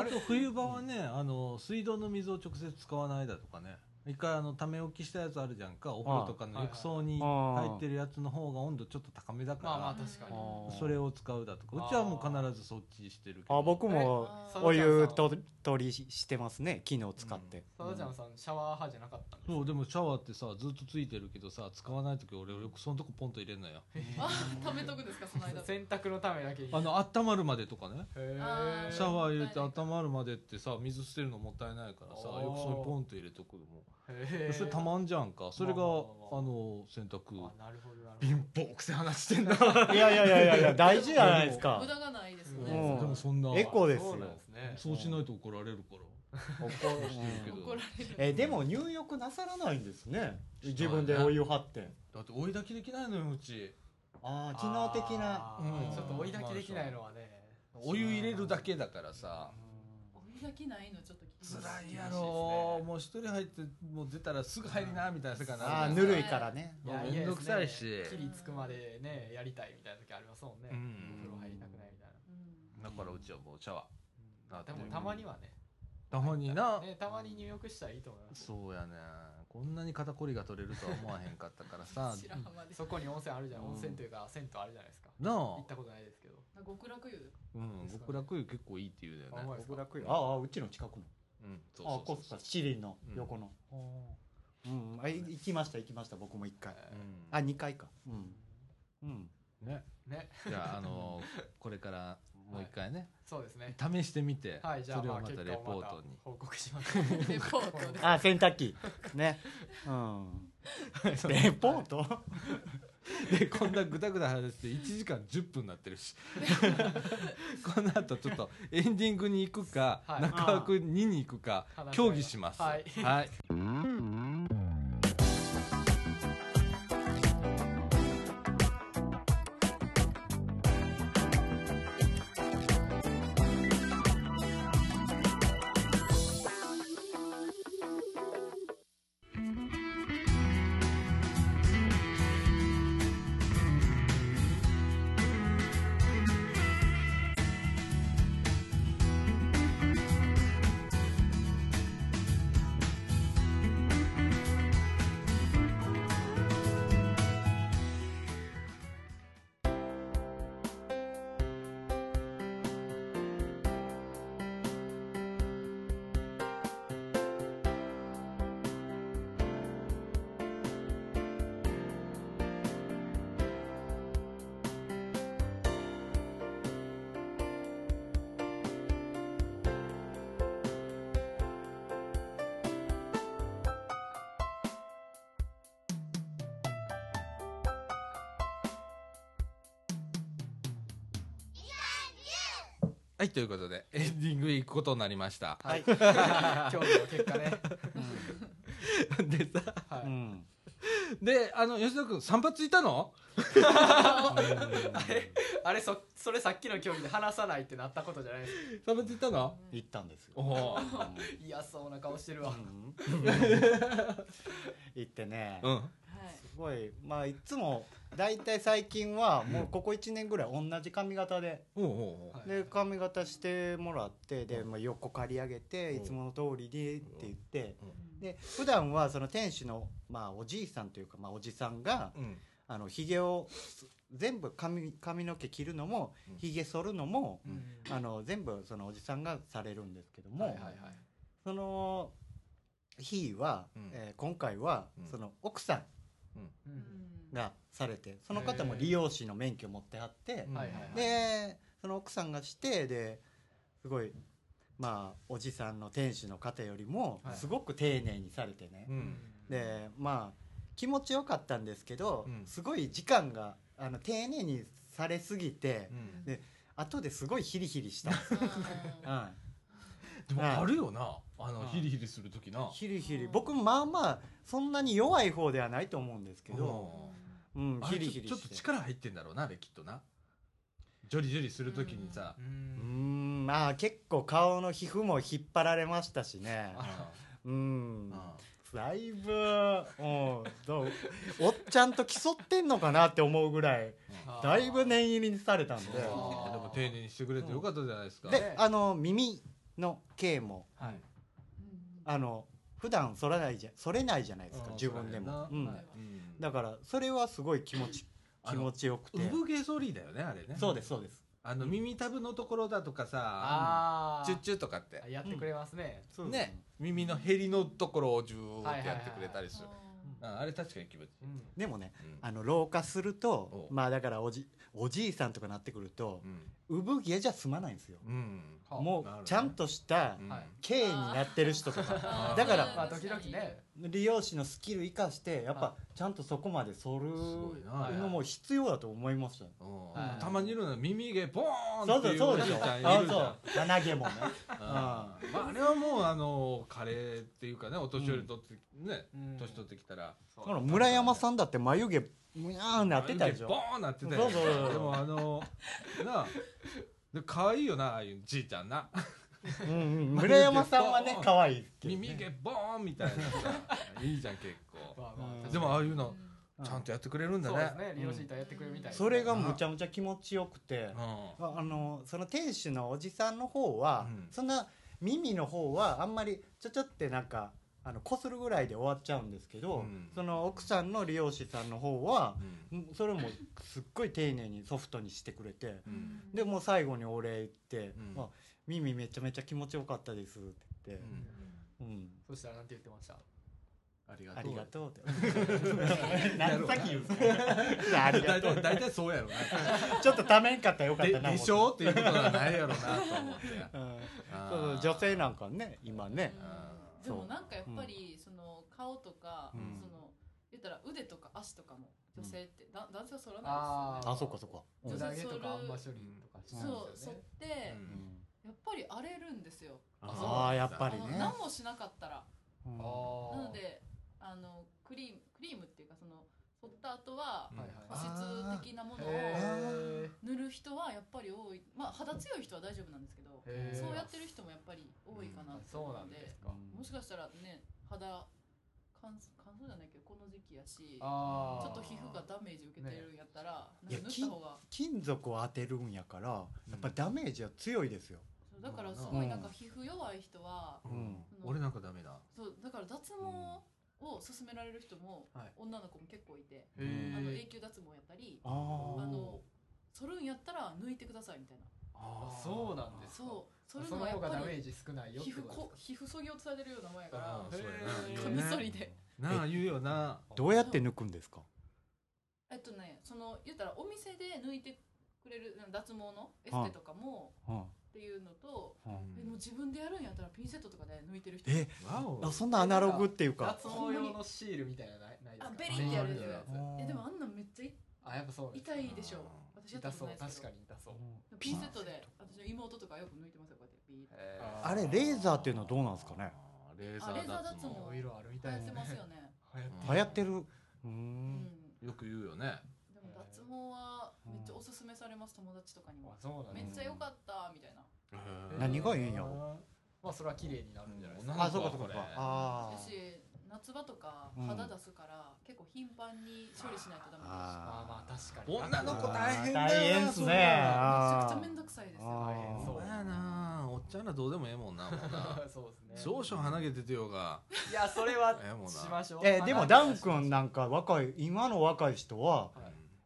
A: あと冬場はね、あの水道の水を直接使わないだとかね一回あのため置きしたやつあるじゃんかお風呂とかの浴槽に入ってるやつの方が温度ちょっと高めだ
D: まあまあ
A: か
D: 確かに
C: うん
A: らそれを使うだとかうちはもう必ずそっちしてるけど
B: あ僕も
C: あー
B: お湯と取りしてますね機能使って、
D: さだちゃんさんシャワー派じゃなかったんです
A: そうでもシャワーってさずっとついてるけどさ使わない時俺よくそのとこポンと入れんのよ
C: あ貯めとくんですかその
D: *laughs*
C: 間
D: 洗濯のためだけに
A: あの温まるまでとかね
D: へ
C: あ
D: ー
A: シャワー入れて温まるまでってさ水捨てるのもったいないからさ
D: あー
A: 浴槽にポンと入れとくのも
D: へー
A: それたまんじゃんかそれがあ
D: まあまあまあまあ
A: の洗濯
D: あなるほどなるほど
A: 貧乏くせ話してんな
B: いやいやいやいやいや大事じゃないですか
C: 無駄がないですよ
D: う
C: ね
D: ん
A: でもそんな
B: エコですよ
D: そうなんですね
A: そうしないと怒られるから
B: 怒
A: けど
C: 怒られる
B: えでも入浴なさらないんですね自分でお湯張って
A: だって追い炊きできないのようち
B: ああ機能的な
D: あー
A: うん
D: ちょっと追い炊きできないのはね
A: お湯入れるだけだからさ
C: お湯だけないのちょっと
A: 辛
C: い
A: いやろもう一人入ってもう出たらすぐ入りなみたいな世界に
B: あ
A: な
B: あ
A: る
B: ぬるいからね
D: いや
A: もうめんどくさいし
D: 嫌ですねキリつくまでねやりたいみたいな時ありますもんね、
A: うん
D: お風呂入りたくないみたい
C: うん
A: だからうちはもうシャワー
D: な、
A: あで
D: で
A: も
D: もたまにはね
A: たまにな
D: ねたまに入浴したらいいと思います
A: そうやねこんなに肩こりが取れるとは思わへんかったから
D: *laughs*
A: さ
C: 白浜で
D: そこに温泉あるじゃん、
A: うん
D: 温泉というか銭湯あるじゃないですか
A: な
D: 行っ
A: あ
D: たことないですけど
C: 極楽湯
A: うん極楽湯結構いいって言うだ
D: あ
A: よ
D: ま
A: ね
D: いですか
B: ああうちの近くの
A: うんそう
B: あ
A: そう
B: コスタシリンの横のうんあい行きました行きました僕も一回
A: そううん
B: あ二回かうんうん
A: ね
D: ね
A: じ
D: *laughs*
A: ゃああのーこれからもう一回ね
D: そうです
A: *laughs*
D: ね
A: 試してみて
D: はいじゃあ
A: それを
D: まあ
A: ま
D: 結
A: た
D: 果
A: レ
D: を
A: ポ
D: ま
A: ー
D: た
A: トに
D: 報告
A: *laughs*
D: しますレ
C: レポートで
B: あ洗濯機ね
A: *laughs*
B: うんレポート
A: でこんなぐだぐだ話して1時間10分になってる
D: *laughs*
A: しこの後ちょっとエンディングに行くか、
D: はい
A: 中枠2に行くか
D: あー
A: 協議します
D: はい
A: はい、はい、ということでエンディング行くことになりま
D: *laughs*
A: した、
D: はい今日の結果ね
A: でさ
D: はい、
B: うん
A: であの吉田君散髪いたの
D: あれそそれさっきの競技で話さないってなったことじゃないですか
A: 散髪いたの
B: 行ったんですよ
A: おおー
D: 嫌そうな顔してるわ、
B: 行ってね
A: うん
C: はい
B: すごいまあいつも大体最近はもうここ1年ぐらい同じ髪型で
A: おうおうおう
D: はい
B: で髪型してもらってで、まあ、横刈り上げていつもの通りでって言ってで普段はその店主の、まあ、おじいさんというか、まあ、おじさんが
A: うん
B: あのひげをす全部髪髪の毛切るのも
A: うん
B: ひげ剃るのも
A: う
B: あの全部そのおじさんがされるんですけども、
D: はいはいはい
B: その日は、
A: うん
B: えー今回は、
A: うん
B: その奥さん
D: う
C: うんん
B: がされてその方も理容師の免許持ってはって。
A: うん
D: はいはいはい
B: でその奥さんがしてですごいまあおじさんの店主の方よりも
D: はい
B: すごく丁寧にされてね、
A: うん
B: でまあ気持ちよかったんですけど、
A: うん
B: すごい時間があの丁寧にされすぎて、
A: うん
B: で後ですごいヒリヒリ
A: *laughs*
B: した、うん
A: でも
B: はい
A: あるよなあの
B: はい
A: ヒリヒリする時な
B: ヒリヒリ僕まあまあそんなに弱い方ではないと思うんですけど、うん
A: あ
B: ヒ
A: れ
B: リヒリ
A: ちょっ
B: し
A: と
B: て
A: 力入ってんだろうなあれきっとなジョリジョリするときにさ、
B: うーんまあ結構顔の皮膚も引っ張られましたしねうんだいぶ、うん、どうおっちゃんと競ってんのかなって思うぐらい
D: あー
B: だいぶ念入りにされたんで
A: で
D: あー
A: も丁寧にしてくれてよかったじゃないですか、
B: であの耳の毛も
D: はい
B: あの普段剃らないじゃ剃れないじゃないですか
A: あー
B: 自分でも、
A: そううや
D: ん
B: ん
D: なは
A: うん
B: だからそれはすごい気持ち
A: あ
B: 気
A: の
B: 持ちよくて
A: 産毛剃りだよねあれね
B: そうですそうです
A: あの耳たぶのところだとかさ
D: ああ
A: チュッチュとかって
D: やってくれますね、
B: そうです
A: ね耳のへりのところをジューってやってくれたりする、
D: は
A: うんあれ確かに気持ちいい、
D: うん
B: でもね
A: うん
B: あの老化する
A: お
B: とまあだからおじおじいさんとかなってくると
A: うん
B: 産毛じゃ済まないんですよ
A: うん
D: はあ
A: なるほ
B: も
A: ど
B: う
A: ね
B: ちゃんとした
A: うん
D: はい
B: 毛になってる人とか
A: あー
B: だから
D: まあ時々ね
B: 利用師のスキル生かしてやっぱ
D: は
B: ちゃんとそこまで剃る
A: すごいな、
D: はい
B: のも必要だと思いますよ
A: うん
D: はい
A: たまにいるのよ耳毛ポーン
B: そ
A: っ
B: う
A: て
B: そう
A: いうお
B: そう
A: じ
B: で
A: い
B: し
A: ち
B: ょ
A: ゃんい
B: あ
A: るじゃん
B: そう鼻
A: *laughs*
B: 毛もね
A: うんまああれはもうあのカレーっていうかねお年寄りとってね
D: うん
A: 年取ってきたら
B: ほら村山さんだって眉毛むやーんなってたでし
A: ボ
B: ょ
A: ーンなってたよ
B: そうそうそう
A: でもあのなあで可愛いよなああいうじいちゃんな
B: うんうん村山さんはね可愛いっていうね
A: 耳毛ボーンみたいなさいいじゃん結構
D: まあまあ
B: うん
D: 確かに
A: でもああいうの
B: うん
A: ちゃんとやってくれるんだ
D: そうです
A: ね
D: ね利用シーターやってくれるみたいですね
B: それがむちゃむちゃ気持ちよくて
A: うんは
B: ああのその店主のおじさんの方は、
A: うん
B: そんな耳の方はあんまりちょちょってなんかあのこするぐらいで終わっちゃうんですけど、
A: うん
B: その奥さんの理容師さんの方は
A: うん
B: うんそれもすっごい丁寧にソフトにしてくれて
A: うん
B: でもう最後にお礼言って「
A: うん
B: あ耳めちゃめちゃ気持ちよかったです」って言って「うん
D: そしたらなんて言ってました
A: ありが
B: あ
A: と
B: り
A: う
B: がとう」ってなんさっき言うんですかあり
A: 大
B: がと
A: 体
B: う
A: 大体そうやろな
B: *laughs* ちょっとためんかったらよか
A: *laughs*
B: っ
A: で
B: たな
A: でしょっていうことはないやろなと思って
B: 思ってうん
A: あ
B: そう
A: ー
B: そう女性なんかね今ね
A: あ
C: で
B: そ
C: も
B: う
C: なんかやっぱりその顔とか、
A: うん
C: その言ったら腕とか足とかも女性って、だ男性は剃らない
D: あ
C: ですよね
D: ー
B: あそっかそっかう
C: 女
D: 無
C: 性
D: 駄毛とかあんま処理とかしてない
C: そう
D: です
C: 剃
D: よ
C: っ
D: ね
C: て、
A: うん
B: ん
C: やっぱり荒れるんですよ
B: ああやっぱり
C: あの
B: ね
C: 何もしなかったら
B: うん
D: あ
C: な
D: あ
C: のであのクリームクリームっていうかその剃った後は
A: うん
D: はい
C: 保
D: はい
C: 湿的なものを
D: へ
C: 塗る人はやっぱり多いまあ肌強い人は大丈夫なんですけど
D: へー
C: そうやってる人もやっぱり多いかな
D: ー
C: と
D: そう
C: 思う
D: な
C: ん
D: ん
C: で
D: ですか
C: もしかしたらね肌乾燥乾燥じゃないけどこの時期やしちょ
D: ああ
C: っと皮膚がダメージ受けてるんやったら、
B: ね
C: なんか塗った方が
B: 金属を当てるんやからやっぱダメージは強いですよ、
C: そうだからすごいなんか皮膚弱い人は、
A: う
B: うんん
C: その
A: 俺なんかダメだ
C: そうだから脱毛を勧められる人も、
D: はい
C: 女の子も結構いて、
D: へー
C: あの永久脱毛やったり
B: あー
C: あの剃るんやったら抜いてくださいみたいな
A: あ
D: あそうなんですか
C: そう
D: そ
C: 剃る
D: の
C: のはや
D: 方
C: っ
D: がダ
C: ぱ
D: メー
C: り
D: ジ少ないよって
C: 皮膚
D: ことです
C: こ皮膚そぎ落とされてるようなもんやか
A: あーそう
D: へ
C: ら
D: ー
A: や
C: カミ
A: な
C: ソリで
A: なあ言うよな
D: か
B: どうやって抜くんですか
C: えっとねその言ったらお店で抜いてくれるなんか脱毛のエステとかも
B: うん
C: っていうのと、
B: うん
C: えもう自分でやるんやったらピンセットとかで抜いてる人
B: え
A: わお
B: あそんなアナログっていうか
D: 脱毛用のシールみたいなのないないですか
C: あベリーってやるやつ
B: うん
C: えでもあんなんめっちゃい
D: あやっぱそうですか
C: 痛いでしょ私やった
D: 痛
C: こと
D: そう
C: ないですけ
D: 確か
C: ど
D: に痛そう
C: ピンセットで私の妹とかよく抜いてますよこうやってビーって
D: へー
B: あれレーザーっていうのはどうなんですかね
A: あーレー
C: あレーザ
A: ザー
C: ー
A: 脱
C: 脱毛
A: 毛
D: いろいろあるみた
C: 流行
D: い
C: って
D: ですね
C: ますよね、
D: 流行って
B: 流行ってるうー
C: うんん
A: よく言うよね
C: でも脱毛はめっちゃおすすめされます友達とかに
D: ま
C: も
D: あ、そうなん
C: め
D: で
C: っ
D: す
C: ちゃ良かったみたいな
B: 何がいいんやろ
D: まあそれは綺麗になるんじゃないです
A: うん
D: か
B: あそうかそうかそうかあ
C: だし
B: ー
C: 夏場とか
B: うん
C: 肌出すから結構頻繁に処理しないとダメだし
D: まあ
B: あ
D: まあ確かに
A: 女の子大変だよな
B: 大変っす
A: そ
B: ね
A: りゃ
B: あー
C: めちゃくちゃめんどくさいですよ
B: あ
D: 大変そう
A: そうやなおっちゃんらどうでもええもんなもう *laughs* な
D: そうですね
A: 少々鼻毛出てようが
D: いやそれは
A: ええもんな
D: しましょう
B: えでもダン
D: は
B: 君なんか若い今の若い人はい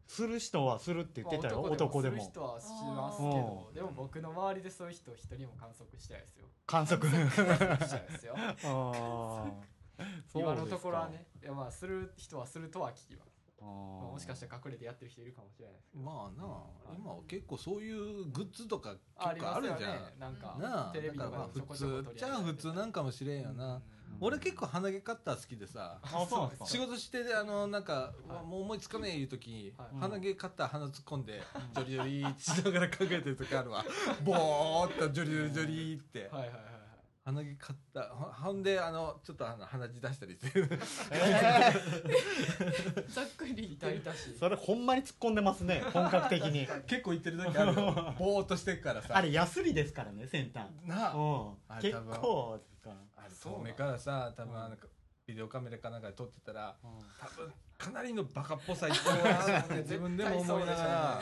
B: する人はするって言ってたよ男で
D: まあす
B: も
D: る人はしますけどでも僕の周りでそういう人一人も観測してないですよ
B: 観
D: *laughs*
B: 測
D: 観測してないですよ
B: あー
D: 今のところはねいやまあする人はするとは聞きますまあもしかした
B: ら
D: ら隠れてやってる人いるかもしれないですけど
A: まあな
D: うん
A: 今は結構そういうグッズとか
D: あり
A: 結構あ
D: ます
A: る
D: よ
A: じゃん、
D: ねなんか
A: なあ
D: テレビ
A: だ
D: と
A: からま
D: か
A: あ
D: でちょこちょ
A: 普通
D: こ取り
A: じ
D: 上
A: ゃあ
D: げられ
A: 普
D: て
A: 通なんかもしれんよな、
D: うん
A: 俺結構鼻毛カッター好きでさ
B: あそうなんですか
A: 仕事してであのなんか、
D: はいう
A: わもう思いつかねえいう時、
D: はい
A: 鼻毛カッター鼻突っ込んで、ジョリジョリーってしながら考えてる時あ
D: *laughs*
A: るわボーっとジョリジョリジョリーって、
D: はいはいはい
A: 鼻毛カッターほほんであのちょっとあの鼻血出したりして
D: *laughs*
A: る
C: ざっくり言っ
D: 痛
C: て
D: 々しい
B: それほんまに突っ込んでま
A: *laughs*
B: すね本格的に
A: 結構言ってる時あるよボーっとしてるからさ
B: *laughs* あれヤスリですからね先端
A: なああ
B: うん結構ですから
A: あれ遠目からさ多分なんかビデオカメラかなんかで撮ってたら多分かなりのバカっぽさ一個は自分で *laughs* も思いながら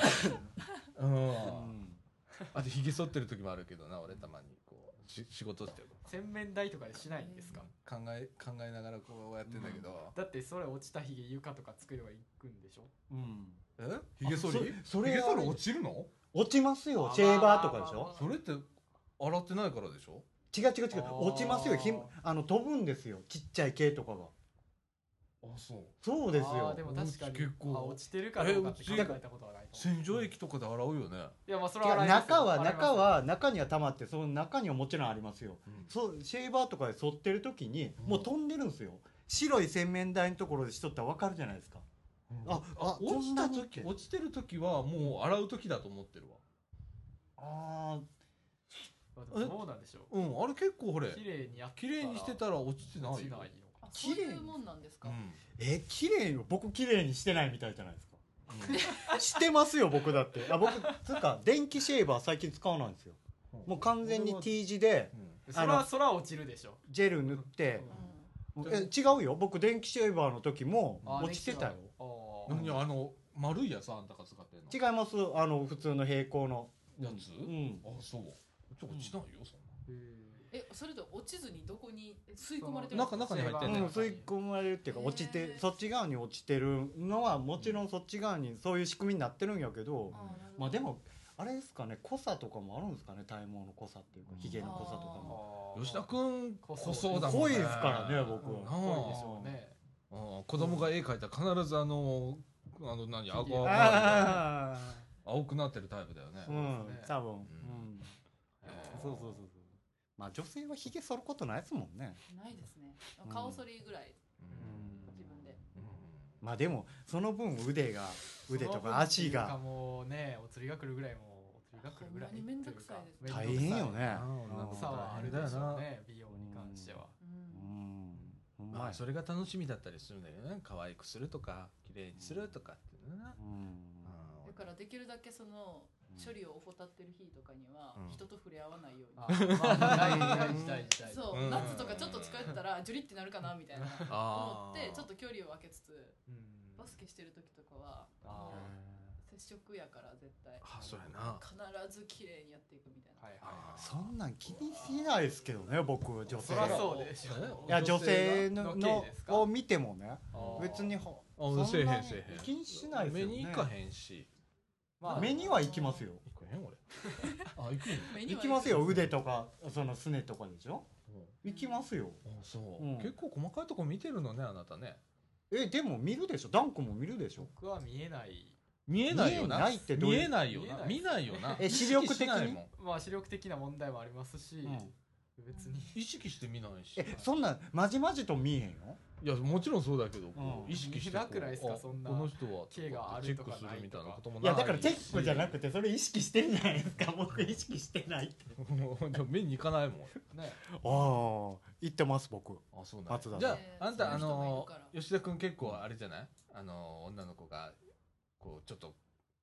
A: うん
B: うん
A: あとひげ剃ってる時もあるけどな俺たまにこうし仕事して
D: 洗面台とかでしないんですか
A: 考え考えながらこうやってんだけど、
D: だってそれ落ちたひげ床とか机とか行くんでしょ
B: うん
A: えひげ剃り
B: あそそれ
A: ひげ剃り落ちるの
B: 落ちますよシェーバーとかでしょ
A: それって洗ってないからでしょ
B: 違う違う違う
D: あー
B: 落ちますよひんあの飛ぶんですよちっちゃい毛とかが
A: あそう
B: そうですよ
D: あーでも確かに
A: 結構
D: あ落ちてるからとかって考えたことはないと思
A: 洗浄液とかで洗うよね、
D: ういやまあそれ
B: 違
D: は
B: う
D: 洗いますよ
B: 中は
D: 洗います
B: 中は中には溜まってその中にはもちろんありますよ
A: うん
B: そうシェーバーとかで剃ってる時に
A: うん
B: もう飛んでるんですよ白い洗面台のところでしとったら分かるじゃないですかああ
A: 落ちた
B: こんなにっ
A: 時
B: て
A: 落ちてる時はもう洗う時だと思ってるわ
B: あ
D: まあ、でもどうなんでしょ
A: うんあれ結構ほれ
D: う綺麗にやった
A: 綺麗にしてたら落ちてない
D: 落ちないのか
C: あそういうもんなんです
A: う
C: か、
A: ん
B: ーえ綺麗よ僕綺麗にしてないみたいじゃないですかしてますよ僕だってあ僕つうか電気シェーバー最近使わないんですよもう完全に T 字で
A: う
D: それ
B: あ
D: は
B: の
D: そら落ちるでしょ
B: ジェル塗って
D: うん
A: うん
B: え違うよ僕電気シェーバーの時も
D: あ
B: 落ちてたよ
D: あ
A: ん何
D: ー
A: あの丸いやつあんたが使ってんの
B: 違いますあの普通の平行の
A: やつ
B: うん
A: あそうちょ落ちないよそんな
D: へー
C: えそれと落ちずにどこに吸い込まれて
A: その中中に入って
B: うん
A: ね
B: ん、吸い込まれるっていうか
C: へー
B: 落ちてそっち側に落ちてるのはもちろんそっち側にそういう仕組みになってるんやけど、まあでもあれですかね濃さとかもあるんですかね体毛の濃さっていうか
A: うん
B: ひげの濃さとかも
D: あー
A: 吉田君
D: こ
A: こ
D: そう
A: そうだもん
B: 濃いですからね
D: うん
B: 僕
A: なあ
D: 濃いでしょうね
A: うん子供が絵描いたら必ずあのあの何顎
D: うん
A: が
B: あ
A: 青くなってるタイプだよね
B: あうん
D: そうですね
B: 多分、うん
A: ん
B: そうそうそうそうまあ女性はひげ剃ることないですもんね、
C: ないですね
B: うん
C: 顔剃りぐらい
A: うん
C: 自分で
B: まあでもその分腕が腕と
D: その分
B: か足
D: っていうか
B: が
D: もうねお釣りが来るぐらいもうお釣りが来るぐらい
C: ほんまに面倒くさいです
D: とうか
B: 大変よ
D: 面倒く
B: ね
A: うん
D: さいさはあるでしょうね美容に関しては
C: う
B: うんんほんま
A: ま
B: や
A: あそれが楽しみだったりするんだけどね可愛くするとか綺麗にするとかっていうのな
B: うん
C: だからできるだけその処理を怠ってる日とかには
A: うん
C: 人と触れ合わないように、
D: あーまあ大事大事大事
C: そう、
A: うん
C: 夏とかちょっと疲れたらジュリってなるかなみたいな思
A: あ
C: ってちょっと距離を空けつつ
D: うん
C: バスケしてる時とかは
D: あー
C: 接触やから絶対
A: あそうやな
C: 必ず綺麗にやっていくみたいな、
D: はい
A: あ
D: はい
B: そんなん気にしないですけどね僕女性
D: そりゃそうでしょ
B: いや女性
D: の
B: の
D: の
B: の
D: 刑ですか
B: を見てもね
D: あー
B: 別にほ
A: あ
B: そんな
A: せえへんせえへん
B: 気にしないです
A: 目
B: よね
A: に行かへんし
D: まあ
B: 目には行きますよ
A: 行かへん俺 *laughs* あ行く
C: 目に
B: 行
C: は
B: きますよ腕とかそのすねとかでしょ行きますよ
A: あそう、
B: うん
A: 結構細かいとこ見てるのねあなたね
B: えでも見るでしょダンコも見るでしょ
D: 僕は見えない
A: 見えないよな
B: 見えないってどういう
A: 見えないよな
D: 見
A: 見ないよな
B: え視力的
A: 意識
B: に
A: しないもん
D: まあ視力的な問題もありますし、
B: うん
D: 別に
A: 意識して見ないし
B: えそんなんまじまじと見えへんよ
A: いやもちろんそうだけど、こう
B: うん
A: 意識して
D: 見なくないっすか
A: あ
D: そんな
A: この人は
D: 毛があ
A: チェッ
D: ると
A: ク
D: か
A: するみたいなことも
B: い
A: ない
B: やだからチェックじゃな
A: て *laughs*
B: くてそれ意識してるじゃないですか僕意識してないって
A: 目に行かないもん
D: ね
B: ああ行ってます僕
A: あそうなんや
B: 松田さん
A: じゃ
C: えー
A: ああんたあ
C: そういう人もいる
A: の
C: から
A: 吉田君結構あれじゃないあの女の子がこうちょっと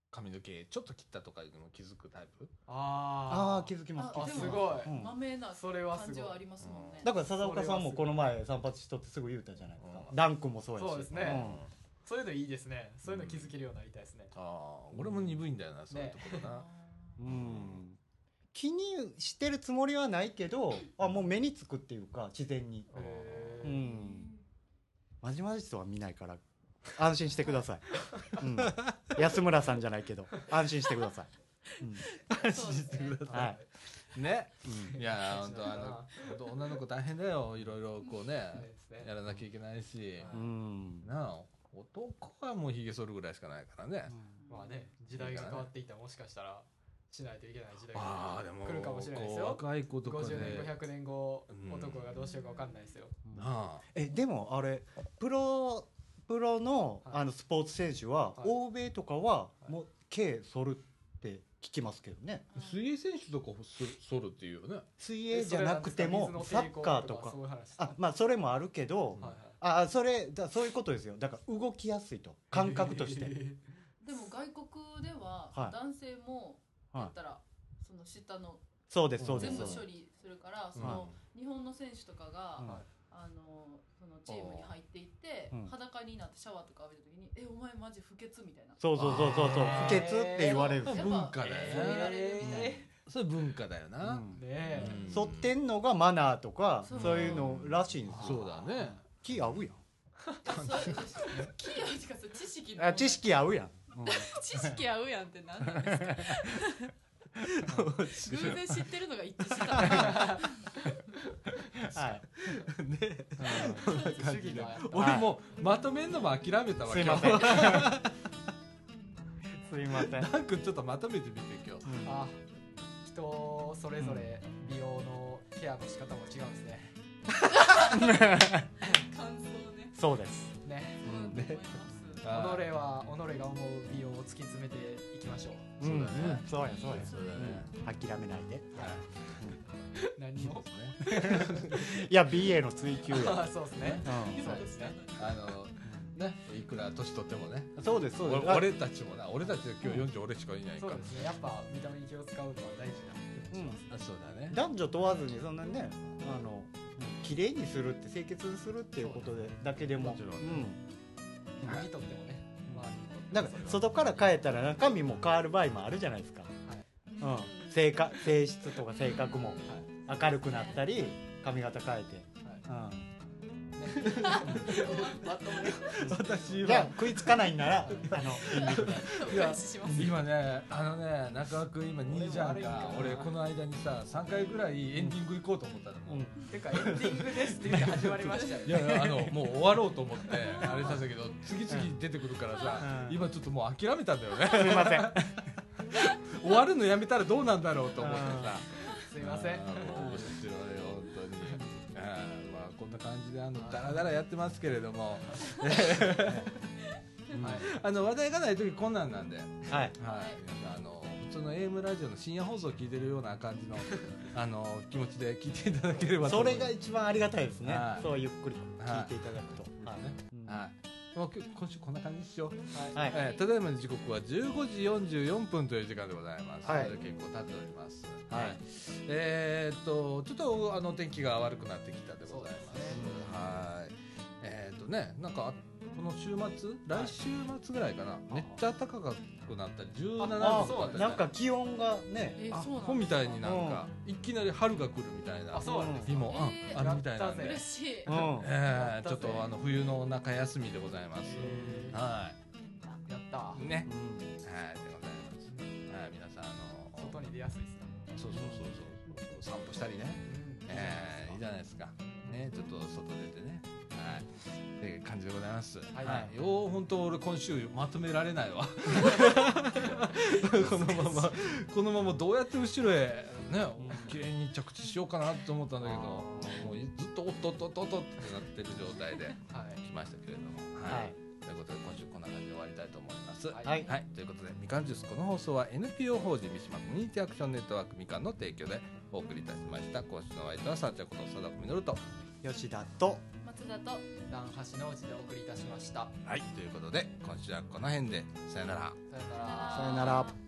A: 髪の毛ちょっと切ったとかいうのも気づくタイプ
B: ああ
D: あ
B: ー気づきます
C: あ
D: あ
C: ですも
D: ごい、
B: うん
C: まめな
D: それはす
C: 感
D: ごい
C: じはありますもんね、
A: うん
B: だから佐々岡さんもこの前散髪しとってすぐ言うたじゃないで
A: う
B: すか、
A: ん
B: ダンクもそうやし
D: そうですね
B: ん
D: そういうのいいですねそういうの気づけるようになりたいですね、
A: ああ俺も鈍いんだよなそういうところな、
B: う
C: あ
B: ん気にしてるつもりはないけどあもう目につくっていうか自然に
A: うん
D: へ
B: う
D: ー
C: ー
B: んまじまじとは見ないから安心してください、うん、安村さんじゃないけど安心してください、うん
C: そうですね
B: は
A: ね
B: うん
A: いや本当あの本当女の子大変だよいろいろこうね
D: そうですね
A: やらなきゃいけないし
D: は
B: うん
A: なあ男はもうひげ剃るぐらいしかないからね
D: *laughs* まあね時代が変わっていったらもしかしたらしないといけない時代
A: あ
D: が
A: あでも
D: 来るかもしれないですよ
A: こう若い子とかね
D: 50年500年後
A: うん
D: 男がどうしようか分かんないですよ、
A: なあ
B: えでもあれプロプロの,、
D: はい
B: あのスポーツ選手は、
D: はい
B: 欧米とかは、
D: い
B: もう毛剃るって聞きますけどね
A: 水泳選手とかそ剃るっていうよね
B: 水
D: え
B: 泳じゃなくてもサッカーとか
D: そういう話です
B: あまあそれもあるけど、
A: うん
D: はい
B: ああそれだそういうことですよだから動きやすいと感覚とし
A: *laughs*
B: て *laughs*
C: でも外国では
B: はい
C: 男性も
B: はい
C: やったらその下の
B: そうですそうで
C: 全
B: す
C: 部
B: そう
C: 処
B: です
C: 理するからそ
A: うん
C: の日本の選手とかが、
B: うん
C: あのそのチームに入っていって、
B: うん
C: 裸になってシャワーとか浴びるときに「えお前マジ不潔」みたいな。
B: そうそうそうそうそう
A: あー
B: 不潔って言われる
C: やっぱ
A: 文化だよね
C: そう言われるみたいな
D: え
A: それ文化だよ
B: う
A: な、
D: ー
B: ん
D: ねえ、
A: うん
B: 剃ってんのがマナーとか
C: そう
B: そういうのらしいんですよ
A: そうだね
B: 気合うやん
C: そう *laughs* 企業しかそう知識の
B: あ知識合うやん、うん
C: 知識合うやんって何なんです
B: *laughs*
C: か偶然知ってるのが一致してた
B: はい、
A: ね
D: *laughs*
B: うん
D: 主義だ
A: 俺もうまとめんのも諦めたわ
B: すい
A: 今
B: ま
A: 日 *laughs*
B: せんすいません、
A: ダン君ちょっとまとめてみて今日
B: うん
D: あ人それぞれ美容のケアの仕方も違うんで
C: 感
D: すね
C: 想ね
B: そうです
D: ね
A: うん
C: ね
A: ね。
D: 己は己が思う美容を突き詰めていきましょう
B: う
A: そう
B: んう
A: だ
B: ん
A: ね
B: そうやそうや、
A: そうだね
B: うん、諦めないで
D: 何も
B: いや BA の追求や、 *laughs*
D: あ *laughs* そうですね
B: う
D: そうですね
A: あのねいくら年取ってもね
B: ん、そうですそうです
A: 俺俺たちもな俺たち今日40俺しかいないか
D: そう
A: ら
D: ですねやっぱ見た目に気を使うのは大事だ
B: うん
A: あそうだね
B: 男女問わずにそんなねあの綺麗にするって清潔にするっていうことでだけでも
A: もちろん
D: 僕にとってもね周りにとっても
B: うん、なんか外から変えたら中身も変わる場合もあるじゃないですか、うん、性格性質とか性格も明るくなったり髪型変えて、
D: まとめよ
A: 私は
B: うん、じゃあ食いつかないんならあ
A: *laughs*
B: の
C: お返しします。
A: 今ねあのね中川君今2位じゃん
D: 俺も悪いん
A: か
D: かな
A: 俺この間にさ3回ぐらいエンディング行こうと思ったの、
B: うん
D: うてかエンディングですって言って始まりましたよ
A: いやいやあのもう終わろうと思ってあれしたんだけど次々出てくるからさ、
B: うん
A: 今ちょっともう諦めたんだよね
B: すいません
A: 終わるのやめたらどうなんだろうと思ってさ
D: すいません
A: あーもう面白いよ本当にあーまあこんな感じであのダラダラやってますけれども
D: はい
A: *laughs* あの話題がない時こんなんなんで
B: はい
A: はい、皆さんあの普通の AM ラジオの深夜放送を聞いてるような感じのあの気持ちで聞いていただければと
B: そ
A: 思い
B: れ
A: ます
B: が一番ありがたいですね、
A: はい
B: そうゆっくり聞いていただくと、
A: はい
B: うん
A: はい、もう今日今週こんな感じにしよう、
B: はい
A: えーただいまの時刻は15時44分という時間でございます、
B: はい
A: 結構経っております、
B: はい
A: えーっとちょっとあの天気が悪くなってきたでござい
D: そう
A: ま
D: ですす
A: はいえーっとねなんかこの週末来週末ぐらいかな、めっちゃ暖かくなったり17度とかあ
B: あ
A: ったりね
B: なんか気温がね
C: え
A: あ
C: そうなん
A: 本みたいになん
C: え
A: かいきなり春が来るみたいな
D: あそうなんです
A: 日もあ
C: えー
A: あるみたいなん
D: や
A: で
D: った
C: 嬉
D: ぜ、
C: しい。
B: うん、
A: え
D: やっ
A: ー、ち
D: た
A: ょ
D: ぜ
A: っとあの冬の中休みでございます、
D: えー
A: は
D: やったー
A: いね
B: うん
A: はいでございますはい皆さんあの
D: 外に出やすいですね
A: そうそうそうそう散歩したりねえー、いいじゃないですかねちょっと外出てねはいって感じでございますはいい、よう本当俺今週まとめられない *laughs* わこのままこのままどうやって後ろへね綺麗に着地しようかなと思ったんだけどもうずっとおっとっとっとっとってなってる状態で
D: はい
A: 来ましたけれども
B: は
A: はい
B: い、
A: ということで今週こんな感じで終わりたいと思います
D: はい
B: はい
A: はい、ということで、みかんジュース、この放送は NPO 法人三島コミュニティアクションネットワークみかんの提供でお送りいたしました。今週のワイドは、さあちゃんこと、さだこみのると。
B: 吉田と
C: 松田と。
D: 南橋のうちでお送りいたしました
A: はい、ということで、今週はこの辺で、さよなら。
D: さよなら
B: さよなら。